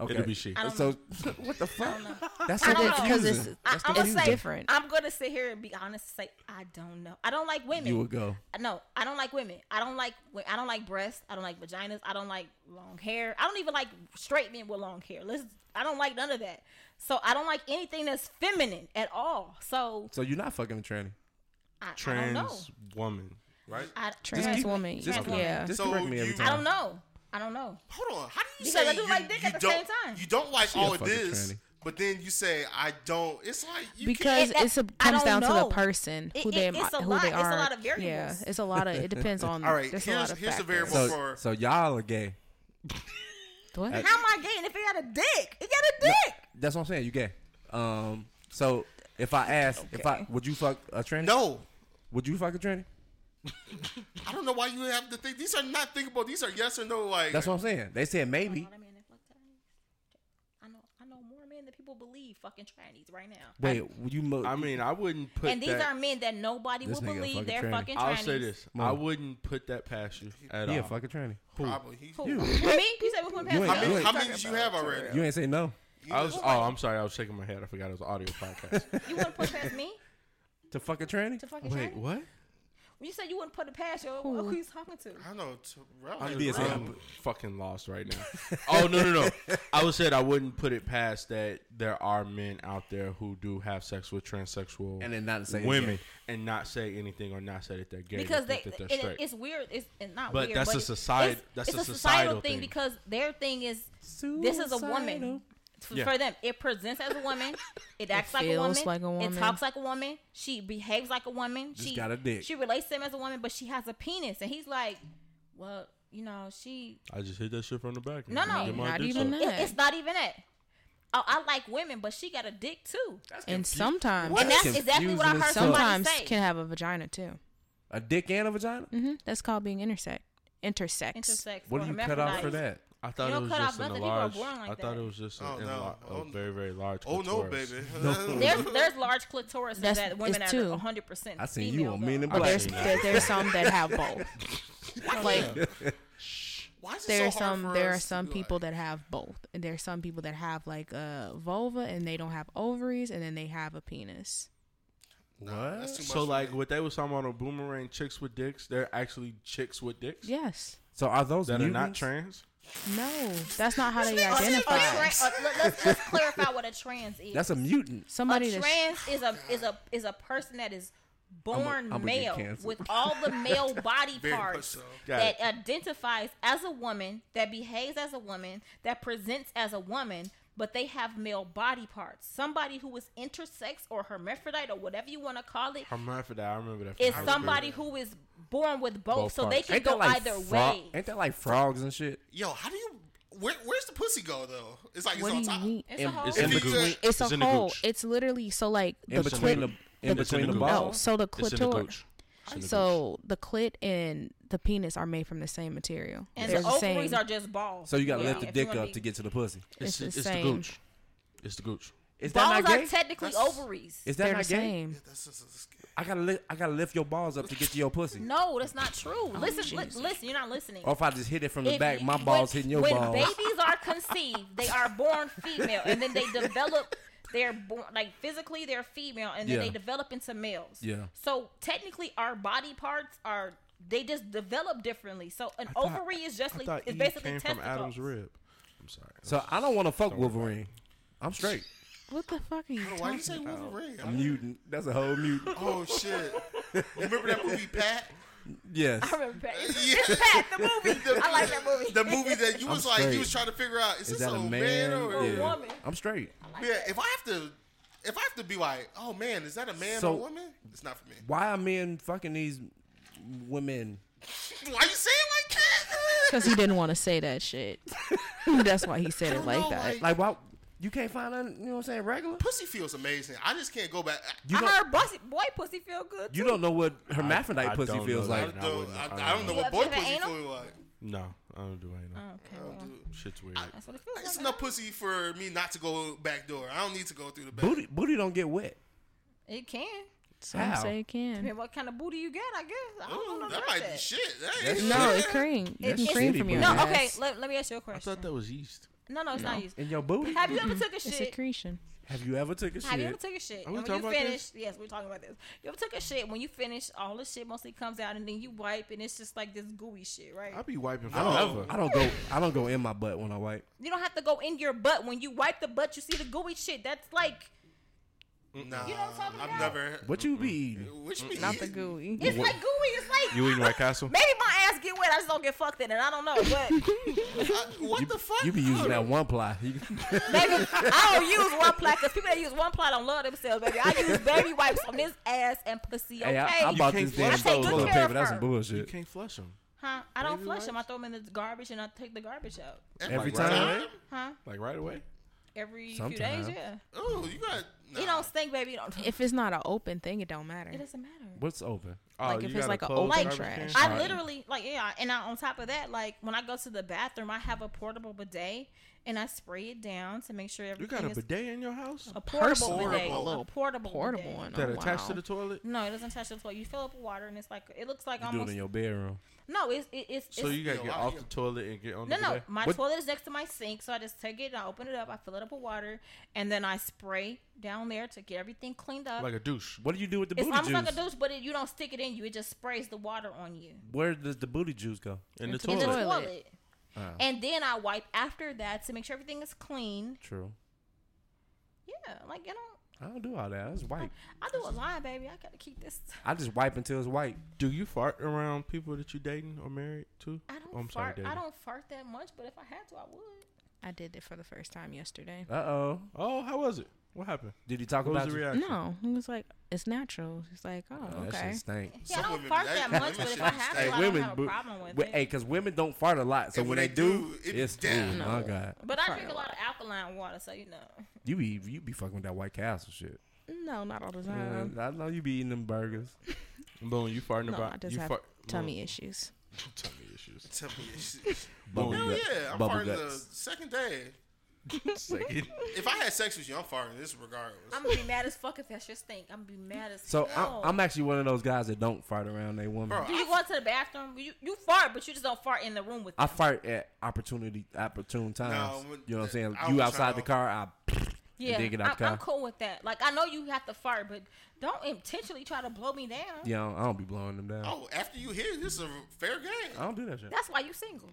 Okay.
It'll be she.
I don't
So
(laughs)
what the fuck? (laughs) That's
I
so
don't know.
Because it's
confusing.
I,
That's
I'm gonna
It's
say,
different.
I'm gonna sit here and be honest and say I don't know. I don't like women.
You would go.
no, I don't like women. I don't like wo- I don't like breasts. I don't like vaginas. I don't like long hair. I don't even like straight men with long hair. Let's I don't like none of that. So I don't like anything that's feminine at all. So
So you're not fucking a tranny.
I, I don't know.
Trans woman. Right.
I,
Trans
keep-
woman.
Just,
woman.
yeah.
just
So
correct me every
you-
time.
I don't know. I don't know.
Hold on. How do
Because
you say
I do
you,
like dick
you
at the
don't
same time.
you don't like all
a
of
fucking
this,
tranny.
but then you say I don't? It's like you
because
It- that-
it's a,
I
comes
don't
down to
know.
the person
It-
who
it-
they
it's a
who
lot-
they
it's a
are.
lot of variables.
Yeah, it's a lot of. It
(laughs)
depends on.
All right,
There's a
here's-
lot of
here's the
factors.
variable.
So,
so,
for-
so y'all are gay.
what?
How am I gay? And if he got a dick, he got a dick.
That's what I'm saying. You gay. Um. So if I ask, if I would you fuck a tranny?
can't. No,
Would you fuck a tranny?
I don't know why you have to think. These are not thinkable. These are yes or no. Like
That's what I'm saying. They said maybe.
All the men that fuck trannies. I know, I know more men than people believe fucking trannies right now.
Wait, would you? Mo-
I mean, I wouldn't put.
and these
that,
are men that nobody
This
will
nigga a
believe
fucking
they're
tranny.
fucking trannies.
I'll say this:
Move.
I wouldn't put that past you at
yeah,
all.
fuck a tranny.
probably. He,
Who? For me? You said we couldn't pass
You ain't-
How
it up?
you
many?
ain't-
How many did you have already?
You ain't say no
I was. Oh, I'm sorry. I was shaking my head. I forgot it was an audio podcast.
You wouldn't put past me
to fuck a tranny.
to
(laughs)
fucking
Wait,
tranny? When
what?
You said you wouldn't put it past yo. Who, who you talking to?
I don't know. Terrell,
I'm
you're
being
wrong.
I'm fucking lost right now. (laughs) oh no no no! I was said I wouldn't put it past that there are men out there who do have sex with transsexual
And then not say it's
women
gay.
and not say anything or not say that they're gay
because
they
they,
think that they're
and it-
straight.
it's weird. It's and not
But
weird.
that's a
it's-
societ-
It's,
that's
it's
a
a societal,
societal
thing,
thing.
because their thing is this is a woman. F-
Yeah.
For them, it presents as a woman. It acts like, a
feels
woman,
like a woman.
It talks like a woman. She behaves like a woman.
Just
she
got a dick.
She relates to him as a woman, but she has a penis, and he's like, "Well, you know, she
I just hit that shit from the back. and
No, no,
get my
not
dick
even
sucked.
that.
It- it's not even that. Oh, I like women, but she got a dick too.
and sometimes
and that's exactly what I
confusing
heard
as
somebody
sometimes
say.
can have a vagina too.
A dick and a vagina.
hmm That's called being intersect. Intersex.
Intersex.
What
or
do you cut out for
hermaphrodite.
that?
I thought
You
it
don't
was
cut off
just an
nothing, people are
enlarged.
born like
I thought
that.
it was just an
Oh, no.
enlar-
Oh,
a very very large.
Oh no,
clitoris.
baby.
There's
(laughs)
there's large clitorises
That's-
that women
it's
are
two.
100 percent.
I seen you on Men in
I've
But
Black.
there's
seen that.
there, there's some that have
(laughs)
both. like
Why is it
there are
so hard
some
for
there
us
are
to
some
be
people
like-
that have both. And there are some people that have like a vulva and they don't have ovaries and then they have a penis.
Nah, that's too much
So
for
like
me.
what they was talking about on boomerang chicks with dicks, they're actually chicks with dicks
Yes.
So are those
that are not
mutants?
trans.
No. That's not how they
A tra- Oh, a
identify.
tra- a- let's, let's clarify what a trans is.
That's a mutant.
Somebody
a
that's
trans is a is a is a person that is born
I'ma get
male
canceled.
with all the
(laughs)
male body
Very much
parts
so.
Got
that
it.
identifies as a woman, that behaves as a woman, that presents as a woman, but they have male body parts. Somebody who is intersex or hermaphrodite or whatever you want to call it
I remember that. I remember that. from
is
high school.
somebody who is born with both,
Both
so
parts.
they can go either
frog-
way.
Ain't that like frogs and shit?
Yo, how do you? Where, where's the pussy go though? It's like
what
it's
do you
on top.
mean?
It's a
in-
whole
It's in the
If you
gooch.
could-
It's
It's
a
in the
hole.
gooch.
It's literally so like
In
the
between
clit-
the in
It's in
between
the
the
gooch.
No,
balls.
so the
It's in the
clitor.
gooch.
So the clit and the penis are made from the same material.
and
They're
the ovaries
same.
are just balls.
So you gotta
Yeah.
lift the
If you
dick
wanna
up
be-
to get to the pussy.
It's the
it's, the
same.
gooch. It's the gooch.
Is that
Balls
not
are
gay?
technically
That's-
ovaries.
Is that
They're the
not gay?
same.
That's just, that's just-
I gotta li- I gotta lift your balls up to get to your pussy.
No, that's not true. listen, li-
Jesus.
listen, you're not listening.
Or if I just hit it from the
If
back,
you-
my
when-
balls hitting your
when
balls.
babies are conceived, they are born female, and then they develop. They're born like physically they're female, and then
Yeah.
they develop into males.
Yeah.
So technically, our body parts are they just develop differently. So an ovary is just
I
like,
thought
is
Eve
basically
came from
testicles.
Adam's rib. I'm sorry.
So I don't want to fuck Wolverine. I'm straight.
What the fuck are you
Bro,
(laughs)
Why you
talking
say
about?
Wolverine?
A mutant. That's a whole
(laughs)
mutant.
Oh shit! Remember that movie Pat?
(laughs)
(laughs)
Yes.
I remember Pat. It's,
Yeah.
it's Pat the movie. I like that movie.
The movie that you
I'm
was like,
straight.
you was trying to figure out is,
Is
this
that a man?
or
a
yeah.
woman?
I'm straight.
yeah? If I have to, if I have to be like, oh man, is that a man
So-
or a woman? It's not for me.
Why are men fucking these women?
Why you
(laughs)
saying like
Because
that?
he didn't want to say that shit. (laughs) That's why he said
I
it
don't
like
know,
that.
like-
Like why? You can't find nothing, you know what I'm saying? Regular.
Pussy feels amazing. I just can't go back.
You
I
don't.
heard boy, boy pussy feel good.
you
too.
don't know what hermaphrodite
I
pussy
don't
feels
know
I,
that.
like.
don't
I
know.
wouldn't-
I,
I
I don't know
wouldn't.
what boy
You have
pussy
anal?
feel like.
No, I don't do anything.
Okay,
I
well,
don't do-
Shit's weird.
that's what it feels
It's
like.
enough pussy for me not to go back door. I don't need to go through the back.
Booty, booty don't get wet.
It can.
Some
How?
say it
I
can.
mean, what kind of booty you got? I guess I
Ooh,
don't know
that
about
might
that.
be shit. That ain't
That's
No,
shit.
it cream. It
That's
can cream
shitty,
from your
bro.
No,
ass.
okay. Let, let me ask you a
I
question.
thought that was yeast.
no, no, it's not yeast.
In your booty?
Have you ever took a
It's
shit?
secretion.
Have you ever took a
Have you ever
shit?
took a shit?
we
And
talking
when you
about
finish, yes, we're talking about this. You ever took a shit? When you finish, all the shit mostly comes out, and then you wipe, and it's just like this gooey shit, right?
I'd be wiping
don't-
forever.
I don't go. I don't go in my butt when I wipe.
You don't have to go in your butt. When you wipe the butt, you see the gooey shit. That's like
Nah,
You know what I'm talking
I've
about?
never.
What you be eating?
Which means
Not the
(laughs)
gooey.
it's like gooey. It's like
You eating White Castle?
(laughs) maybe my ass get wet. I just don't get fucked in it. I don't know, but
what the fuck?
You be using that one ply. (laughs)
(laughs) baby, I don't use one ply because people that use one ply don't love themselves, baby. I use baby wipes on this ass and pussy. Okay,
Hey, I, I bought
can't
this damn
flush
toilet
those. I take good care
paper.
of
That's some
her.
You
bullshit.
can't flush them.
Huh? I don't
Baby
flush them. I
wipes?
throw them in the garbage and I take the garbage out.
Every
Like right
time.
away?
Huh?
Like right away?
Every few
Sometimes.
days, yeah.
Oh, you got. Nah.
It don't stink, baby. It, don't, it
If it's not an open thing, it don't matter.
doesn't matter.
What's open?
Oh,
Like, if
you
it's
got
like a
closed
open
garbage
trash.
can?
It's
I
fine.
literally like yeah, and I, on top of that, like when I go to the bathroom, I have a portable bidet and I spray it down to make sure
You
everything
got a
is
bidet in your house?
a portable
Personal
bidet,
little
a portable
Portable
bidet.
one.
that
oh,
attached to
wow.
the toilet?
No, it doesn't touch the toilet. You fill up with water and it's like it looks like
You do it
almost
in your bedroom.
no. It's it, it's
So
it's,
you gotta
Yo,
get
I-
off the toilet and get on
No,
the
no.
bidet?
My
What-
toilet is next to my sink, so I just take it and I open it up. I fill it up with water, and then I spray down there to get everything cleaned up.
Like a douche.
What do you do with the
it's
booty
almost
juice?
like a douche, but it, you don't stick it in you. It just sprays the water on you
Where does the booty juice go? Uh,
In the
It's in
in
the
the
toilet.
toilet.
toilet. And then I wipe after that to make sure everything is clean.
True.
Yeah, like you know,
I don't do all that. That's white.
I do a line, baby. I gotta keep this.
I just wipe until it's white.
Do you fart around people that you dating or married to?
I don't
Oh, I'm sorry,
fart. I
dating.
don't fart that much, but if I had to, I would.
I did it for the first time yesterday.
Uh oh.
Oh, how was it? What happened?
Did you talk
What was
about
the
it?
reaction?
No, it was like it's natural. It's like oh,
Oh, that
okay.
shit stink.
Yeah, I
Some
don't
women
fart
be
that
like-
much, but
women
if I
should
have
stay.
to, I don't
women,
have a
but-
problem with
Well,
it.
hey, because women don't fart a lot, so
And
when they, do,
it
it's
down.
Ooh, my god,
But I
Fart
drink a
a
lot of alkaline water, so you know.
you be you be fucking with that White Castle shit.
No, not all the time.
Uh-huh.
Man, I know you be eating them burgers.
Boom, you farting
No, I
about
just
you
have
fart,
Tummy
Boom.
issues.
(laughs) tummy
(laughs)
issues.
Tell me this.
Bubble
Hell
guts.
yeah, I'm
Bubble
farting
guts.
the second day.
Second.
If I had sex with you, I'm farting this regardless.
I'm gonna be mad as fuck if that's your stink. I'm gonna be mad as
So
hell.
I'm, I'm actually one of those guys that don't fart around a woman.
Bro,
Do you go to the bathroom? You, you fart, but you just don't fart in the room with
I
them.
fart at opportunity opportune times.
when-
you know what I'm saying?
I
You
was
outside the
tryna-
car, I
yeah,
dig it
I'm,
out the
I'm
car.
cool with that. Like I know you have to fart, but don't intentionally try to blow me down.
you know, I don't be blowing them down.
oh, after you hear this is a fair
I
game.
don't do that shit.
That's why you single.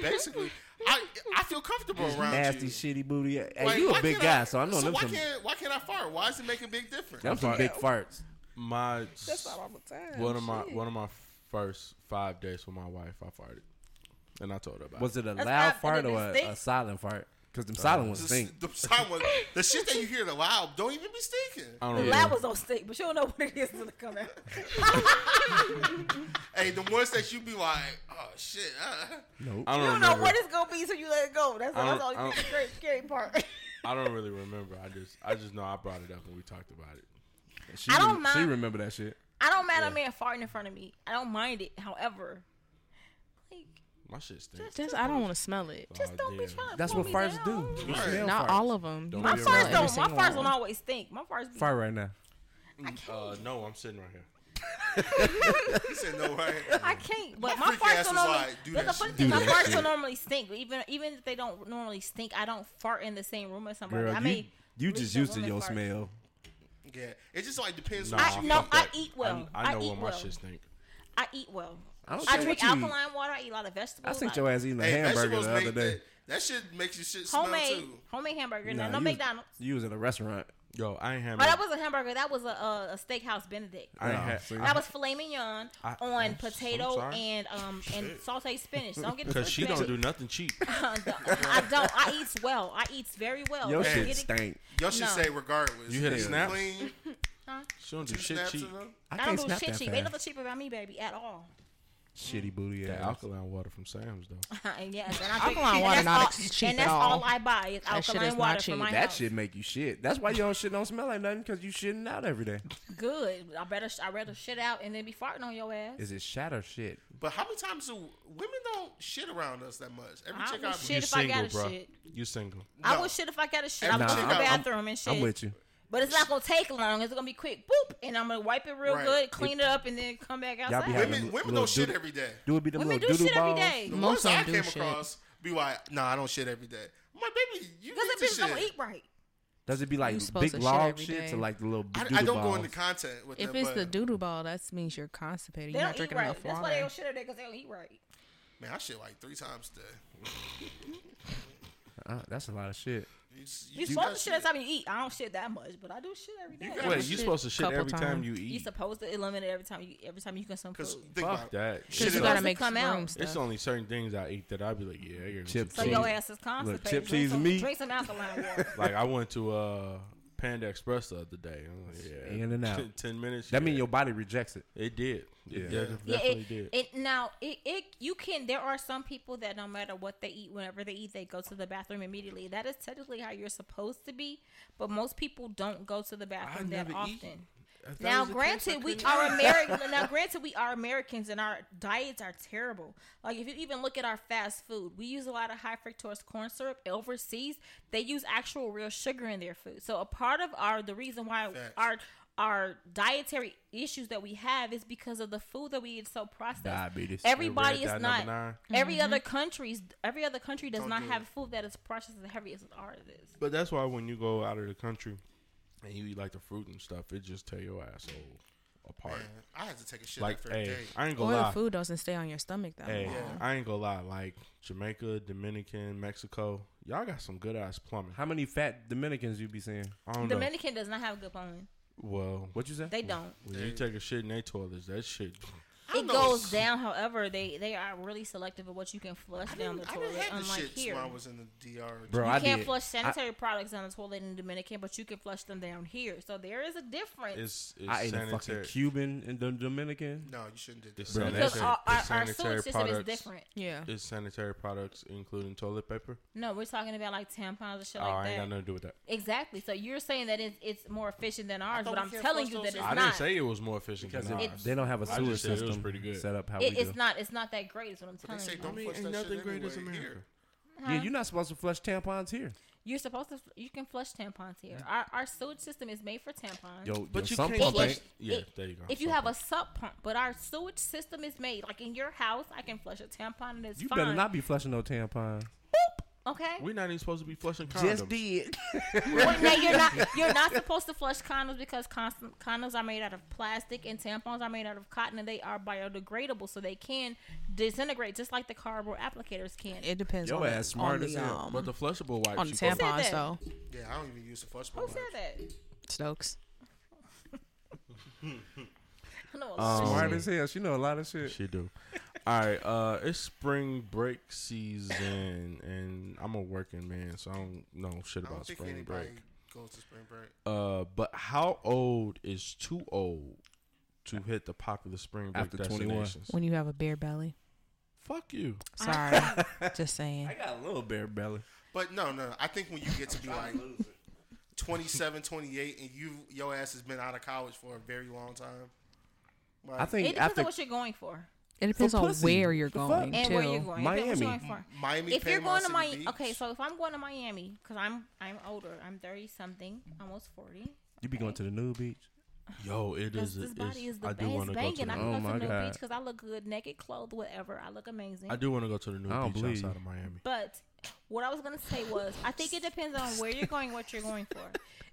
Basically, I I feel comfortable around
Nasty
you.
shitty booty. Hey,
Like,
you
why
a big
can't
guy, so I know them
why
some
can't why can't I fart? Why does it make a big difference?
them some big farts.
(laughs)
My
all the time.
one of my one of my first five days with my wife, I farted, and I told her about.
Was
it.
it a
That's
loud
not-
fart
and
or
it
a,
stink.
a silent fart? Because them silent ones
The,
stink.
the, sound was- the shit that you hear in the wild don't even be stinking.
I
The
don't
loud
know.
was on stink, but you don't know what it is till it
(laughs)
come out.
Hey, the ones that you be like, oh shit, uh, (laughs)
Nope.
I
You
don't
don't know
remember.
what it's gonna be till you let it go. That's
I
that's
don't- I
all
don't-
the great scary part. (laughs)
I don't really remember. I just I just know I brought it up and we talked about it.
She,
I don't
rem- she
mind-
remember that shit.
I don't mind a man farting in front of me. I don't mind it. However, like
My shit stinks.
Just I don't want to smell it.
just
Oh,
don't be
damn.
trying to
That's
blow
what
me down.
farts do. You
Right.
smell
Not
farts.
all of
Don't
them. You
be
can
My
You're
smell
right.
farts
every
don't.
single
My farts don't
one.
always stink. My farts be
Fart right now.
Uh, no, I'm sitting right here.
he said no right.
(laughs)
I can't. But
My
my
freak
farts
ass
don't
was
normally.
like, "Do
that's
that
the funny
shit.
thing.
Do
My
that
farts
shit."
don't normally stink. but Even even if they don't normally stink, I don't fart in the same room as somebody.
Girl,
I
you,
mean,
you
leave
just
the
used to
woman
your
fart.
smell.
Yeah, it just like depends.
Nah,
on
I-
what you
no,
eat.
fuck that.
I eat well.
I, I
I
know
eat
what my
well.
shit stink.
I eat well.
I don't
I
care
drink
what you eat.
alkaline water. I eat a lot of vegetables.
I seen
like
your ass eating a
Hey,
hamburger
vegetables
the
make
other day.
That, that shit makes your shit smell
homemade
too.
homemade hamburger.
Nah,
no, no
you-
McDonald's.
You was at a restaurant.
Yo, I ain't had.
Oh,
my-
that was a hamburger. That was a, a, a steakhouse Benedict.
I ain't
Nah,
had.
see.
I-
That was filet mignon
I-
on
I'm s- I'm
potato
sorry.
and um and sauteed spinach. Don't
(laughs)
get
Cause she don't do nothing cheap.
(laughs) I don't. I eats well. I eats very well.
Your
Don't
shit
get it-
stank.
Y'all should
No.
say regardless.
You hit a
Is it
snap?
Clean,
She don't do
two
shit
snaps
cheap.
in them?
I
I
can't
don't do
snap
shit
that
cheap. Ain't
fast.
nothing cheap about me, baby, at all. (laughs)
Shitty booty
That
ass.
alkaline water from Sam's though.
and yes, and I drink,
Alkaline
and
water
that's
not
all,
ex- cheap
And
at
that's
all.
all I buy is
That shit
alkaline
is not
water
cheap.
from my
That
house.
shit make you shit. That's why your shit don't smell like nothing because you shitting out every day.
Good. I better. I rather shit out and then be farting on your ass.
Is it shit or shit?
But how many times do women don't shit around us that much? Every
I
chick
will
I
shit
You
if I
single,
gotta
bro.
shit.
You single.
I
No.
will shit if I gotta shit.
Every
I will go
chick
to the
I- I'm-
bathroom and shit.
I'm with you.
But it's not gonna take long. It's gonna be quick. Boop, and I'm gonna wipe it real
Right.
good, clean it up, and then come back
be
outside.
having-
women
Little-
women
little
don't shit
dude.
every day.
Do it be them
Women
little
do
doodle
shit every
balls?
day.
The
Most
ones I
don't do
came
shit.
across be like, nah, I don't shit every day. I'm like, baby, you
Because
need
the
to
bitch
shit.
don't eat right.
Does it be like
You supposed
big
to shit
log
every
shit
day.
to like the little
I,
doodle
I don't
balls?
go into content with
If
them,
it's
but,
the doodle ball, that means you're constipated.
They
You're
don't
not
eat
drinking
right.
enough
That's why they
water.
don't shit every day because they don't eat right.
man, I shit like three times a day.
Uh, that's a lot of shit.
You, s-
You
do
supposed
that
to shit every time you eat. I don't shit that much, but I do shit every day.
got-
Wait, you
Shit
supposed to shit
couple
every time
times.
you
You
eat?
supposed to eliminate every time you every time you consume food.
Cause think
Fuck
about it.
that.
Shit
Because you
it
gotta
up.
make
come out.
room
It's
It's
stuff.
only certain things I eat that I'd be like, yeah, I get
Chip
So
cheese.
your ass is
Look,
constipated. Drink
chip cheese
some-
and meat.
Drink some alkaline
(laughs)
water.
Like I went to uh, Panda Express the other day. I'm like, yeah,
In and
(laughs)
out.
Ten minutes.
That mean
yeah.
your body rejects it.
It did. It
Yeah.
yeah.
yeah,
definitely
it,
did.
it now it, it you can. There are some people that no matter what they eat, whenever they eat, they go to the bathroom immediately. That is technically how you're supposed to be, but most people don't go to the bathroom that
never
often.
eat. If that
Now,
was the case, I
granted, we
couldn't-
are
(laughs)
American. now, granted, we are Americans, and our diets are terrible. Like if you even look at our fast food, we use a lot of high fructose corn syrup. Overseas, they use actual real sugar in their food. So a part of our the reason why
Facts.
our our dietary issues that we have is because of the food that we eat is so processed.
Diabetes.
Everybody
Red
is
dot
not.
number nine.
Every other countries, every other country does
Don't
not
do
have
it.
food that is processed as heavy as ours is.
But that's why when you go out of the country and you eat like the fruit and stuff, it just tear your asshole apart.
Man, I had to take a shit
Like,
after a
hey,
day.
I ain't
Or
gonna
the
lie.
food doesn't stay on your stomach that
Hey,
long.
I ain't gonna lie. Like Jamaica, Dominican, Mexico, y'all got some good ass plumbing.
How many fat Dominicans you be seeing?
I don't know.
Dominican does not have good bone.
well,
What you say?
They don't.
when you take a shit in their toilets, that shit
I
It
know.
goes down. However, they they are really selective of what you can flush
I
down the
didn't, I didn't
toilet.
have this
Unlike
shit
here,
when I was in the DR.
Bro,
you
I
can't
did.
flush
I-
sanitary products down the toilet in Dominican, but you can flush them down here. So there is a difference.
It's, it's
I ate a fucking
sanitary.
Cuban and the Dominican.
No, you shouldn't did
It's
that.
Bro,
sanitary,
because our, our,
it's
our
sanitary
sewage system is
products.
different.
Yeah.
Is sanitary products including toilet paper?
No, we're talking about like tampons and shit
oh,
like
I ain't
that.
got nothing to do with that.
Exactly. So you're saying that it's it's more efficient than ours,
thought
but
we
I'm
can't
telling
flush
you
those
that it's
things.
I
not.
didn't say it was more efficient
Because
than
it-
ours.
they don't have a
I
sewer
just said it was
system
pretty good.
set up how
It,
we
it's
do.
not. It's not that great. Is what I'm
They
telling
say
you.
don't flush that shit anyway here.
Yeah, you're not supposed to flush tampons here.
You're supposed to. You can flush tampons here.
Mm.
Our our sewage system is made for tampons.
Yo,
But
yo,
you
some
can't
pump
flush-
ain't-
Yeah,
it-
there you go.
If you
Some
have a
pump.
sub pump, but our sewage system is made like in your house, I can flush a tampon and it's
You
fine.
better not be flushing no tampons.
Okay.
we're not even supposed to be flushing condoms.
did.
Wait, no, you're not. You're not supposed to flush condoms because constant, condoms are made out of plastic and tampons are made out of cotton and they are biodegradable, so they can disintegrate just like the cardboard applicators can.
It depends
Your
on,
ass
the,
smart
on the,
as hell,
um,
but the flushable wipes.
on the
you can-
tampons
that?
though.
Yeah, I don't even use the flush.
Who said that?
Stokes.
I know a lot of
Smart
Um,
as hell. She know a lot of shit.
She do. All right, uh, it's spring break season, and I'm a working man, so I don't know shit
I don't
about
think
spring
anybody
break.
goes to spring break.
Uh, but how old is too old to hit the popular spring break
After 21.
destinations?
When you have a beer belly.
Fuck you.
Sorry. Just saying.
got a little bear belly.
But no, no, I think when you get to be like 27, 28, and you your ass has been out of college for a very long time. Like,
I
It
think
depends
after
on what you're going for
It depends on
pussy.
where you're
The fuck?
going
and
too.
where you're going. It depends what
Miami.
you're going for.
Miami.
if you're
Panama
going to
City
Miami,
Beach,
okay. So if I'm going to Miami, because I'm I'm older, I'm thirty something, almost forty.
you be going to the nude beach.
Yo, it
This,
is.
this
it's-
body is the
I
best
do want to go to
banging. I
the.
Oh
can go
my
to the
God.
beach because I look good, naked, clothed, whatever. I look amazing.
I do want to go to the new
I don't
beach
believe
outside
you.
of Miami.
But what I was gonna say was, I think it depends on where you're going, what you're going for.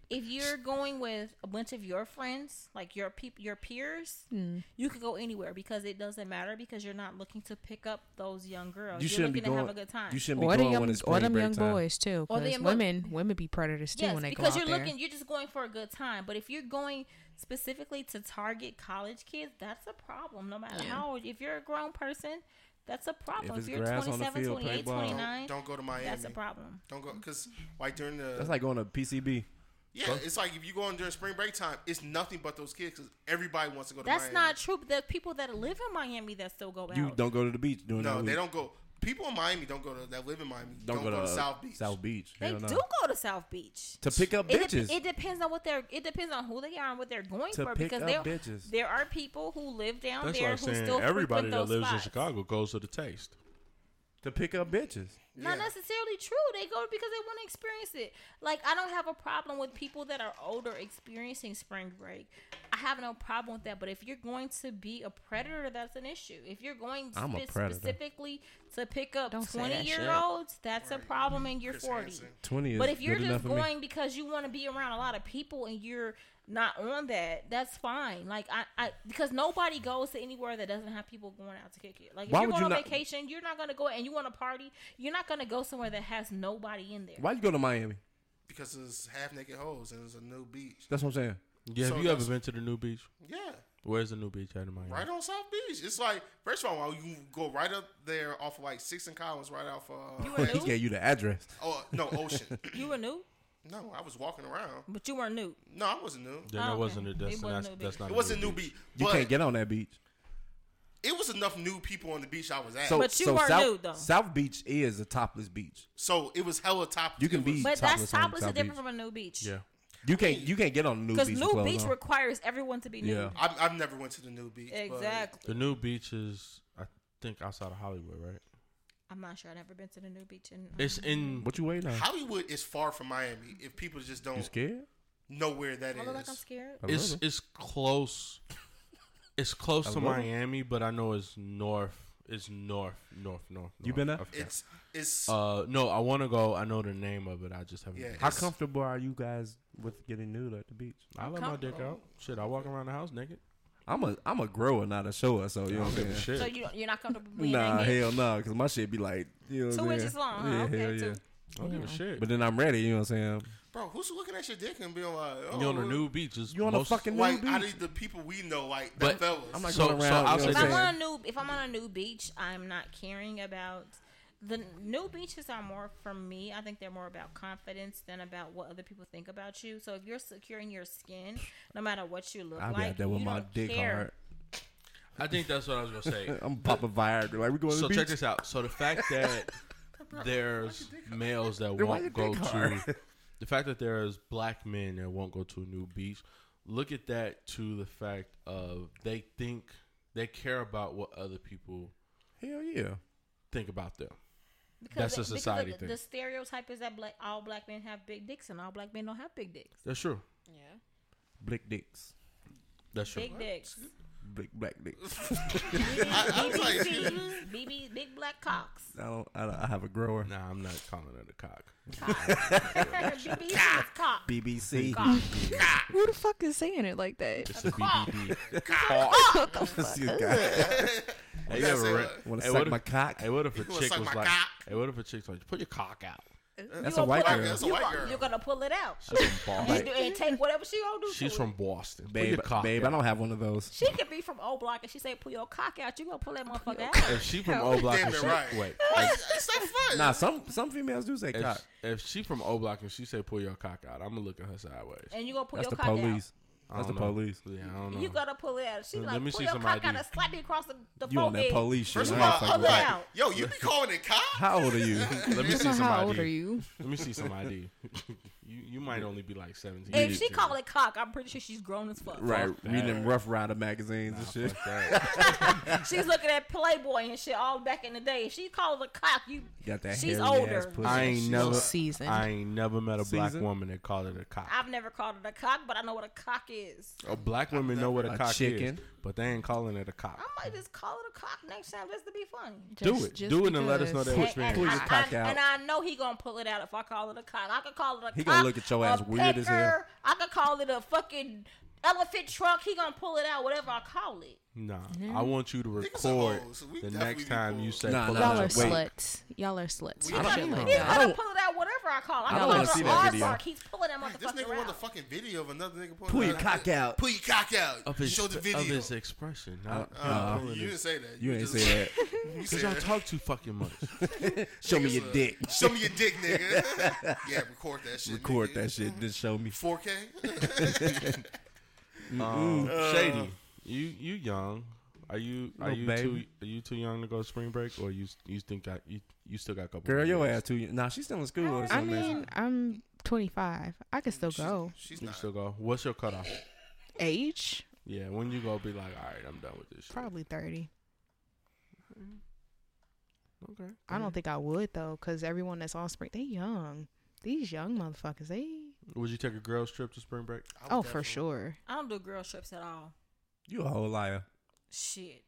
If you're going with a bunch of your friends, like your peop your peers,
Mm.
you could go anywhere because it doesn't matter because you're not looking to pick up those young girls.
You
are
shouldn't
Oh, looking
be
to
going.
have a good time.
You shouldn't be
Or the
going when
young,
it's
or
spring
them
break
young
time.
boys too,
Or the
because
young-
women women be predators too
yes,
when they go
because
out
you're
there.
looking, you're just going for a good time. But if you're going specifically to target college kids, that's a problem. No matter how old, if you're a grown person, that's a problem.
it's
If, you're
grass on the
27,
field, play
28,
ball. Don't-
29,
don't go to
that's
Miami.
a problem.
Don't go because like during the
That's like going to PCB.
yeah, it's like if you go on during spring break time, it's nothing but those kids because everybody wants to go to.
That's
Miami.
not true. There's people that live in Miami that still go out.
You don't go to the beach during that
No, they
week.
don't go. People in Miami don't go to that live in Miami.
Don't
Don't, go, to,
uh,
South Beach.
South Beach.
they
Hell no.
do go to South Beach.
to pick up
It, de-
bitches.
it depends on what they're. It depends on who they are and what they're going
To
for.
pick
because
up
there,
bitches.
there are people who live down
That's
there
like
who
saying
still
everybody
frequent
that
those
lives
spots.
in Chicago goes to the taste.
to pick up bitches.
Not
Yeah.
necessarily true. They go because they want to experience it. Like I don't have a problem with people that are older experiencing spring break. I have no problem with that. But if you're going to be a predator, that's an issue. If you're going
I'm a
spe-
predator.
specifically to pick up
Don't say that
twenty year
shit.
olds, that's a problem, and you're
Chris
forty.
Hansen.
20 is
But if you're
good
just
enough for me.
going because you want to be around a lot of people and you're not on that, that's fine. Like I, I because nobody goes to anywhere that doesn't have people going out to kick it. Like if
Why
you're
would
going
you
on
not-
vacation, you're not gonna go and you want to party, you're not gonna go somewhere that has nobody in there.
Why'd you go to Miami?
because it's half naked hoes and it's a new beach.
That's what I'm saying.
Yeah,
So
have you ever
that's-
been to the new beach?
Yeah,
Where's the new beach at in Miami?
right on South Beach. It's like first of all, you go right up there off of like Six and Collins, right off. Uh,
You were
he
new.
gave you the address.
oh no, Ocean. (coughs)
You were new,
no, I was walking around.
but you weren't new.
No, I wasn't new.
Then
Oh,
that
okay.
wasn't a
It
destination.
wasn't
That's,
a
that's
beach.
not.
It
a
wasn't
new
new
beach.
beach,
You
but
can't get on that beach.
it was enough new people on the beach I was at.
So,
So,
But you
so
are
South,
new, though.
South Beach is a topless beach.
it was hella top.
You can
it was-
be-
But that's
Topless on
topless is
South
different
Beach.
from a new beach.
Yeah.
You can't you can't get on the new beach.
Because
with
new
clothes
beach
on.
requires everyone to be new.
Yeah.
I've, I've never went to the new beach. but-
Exactly.
The new beach is, I think, outside of Hollywood, right?
I'm not sure. I've never been to the new beach. And
It's in.
What you waiting on?
Hollywood is far from Miami. If people just
You
don't
scared?
know where that
um, I
is,
look like I'm scared.
A
It's
little.
it's close. It's close to
little?
Miami, but I know it's north. It's north, north, north.
You
north
been there?
of that.
it's it's
Uh, no, I want to go. I know the name of it. I just haven't.
Yeah,
been.
How
it's-
comfortable are you guys with getting nude at the beach?
I let my dick out. Shit, I walk around the house naked.
I'm a I'm a grower, not a shower, so you know
I don't
what
give
I'm
a
saying.
shit.
So you don't- you're not comfortable being
Nah,
naked?
hell no, because my shit be like you know what
Two
I'm saying?
inches long, huh?
Yeah,
Okay,
hell
two.
yeah.
I don't give a shit.
But then I'm ready, you know what I'm saying?
Bro, who's looking at your dick and being like, oh,
You on the
look-
nude beaches.
You on a
most-
fucking
Like,
nudie?
out of the people we know, like, the
But-
fellas.
I'm not
So-
going
so
around.
I'll
you know
say
what
If
I'm
this.
I'm
saying?
on a new if I'm on a new beach, I'm not caring about the new beaches are more for me. I think they're more about confidence than about what other people think about you. So if you're secure in your skin, no matter what you look
I'll be
like,
out there with
you
my
don't
dick
care.
hard.
I think that's what I was gonna say.
I'm popping Viagra. Like we going to
so
the beach.
check this out. So the
(laughs)
fact that there's males that
Then why
won't
your
go
dick
to
(laughs) hard?
the fact that there's black men that won't go to a new beach. Look at that to the fact of they think they care about what other people
Hell yeah.
think about them.
Because
That's a
because
society
the,
thing.
The stereotype is that black, all black men have big dicks and all black men don't have big dicks.
That's true.
Yeah.
Blick dicks.
That's true.
Big
(laughs)
dicks.
Blick black dicks.
BBCs, BB, big black cocks. (laughs)
I don't. I, don't, I have a grower.
Nah, I'm not calling it a cock.
BBCs, cock.
BBC. (laughs)
Cock.
Who the fuck is saying it like that?
It's a BBD.
(laughs)
What the fuck?
See, guy.
Hey,
(laughs)
you ever
say
read?
what?
Want
Hey,
to
what
suck
if-
my cock?
Hey, what if a
wanna
chick
suck
was
my
like?
cock?
Hey, what if a chick's like, put your cock out?
That's a white girl.
That's a
You
white
gon-
girl.
You're gonna pull it out.
She's from
And,
Boston.
do, and take whatever she gonna do.
She's
to
from
It.
Boston. Put
Babe,
your cock
babe, I
out.
don't have one of those.
She could be from old block, and she say, "Pull your cock out." You gonna pull that motherfucker out?
If she from old block,
Damn
and
it
she,
right.
wait.
It's, it's not fun.
Nah, some some females do say cock.
If, if she from O Block and she say pull your cock out, I'm gonna look at her sideways.
And you gonna pull
That's
your
the
cock
police. uh,
I
That's the
don't know.
police.
Yeah, I don't know.
out. You gotta pull it out. She
Let
like,
me
pull
see
your
some
cock
ID.
out and slap me across the, the
You on that
forehead.
police shit?
First
I
of
ain't
all,
fucking
I'm
Pull
with
it
like,
that.
out.
yo, you be calling it cock?
(laughs) How old
(laughs)
are you?
Let me
That's
see
not
some
how old are
ID.
you?
Let me see some ID. you you might only be like 17.
If she
18.
call it cock, I'm pretty sure she's grown as fuck.
right,
Fuck
reading them
that.
Rough Rider magazines and shit.
Fuck that.
She's looking at Playboy and shit all back in the day. If she calls a cock, you
Got that
She's
hairy ass
older.
pussy.
I ain't never.
Season.
I ain't never met a black
Season?
woman that called it a cock.
I've never called it a cock, but I know what a cock is.
A black women know what a,
A
cock
chicken.
is, but they ain't calling it a cock.
I might just call it a cock next time just to be funny.
Do it. Do it and let us know that
And-
it's been.
and,
your
I,
cock
I-
out.
and I know he gonna pull it out if I call it a cock. I could call it a cock.
He gonna look at your
a
ass weird as hell.
pecker, I could call it a fucking elephant trunk. He gonna pull it out, whatever I call it.
Nah, I want you to
Niggas are
record
hoes. We
the
definitely
next
be
time you
fools.
say
Nah,
pull
nah,
Y'all
out.
are
Wait.
sluts. Y'all are sluts.
We
Some
don't
shit
know.
like
He's
I
that.
gonna
don't-
pull it out, whatever I call it.
I
I,
don't
call
wanna
it
see
an
that
aardvark.
video.
He's pulling that
This nigga
motherfucker
want a
out.
fucking video of another nigga pulling
Pull
it
your
out.
cock out.
Pull your cock out.
Of
you
his,
show the video.
of his expression. Not,
Uh, (laughs) you didn't say that.
You ain't
just-
say that.
(laughs)
You
Cause
said,
y'all talk too fucking much.
Show me your dick.
show me your dick,
(laughs)
nigga. yeah, record that shit.
Record
nigga.
that shit. Just show me.
4K.
Um, Shady, you you young? Are you are
Little
you
baby.
too are you too young to go to spring break, or you you think got you you still got a couple?
Girl,
more
your
years?
ass too. Nah, she's still in school or
I
something.
mean, I'm 25. I could still go.
She's
You
not.
still go. What's your cutoff?
Age?
Yeah, when you go, be like, all right, I'm done with this. Shit.
Probably 30.
Okay.
I don't think I would though, because everyone that's on spring, they young. These young motherfuckers, they
Would you take a girls trip to spring break?
I would
oh for
definitely-
sure.
I don't do girl trips at all.
you a whole liar.
Shit,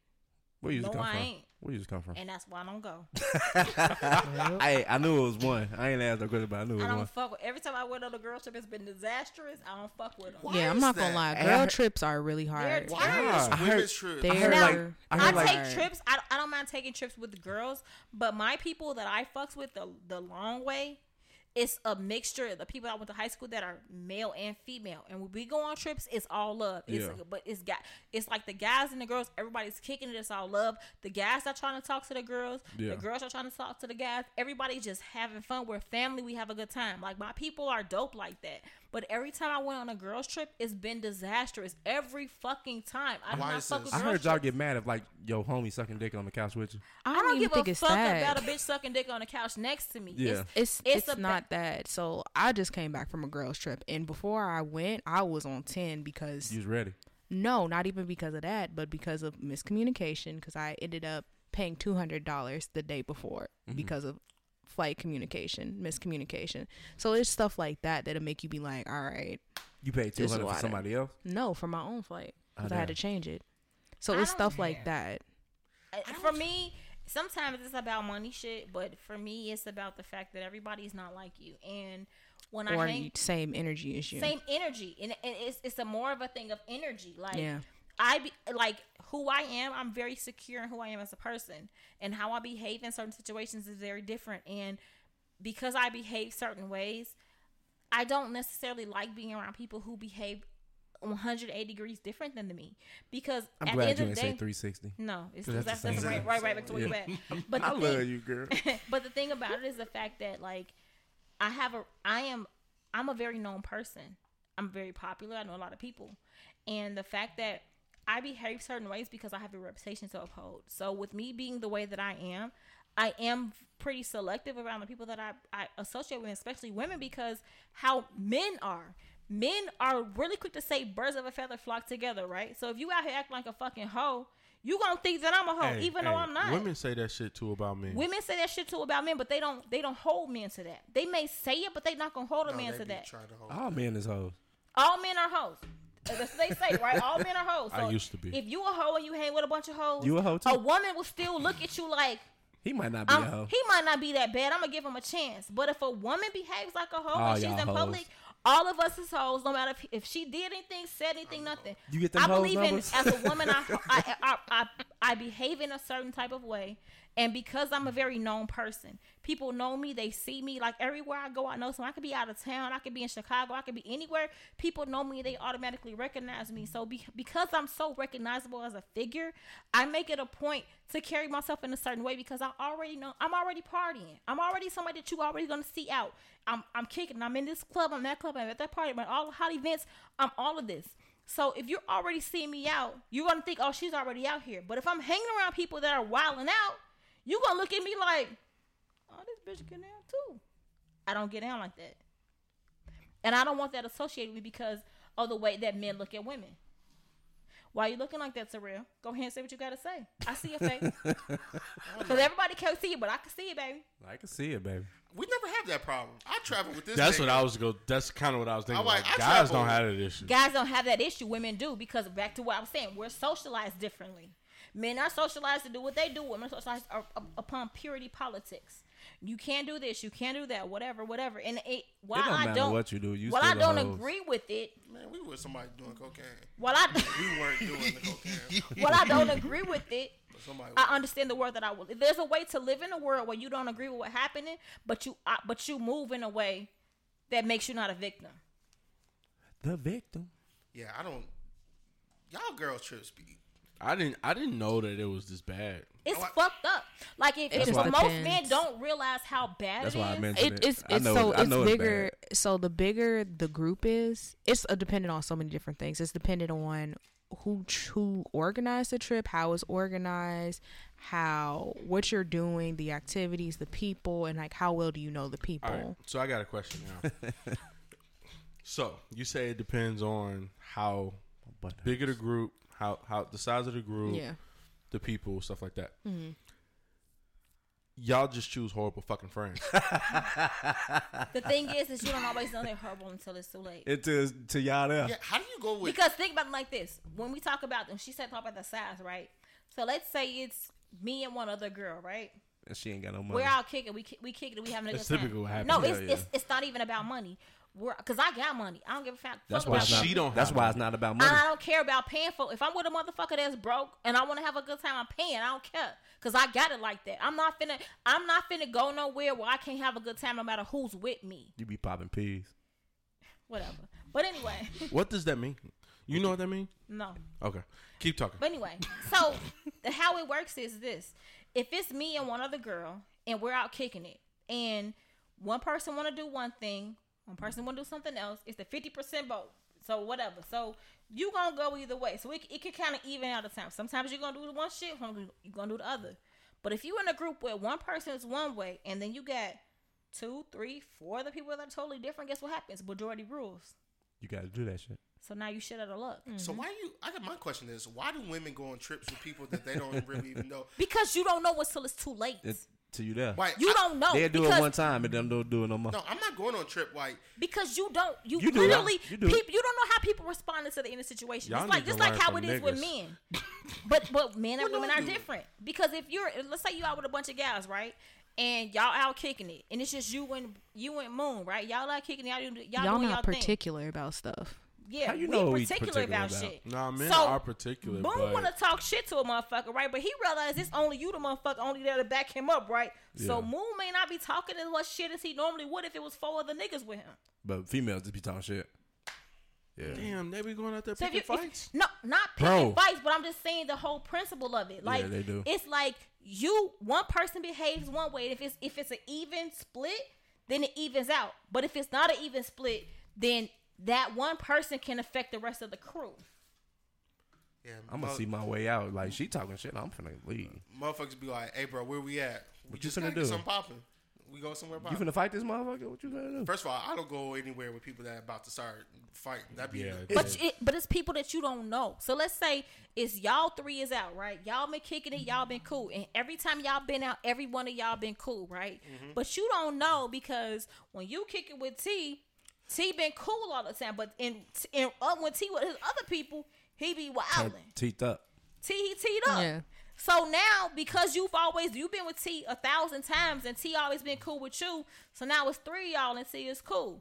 Where you just
No,
come
I
from?
ain't.
Where you just come from?
and that's why I don't go.
I I knew it was one. I ain't asked no question, but I knew it
I
was one.
don't fuck with. Every time I went on a girl trip, it's been disastrous. I don't fuck with them.
Why
yeah, I'm
is
not gonna
that?
lie.
And I
Girl
heard-
trips are really hard.
They're
Why is
I heard-
women's true?
They're-
I
heard,
Now,
like- I
I,
heard, like-
take trips. I, I don't mind taking trips with the girls, but my people that I fucks with the the long way, it's a mixture of the people I went to high school that are male and female. And when we go on trips, it's all love. It's
Yeah.
but it's got it's like the guys and the girls, everybody's kicking it, it's all love. The guys are trying to talk to the girls,
Yeah.
the girls are trying to talk to the guys. Everybody's just having fun. We're family, we have a good time. Like my people are dope like that. But every time I went on a girls trip, it's been disastrous. Every fucking time. I do
Why
not
is
fuck
this?
with
I
girls
heard y'all
trips.
get mad if like your homie sucking dick on the couch with you.
I
I
don't,
don't
even
give
think
a
it's
fuck
that.
about a bitch sucking dick on the couch next to me. It's,
It's
It's
it's,
a ba-
not that. So I just came back from a girls trip, and before I went, I was on ten because
You was ready.
no, not even because of that, but because of miscommunication. Because I ended up paying two hundred dollars the day before because of flight communication miscommunication. So it's stuff like that that'll make you be like, all right,
You paid two
This is
hundred
why
for
I
somebody else.
no, for my own flight because
Oh,
I had to
damn.
change it. So
I
it's
don't
stuff like that.
uh, for me, sometimes it's about money shit, but for me, it's about the fact that everybody's not like you. And when
or
I hang,
you- same energy issue.
same energy, and, and it's it's a more of a thing of energy. Like
Yeah.
I be like who I am. I'm very secure in who I am as a person, and how I behave in certain situations is very different. And because I behave certain ways, I don't necessarily like being around people who behave 180 degrees different than me because
I'm
at the
glad
end
you
of the
didn't say
day,
360.
no, it's
'Cause
that's,
that's
that's,
the same
right, right, right back to where you (laughs) at. But the
I
thing,
love you,
(laughs)
girl.
but the thing about it is the fact that like I have a I am I'm a very known person. I'm very popular. I know a lot of people. And the fact that I behave certain ways because I have a reputation to uphold. So with me being the way that I am, I am pretty selective around the people that I, I associate with, especially women, because how men are. Men are really quick to say birds of a feather flock together, right? So if you out here acting like a fucking hoe, you gonna think that I'm a hoe,
Hey,
Oh, even
hey,
though I'm not.
Women say that shit too about men.
Women say that shit too about men, but they don't they don't hold men to that. They may say it, but they not gonna hold a
No,
man
they
to
be
that.
trying to hold-
All men is hoes.
All men are hoes. That's what they say, right? All men are hoes.
(laughs) I
So
used to be.
If you a hoe and you hang with a bunch of hoes,
You a hoe, too.
woman will still look at you like
He might not be
I'm,
a hoe.
he might not be that bad. I'm gonna give him a chance. But if a woman behaves like a hoe
All
and she's
Ah, y'all
in
hoes.
public, all of us is hoes. No matter if, if she did anything, said anything, nothing.
You get them
I
hoes
believe in
numbers?
as a woman,
(laughs)
I, I, I I I behave in a certain type of way, and because I'm a very known person, people know me. They see me like everywhere I go. I know. So I could be out of town. I could be in Chicago. I could be anywhere. People know me. They automatically recognize me. So be, because I'm so recognizable as a figure, I make it a point to carry myself in a certain way because I already know I'm already partying. I'm already somebody that you already gonna see out. I'm I'm kicking. I'm in this club. I'm that club. I'm at that party. I'm at all the hot events. I'm all of this. So if you're already seeing me out, you're gonna think, oh, she's already out here. But if I'm hanging around people that are wilding out, you gonna look at me like, oh, this bitch get down too. I don't get down like that, and I don't want that associated with me because of the way that men look at women. Why you looking like that, Surreal? Go ahead and say what you gotta say. I see your face, because everybody can't see it, but I can see it, baby.
I can see it, baby.
We never have that problem. I travel with this.
That's
nigga.
what I was go. That's kind of what I was thinking.
I'm like,
like,
I
guys
travel-
don't have that issue.
guys don't have that issue. Women do because back to what I was saying, we're socialized differently. Men are socialized to do what they do. Women are socialized up- up- upon purity politics. You can't do this. You can't do that. Whatever, whatever. And it, while
don't
I
matter
don't,
what you do, you
while I
still a
don't
hoes.
agree with it,
Man, we were somebody doing cocaine.
while I,
(laughs)
We weren't doing the
(laughs)
cocaine.
while I don't agree with it,
But somebody. was.
I understand the world that I will. There's a way to live in a world where you don't agree with what's happening, but you, uh, but you move in a way that makes you not a victim.
The victim.
yeah, I don't. Y'all girls trips be.
I didn't. I didn't know that it was this bad.
It's
Oh, I-
fucked up. Like if, if
just
but most
depends.
men don't realize how bad
That's
it
why I
is.
mentioned
It,
it.
it's
I
it's
know,
so
I
it's
know
bigger.
bad.
so the bigger the group is, it's uh dependent on so many different things. It's dependent on who ch- who organized the trip, how it's organized, how what you're doing, the activities, the people, and like how well do you know the people.
All right. So I got a question now. so you say it depends on how
But
bigger the group, how how the size of the group,
Yeah.
the people, stuff like that. Y'all just choose horrible fucking friends.
The thing is, is you don't always know they're horrible until it's too late.
it to to y'all there.
Yeah, how do you go with?
Because think about it like this: when we talk about them, she said talk about the size, right? So let's say it's me and one other girl, right?
And she ain't got no money.
We're out kicking, we ki- we kicking, we having a
That's
good time.
typically what happens.
No,
Yeah,
it's,
yeah.
it's it's not even about money. We're because I got money. I don't give a fuck.
that's
fuck
why
about
it's not,
she
money.
don't have
That's why
money.
it's not about money.
I don't care about paying for. If I'm with a motherfucker that's broke and I want to have a good time, I'm paying. I don't care because I got it like that. I'm not finna. I'm not finna go nowhere where I can't have a good time no matter who's with me.
You be popping peas.
Whatever. But anyway, (laughs)
what does that mean? You know what that means?
no.
Okay. Keep talking.
But anyway, so the, how it works is this: if it's me and one other girl, and we're out kicking it, and one person want to do one thing, one person want to do something else, it's the fifty percent vote. So whatever. So you gonna go either way. So it, it can kind of even out the time. Sometimes you're gonna do the one shit, sometimes you're gonna do the other. But if you in a group where one person is one way, and then you got two, three, four other people that are totally different, guess what happens? Majority rules.
You gotta do that shit.
So now you shit out of luck.
So why you? I got my question is why do women go on trips with people that
(laughs)
they don't really even know?
Because you don't know what's till it's too late.
It, to you there.
Why
You
I-
don't know.
They'll do
because,
it one time and then don't do it no more.
No, I'm not going on a trip. Like
because you don't. You,
You do it.
literally
You
you,
do it.
peop, you don't know how people respond to the inner situation.
Y'all
it's like
need to
just like
learn
how
from
it is with
niggas.
men. but but men and
What
women
do I
are
do?
different because if you're let's say you out with a bunch of guys, right? And y'all out kicking it, and it's just you and you and Moon, right? Y'all out kicking, it, y'all do y'all,
Y'all
doing
not
y'all thing.
particular about stuff.
yeah,
How you
we
know we
particular
particular
about,
about-
shit.
Nah, men
So,
are particular.
Boom
but
want to talk shit to a motherfucker, right? But he realized it's only you, the motherfucker, only there to back him up, right? So
Yeah.
Moon may not be talking as much shit as he normally would if it was four other niggas with him.
But females just be talking shit. Yeah.
Damn, they be going out there
So if
picking
you- if-
fights.
no, not picking
Bro.
fights, but I'm just saying the whole principle of it. Like
they do.
it's like you one person behaves one way, and if it's if it's an even split, then it evens out. But if it's not an even split, then that one person can affect the rest of the crew.
Yeah,
I'm gonna
mo-
see my way out. Like she talking shit, I'm finna leave.
motherfuckers be like, "Hey, bro, where we at? We
What you
just
finna
gotta
do?
Get something popping. We go somewhere
You
popping.
finna fight this motherfucker? What you gonna do?
First of all, I don't go anywhere with people that about to start fighting. That'd be
Yeah,
yeah.
But it, but it's people that you don't know. So let's say it's y'all three is out, right? Y'all been kicking it, y'all been cool, and every time y'all been out, every one of y'all been cool, right? But you don't know because when you kick it with T, T been cool all the time. But in in uh, when T with his other people, he be wilding.
Teeth up.
T he teed up.
Yeah.
So now because you've always you've been with T a thousand times and T always been cool with you, so now it's three of y'all and T is cool.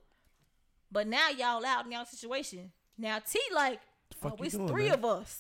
But now y'all out in y'all situation. Now T like,
fuck
oh,
you
it's
doing,
three
man?"
of us.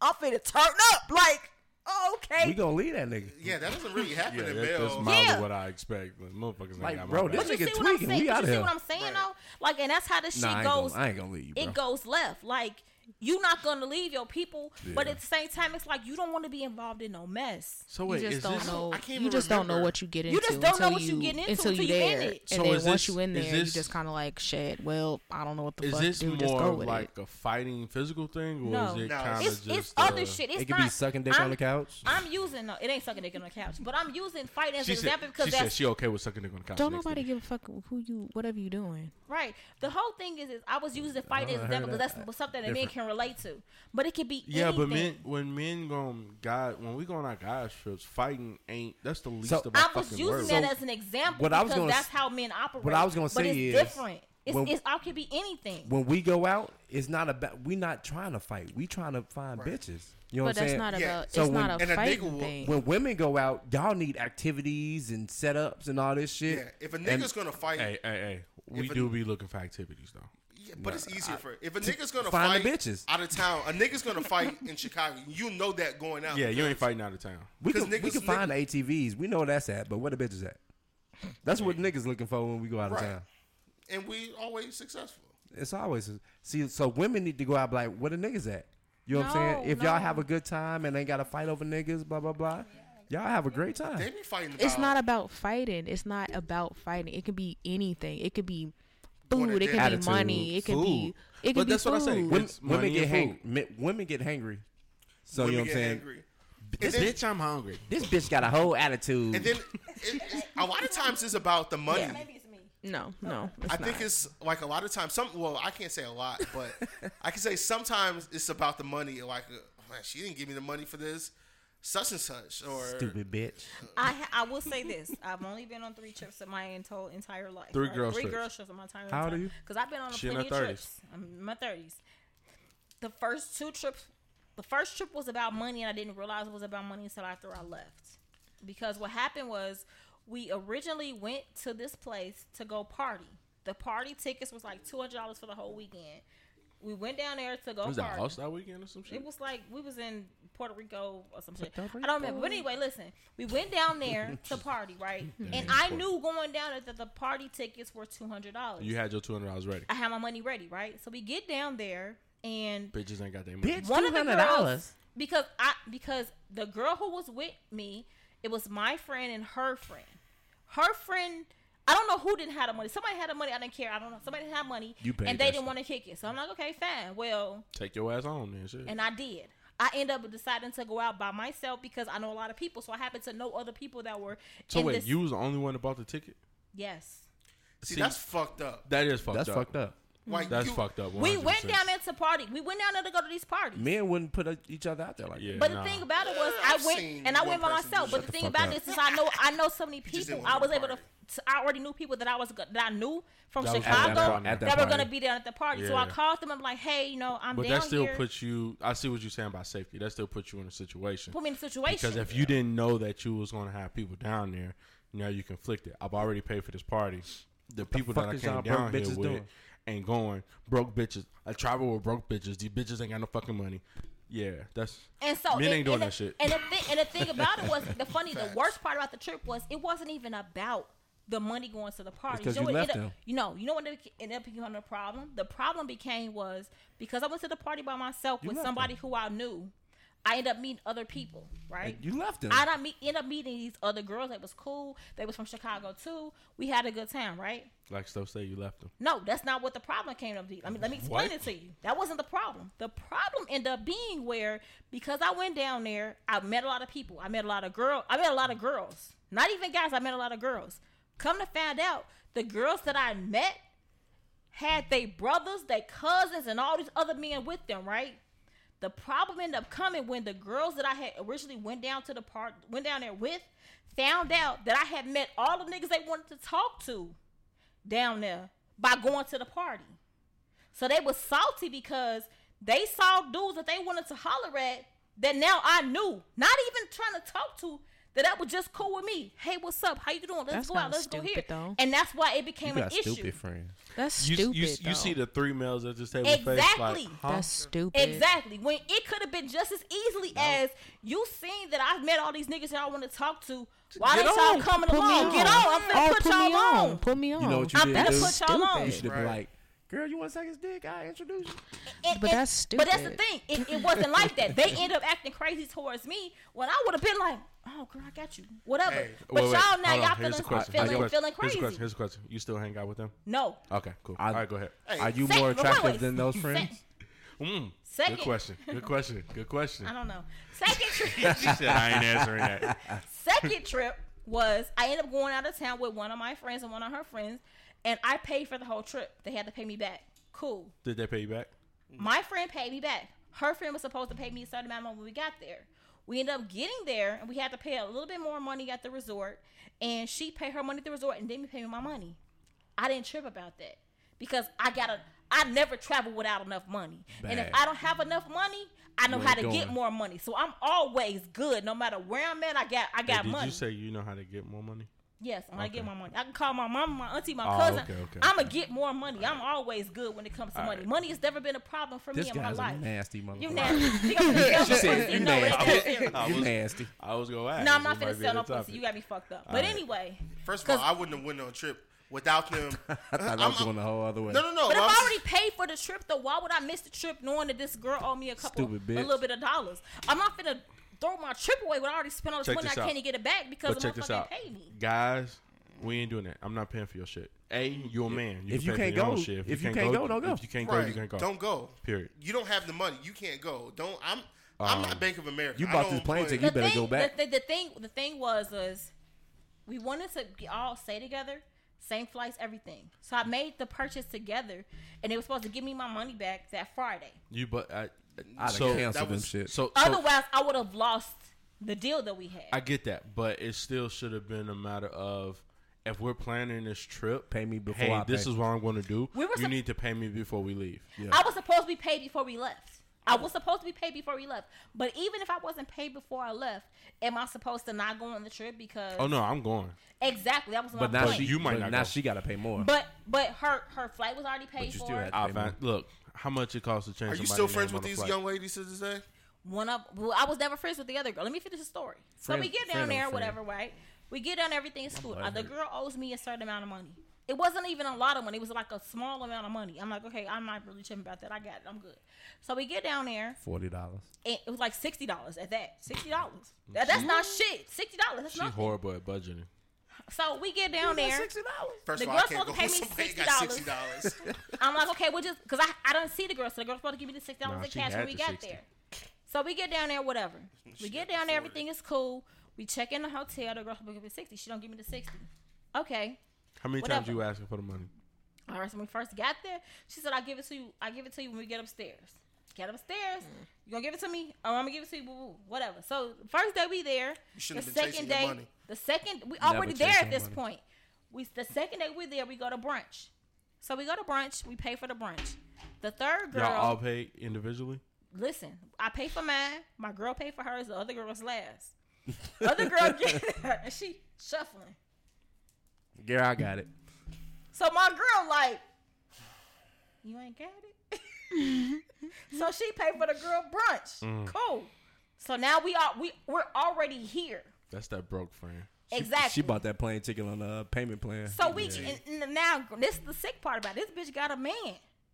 I'm finna turn up like oh, okay.
We gonna leave that nigga.
(laughs) yeah, that doesn't really happen
Yeah,
in
that, that's
Bell.
mildly
Yeah.
what I expect. But motherfuckers ain't
Like,
got
bro,
my back.
this-
but you
nigga
see what I'm
tweaking.
saying?
We
But
outta
you see
here.
what I'm saying
Right.
though? Like, and that's how this
Nah, I
shit
ain't gonna-
goes.
I ain't gonna leave you, bro.
It goes left. Like you're not gonna leave your people, but
Yeah.
at the same time, it's like you don't want to be involved in no mess.
So
You
wait,
just
is
don't
this
know.
I can't
you
even
just don't know
remember.
what you get into.
You just don't know
until
what you getting into
until you
until you in
there.
it.
And
So
then
is
once
this-
you in
is
there,
this-
you just kind of like shit. Well, I don't know what the
is
fuck
this
to do.
more
Just go with
like
it.
a fighting physical thing, or
No.
is it
No,
kind
It's,
of just
it's
uh,
other shit. It's
It could
not,
be sucking dick
I'm,
on the couch.
I'm using no. It ain't sucking dick on the couch, but I'm using fighting as
She
an
said,
example because
she
that's
said she okay with sucking dick on the couch.
Don't
next
nobody
day.
give a fuck who you, whatever you doing.
right. The whole thing is, is I was using the fighting as an
I
example
heard
because that's
that.
something that men
Different.
can relate to, but it could be
Yeah,
Anything.
but men, when men go on God, when we go on our guys trips, fighting ain't that's the least
So-
of our
I was
fucking
using
worries.
that as an example
what I was
because
gonna
that's
s-
how men operate.
what I was gonna
but
say
it's
is,
different. It's,
when-
it's, it could be anything.
When we go out, it's not about. We not trying to fight. We trying to find bitches. You know
But
what I'm
that's
saying?
not
Yeah.
about.
So
it's
when-
not
and
a
a nigga
fighting
will-
thing.
when women go out, y'all need activities and setups and all this shit.
Yeah, if a
And-
nigga's gonna fight,
hey, hey, hey, we
If a-
do be looking for activities though.
yeah, but it's easier for if
(laughs)
a nigga's gonna
find
fight
the bitches.
out of town. A nigga's gonna fight in Chicago. You know that going out.
Yeah, you ain't fighting out of town.
we
because
can, we
niggas-
can find the ATVs. We know where that's at, but where the bitches at? That's what niggas looking for when we go out of
Right.
town.
and we always successful.
It's always see. So women need to go out like where the niggas at. You know what I'm saying?
No,
If y'all
no.
have a good time and ain't got to fight over niggas, blah blah blah. Y'all have a great time.
They be fighting. About,
It's not about fighting. It's not about fighting. It could be anything. It could be
What
food.
it
It could
is.
be money. It could be.
Food.
It could
But
be
that's
food.
what I say.
Women,
It's
women
money
get
and
hangry. mi- Women get hangry. So
women
you know what I'm
get
saying?
angry.
This
And then,
bitch, I'm hungry.
This bitch got a whole attitude.
and then it, it's, a lot of times it's about the money.
Maybe it's me.
No, no. It's
I
not.
think it's like a lot of times. Some well, I can't say a lot,
(laughs)
but I can say sometimes it's about the money. Like, uh, man, she didn't give me the money for this, such and such, or
Stupid bitch.
I ha- I will say this: I've only been on three trips in my entire entire life.
Three girl
three
trips.
girl trips in my entire.
How old are you?
Because I've been on a
She in
plenty
her
of
30s.
trips. I'm in my thirties. The first two trips, the first trip was about money, and I didn't realize it was about money until after I left. Because what happened was, we originally went to this place to go party. The party tickets was like two hundred dollars for the whole weekend. We went down there to go
Was that
party.
house that weekend or some shit?
It was like we was in Puerto Rico or some shit.
Puerto
I don't remember. But anyway, listen, we went down
(laughs)
there to party, right? and I knew going down there that the party tickets were two hundred dollars.
you had your two hundred dollars ready.
I had my money ready, right? So we get down there and
Bitches ain't got their money.
Bitch.
one of the
$200?
girls because I because the girl who was with me, it was my friend and her friend. Her friend I don't know who didn't have the money. Somebody had the money. I didn't care. I don't know. Somebody had money,
You paid
and they
that
didn't
shit.
want to kick it. So I'm like, okay, fine. Well,
Take your ass home then. Shit.
and I did. I end up deciding to go out by myself because I know a lot of people, so I happen to know other people that were.
so
in
wait,
this-
you was the only one that bought the ticket.
Yes,
see, that's fucked up.
that is fucked
That's
up.
fucked up.
Like,
That's
you-
fucked up. 100%.
we went down there to party. We went down there to go to these parties.
Men wouldn't put each other out there like
Yeah,
that.
but
nah.
the thing about it was,
Uh,
I
I've
went
seen
and I
one
went by
person do
myself.
that.
But the
Shut
thing
the fuck
about
up.
this is, I know I know so many
just
people.
didn't
I
want
was
to
able to.
party.
to- I already knew people that I was go- that I knew from
That was at
Chicago
that party.
that,
At
that
were
party.
going to be down at the party. So I
Yeah.
called them. I'm like, hey, you know, I'm
But
down
that still
here.
puts you. I see what you're saying about safety. That still puts you in a situation.
put me in a situation
Because if you didn't know that you was gonna have people down there, now you conflicted. I've already paid for this party. The people
fuck
that I
is y'all
came
broke
down here
bitches
with
doing?
ain't going. Broke bitches. I travel with broke bitches. These bitches ain't got no fucking money. Yeah, that's
And so
men
and-
ain't doing
and
that
the-
shit.
And the thing, and the thing about it was the funny, the worst part about the trip was it wasn't even about the money going to the party.
'cause you
what
left
ended up-
him.
You know, you know what ended ended up becoming a problem. The problem became was because I went to the party by myself with
left
somebody who I knew. I ended up meeting other people, right?
You left him.
I done meet, end up meeting these other girls that was cool. They was from Chicago too. We had a good time, right?
like stuff say you left them.
No, that's not what the problem came up to. I mean, let me explain
What?
it to you. That wasn't the problem. The problem ended up being where because I went down there, I met a lot of people. I met a lot of girl. I met a lot of girls. Not even guys. I met a lot of girls. Come to find out, the girls that I met had they brothers, they cousins, and all these other men with them, right? The problem ended up coming when the girls that I had originally went down to the park, went down there with, found out that I had met all the niggas they wanted to talk to down there by going to the party. So they was salty because they saw dudes that they wanted to holler at that now I knew, not even trying to talk to, that that was just cool with me. Hey, what's up? How you doing? Let's
That's
go out.
not
Let's go here.
stupid, though.
And that's why it became an issue.
friends.
That's
You,
stupid.
you, you see
though.
the three males at this table face
Exactly.
like, huh?
That's stupid.
Exactly. When it could have been just as easily as you seen that I've met all these niggas that I want to talk to. Why they
Get
y'all
on.
coming
Put me
along? Get on. I'm finna
Oh,
put
put me
y'all on.
Put me on.
You know what you
I'm
did?
finna
do?
put y'all on.
You should have been
Right.
like, girl, you want to suck his dick? I introduce you.
And-
But
and-
that's
But that's the
stupid.
thing. It, it wasn't like that. They ended up acting crazy towards me when I would have been like, "Oh, girl, I got you. Whatever."
Hey.
but
Wait, wait,
y'all now
hold on.
y'all
Here's
feeling
the question. Here's the
feeling,
question. Here's
feeling
the
crazy.
question. Here's the question. You still hang out with them?
No.
Okay, cool.
I-
All right, go ahead.
Are you
Say-
more
wait, wait,
attractive
wait.
than those
Say-
friends?
Mm,
Second,
good question. Good question. Good question.
I don't know.
(laughs)
Second,
she said I ain't answering that.
(laughs) second trip was I ended up going out of town with one of my friends and one of her friends, and I paid for the whole trip. They had to pay me back. Cool.
Did they pay you back?
My friend paid me back. Her friend was supposed to pay me a certain amount when we got there. We ended up getting there and we had to pay a little bit more money at the resort. And she paid her money at the resort and didn't pay me my money. I didn't trip about that because I got a. I never travel without enough money. And if
Bad.
I don't have enough money, I know
Where
how to
it
get
going?
more money. So I'm always good no matter where I'm at. I got I
Hey,
got
did
money.
you say you know how to get more money?
Yes, I'm gonna get my money. I can call my mom, my auntie, my
Oh,
cousin.
okay, okay,
I'm gonna get more money. I'm always good when it comes to money. Money has never been a problem for
This
me in my
guy's a
life.
nasty motherfucker.
You nasty. Think I'm gonna
(laughs) She
sell
said,
my pussy?
"You
No, it's
nasty."
that serious.
I
You
was,
nasty.
I was gonna ask.
No, I'm
This
not
might
finna
be
sell
the
no pussy.
topic.
You got me fucked up.
All
But
right.
anyway,
First of all, I wouldn't have went on a trip without them.
(laughs)
Uh,
I thought that was going the whole other way.
No, no, no.
Oh,
but
I'm
if
s-
I already paid for the trip, though, why would I miss the trip knowing that this girl owed me a couple,
Stupid
a
bitch.
little bit of dollars? I'm not finna throw my trip away when I already spent all this
Check
money. I
this out.
can't even get it back because
But
the
check this
motherfucker
out,
paid me.
guys. We ain't doing that. I'm not paying for your shit. A, you a man.
If you
can pay
can't
for your own
go-
shit.
if you can't go, don't go.
If you can't go,
right,
you can't go.
Don't go.
Period.
You don't have the money. You can't go. Don't. I'm. I'm not Bank of America.
Um, you
I
bought
don't
this plane
employ-
ticket. You better
thing,
go back.
The, the, the thing, the thing was, was we wanted to g- all stay together, same flights, everything. So I made the purchase together, and they were supposed to give me my money back that Friday.
You but I.
I'd have
so,
canceled
that
them
was-
shit.
so so
Otherwise, I would have lost the deal that we had.
I get that, but it still should have been a matter of if we're planning this trip,
Pay me before
hey,
I
this
pay.
is what I'm going to do.
We were
you
sup-
need to pay me before we leave.
Yeah.
I was supposed to be paid before we left. I was supposed to be paid before we left. But even if I wasn't paid before I left, am I supposed to not go on the trip because
Oh no, I'm going.
exactly that was my
But now
point.
she,
you might
but
not
now
go.
she got to pay more.
but but her her flight was already paid
you
for.
still had-
I'll
Pay
find, look, how much it costs to change?
Are you
somebody's
still
name
friends
on
with
a
these
flight?
young ladies to this day?
one of well, I was never friends with the other girl. Let me finish the story. so
Friend-
we get
friend
down
of
there,
friend.
whatever, right? We get down, everything's cool.
butt
Uh, The
hurt.
girl owes me a certain amount of money. It wasn't even a lot of money. It was like a small amount of money. I'm like, okay, I'm not really tripping about that. I got it. I'm good. So we get down there,
Forty dollars.
and it was like sixty dollars at that. Sixty dollars. That, that's not shit. Sixty dollars. That's
She's
not.
horrible at budgeting.
So we get down there.
First
The
of all, I
girl's
can't go
supposed to pay
with
me
somebody that got sixty
$60.
dollars.
I'm like, okay, we'll just because I I don't see the girl, so the girl's supposed to give me the six dollars
Nah,
in
she
cash when
had
we
the
got
60.
there. So we get down there, whatever. We get down there, everything is cool. We check in the hotel. The girl's supposed to give me sixty. She don't give me the sixty. Okay.
How many times
Whatever.
you asking for the money?
All right. So when we first got there, she said, "I will give it to you. I will give it to you when we get upstairs. Get upstairs.
Mm.
You gonna give it to me? Oh, I'm gonna give it to you. Boo boo. Whatever. So first day we there.
shouldn't
the
have been
second
chasing your
day,
money.
the second we
Never
already there
chasing
at this
money.
point. We the second day we're there, we go to brunch. So we go to brunch. We pay for the brunch. The third girl,
Y'all all paid individually.
listen, I pay for mine. My girl paid for hers. The other girl's last. other
(laughs)
girl get (laughs) and she shuffling.
Girl, I got it.
So my girl like, You ain't got it. so she paid for the girl brunch. Cool. So now we are we we're already here.
That's that broke friend.
exactly.
She bought that plane ticket on a payment plan.
so we and, and now this is the sick part about it. this bitch got a man.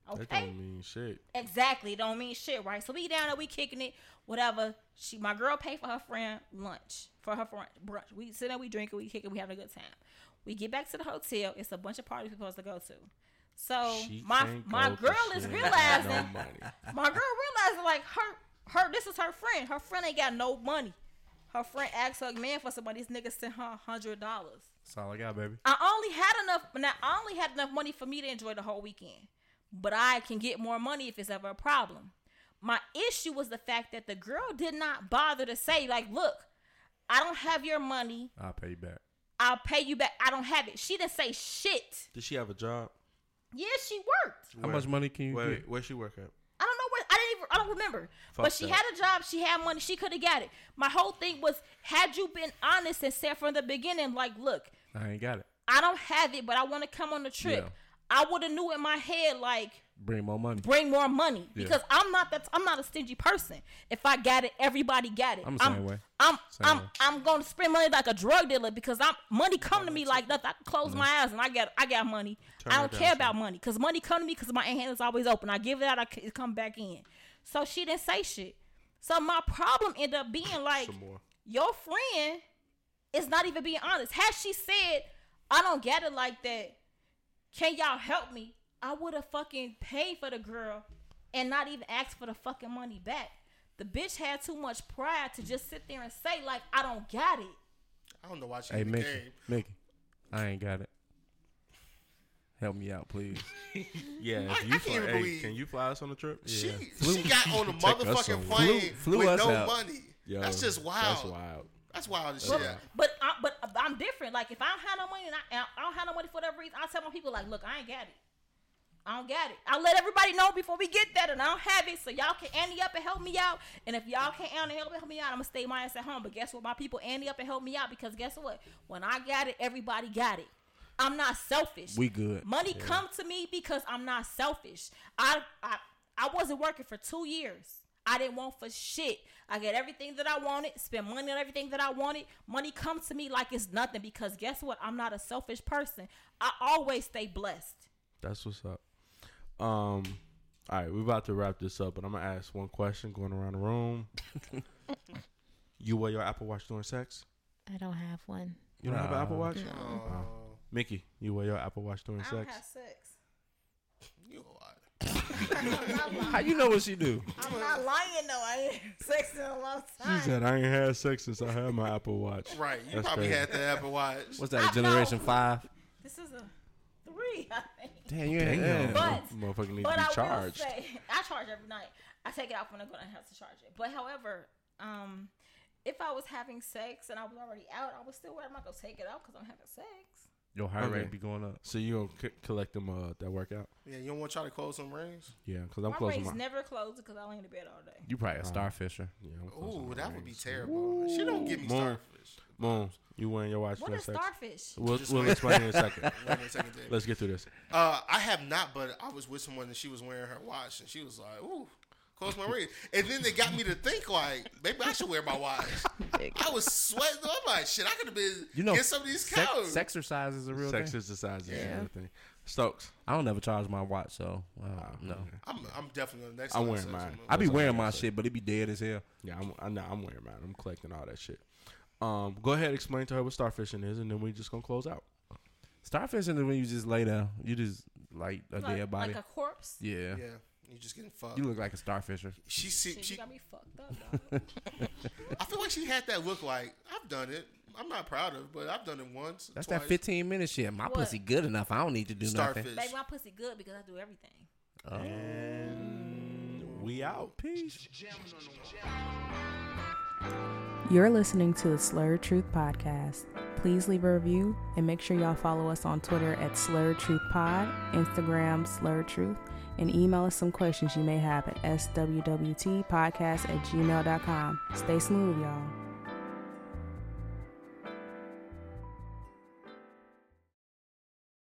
That
Okay.
don't mean shit.
Exactly. It don't mean shit, right? So we down there, we kicking it, whatever. She, my girl, paid for her friend lunch for her friend brunch. We sit there, we drinking, we kicking, we having a good time. We get back to the hotel. It's a bunch of parties we're supposed to go to.
Oh,
So
She
my
can't
my
go to
girl is
shit with
realizing,
No (laughs) money.
my girl realizing like her her this is her friend. Her friend ain't got no money. Her friend asked her man for somebody. This nigga sent her hundred dollars.
That's all I got, baby.
I only had enough. Now I only had enough money for me to enjoy the whole weekend, but I can get more money if it's ever a problem. My issue was the fact that the girl did not bother to say, like, look, I don't have your money.
I'll pay you back.
I'll pay you back. I don't have it. She didn't say shit.
Did she have a job?
Yeah, she worked.
How much money can you
Where,
get?
where she work at?
I don't know where. I didn't even. I don't remember. but
Fuck
she
that.
had a job. She had money. She could have got it. My whole thing was, had you been honest and said from the beginning, like, look,
I ain't got it.
I don't have it, but I want to come on the trip.
Yeah.
I would have knew in my head, like,
Bring more money.
bring more money
Yeah.
because I'm not that I'm not a stingy person. If I got it, everybody got it.
I'm the same way.
I'm
Same
I'm
way.
I'm going to spend money like a drug dealer because I'm money come to me like nothing. I can close my eyes and I got I got money.
Turn
I
it
don't
down,
care
son.
about money because money come to me because my hand is always open. I give it out, I c- it come back in. So she didn't say shit. So my problem ended up being like
Some more.
your friend is not even being honest. Had she said, I don't get it like that, can y'all help me? I would have fucking paid for the girl and not even asked for the fucking money back. The bitch had too much pride to just sit there and say, like, I don't got it.
(laughs) I don't know why she
Hey,
in the
Mickey.
game.
Mickey. I ain't got it. Help me out, please.
Yeah,
I-
if
I
you
can't
fly,
even
hey,
believe-
can you fly us on a trip?
She
Yeah.
she got on a
us on.
motherfucking plane
Flew- flew
with
us
no
out.
money.
Yo,
that's just wild.
That's wild.
That's wild as
That's
shit.
wild.
But I, but I'm different. Like if I don't have no money and I, and I don't have no money for whatever reason, I tell my people like, look, I ain't got it. I don't got it. I let everybody know before we get that, and I don't have it, so y'all can ante up and help me out. And if y'all can't ante up and help me out, I'm gonna stay my ass at home. But guess what? My people ante up and help me out because guess what? When I got it, everybody got it. I'm not selfish.
We good.
Money come to me because I'm not selfish. I I I wasn't working for two years. I didn't want for shit. I got everything that I wanted, spent money on everything that I wanted. Money come to me like it's nothing because guess what? I'm not a selfish person. I always stay blessed.
That's what's up. Um, all right, we're about to wrap this up, but I'm gonna ask one question going around the (laughs) room. you wear your Apple Watch during sex?
I don't have one.
You don't have an
Nah.
Apple Watch? Uh,
No.
Mickey, you wear your Apple Watch during sex?
sex.
You are.
How you know what she do?
I'm not lying though. I ain't sex in a long
She said, I ain't had sex since I had my Apple (laughs) Watch.
Right. You
That's
probably
crazy.
had the Apple Watch.
(laughs) What's
I
that?
know.
Generation five.
This is a three, I think.
Damn, you ain't. yeah.
But-
motherfucker need
But
to
I
be
will
charged.
say, I charge every night. I take it out when I go to the house to charge it. But however, um, if I was having sex and I was already out, I would still wear. it. I'm not gonna take it out because I'm having sex.
Your heart
Okay.
rate be going up.
So you gonna c- collect them uh, that workout?
Yeah, you don't want to try to close some rings?
Yeah, because I'm
my
closing
rings
my.
never closed because I lay in the bed all day.
You probably a starfisher.
yeah, I'm closing
Ooh,
my
that would be
rings.
terrible. She don't give me
More.
starfish.
Moon, you wearing your watch
What
during
is
sex?
starfish?
We'll,
Just
we'll
wait.
explain in a
(laughs)
second.
Wait a second, Dave.
Let's get through this.
Uh, I have not, but I was with someone and she was wearing her watch and she was like, ooh, close my ring. And then they got me to think like, maybe I should wear my watch. I was sweating. I'm like, shit, I could have been
You know,
get some of these
sex,
cows.
sexercise is a real
Sex
thing.
is the size of everything. Stokes,
I don't ever charge my watch, so uh, no.
I'm, I'm definitely on the next
I'm
one,
wearing
so-
mine.
I
Ah,
be
That's all
wearing
gotta
my
say.
shit, but it be dead as hell.
Yeah, I'm, I know, I'm wearing mine. I'm collecting all that shit. Um, go ahead, explain to her what starfishing is, and then we just gonna close out.
Starfishing is when you just lay down. You just like a
like,
dead body.
like a corpse.
yeah.
Yeah, you just getting fucked.
You look like a starfisher.
She,
Shit,
she,
you
she,
got me fucked up. Dog.
I feel like she had that look like, I've done it. I'm not proud of it, but I've done it once.
That's
twice.
that 15 minute shit. My
What?
pussy good enough. I don't need to do
Starfish.
nothing. Oh.
Baby, my pussy good because I do everything.
We out. Peace.
You're listening to the Slurred Truth Podcast. Please leave a review and make sure y'all follow us on Twitter at Slurred Truth Pod, Instagram Slurred Truth, and email us some questions you may have at swwtpodcast at gmail.com. Stay smooth, y'all.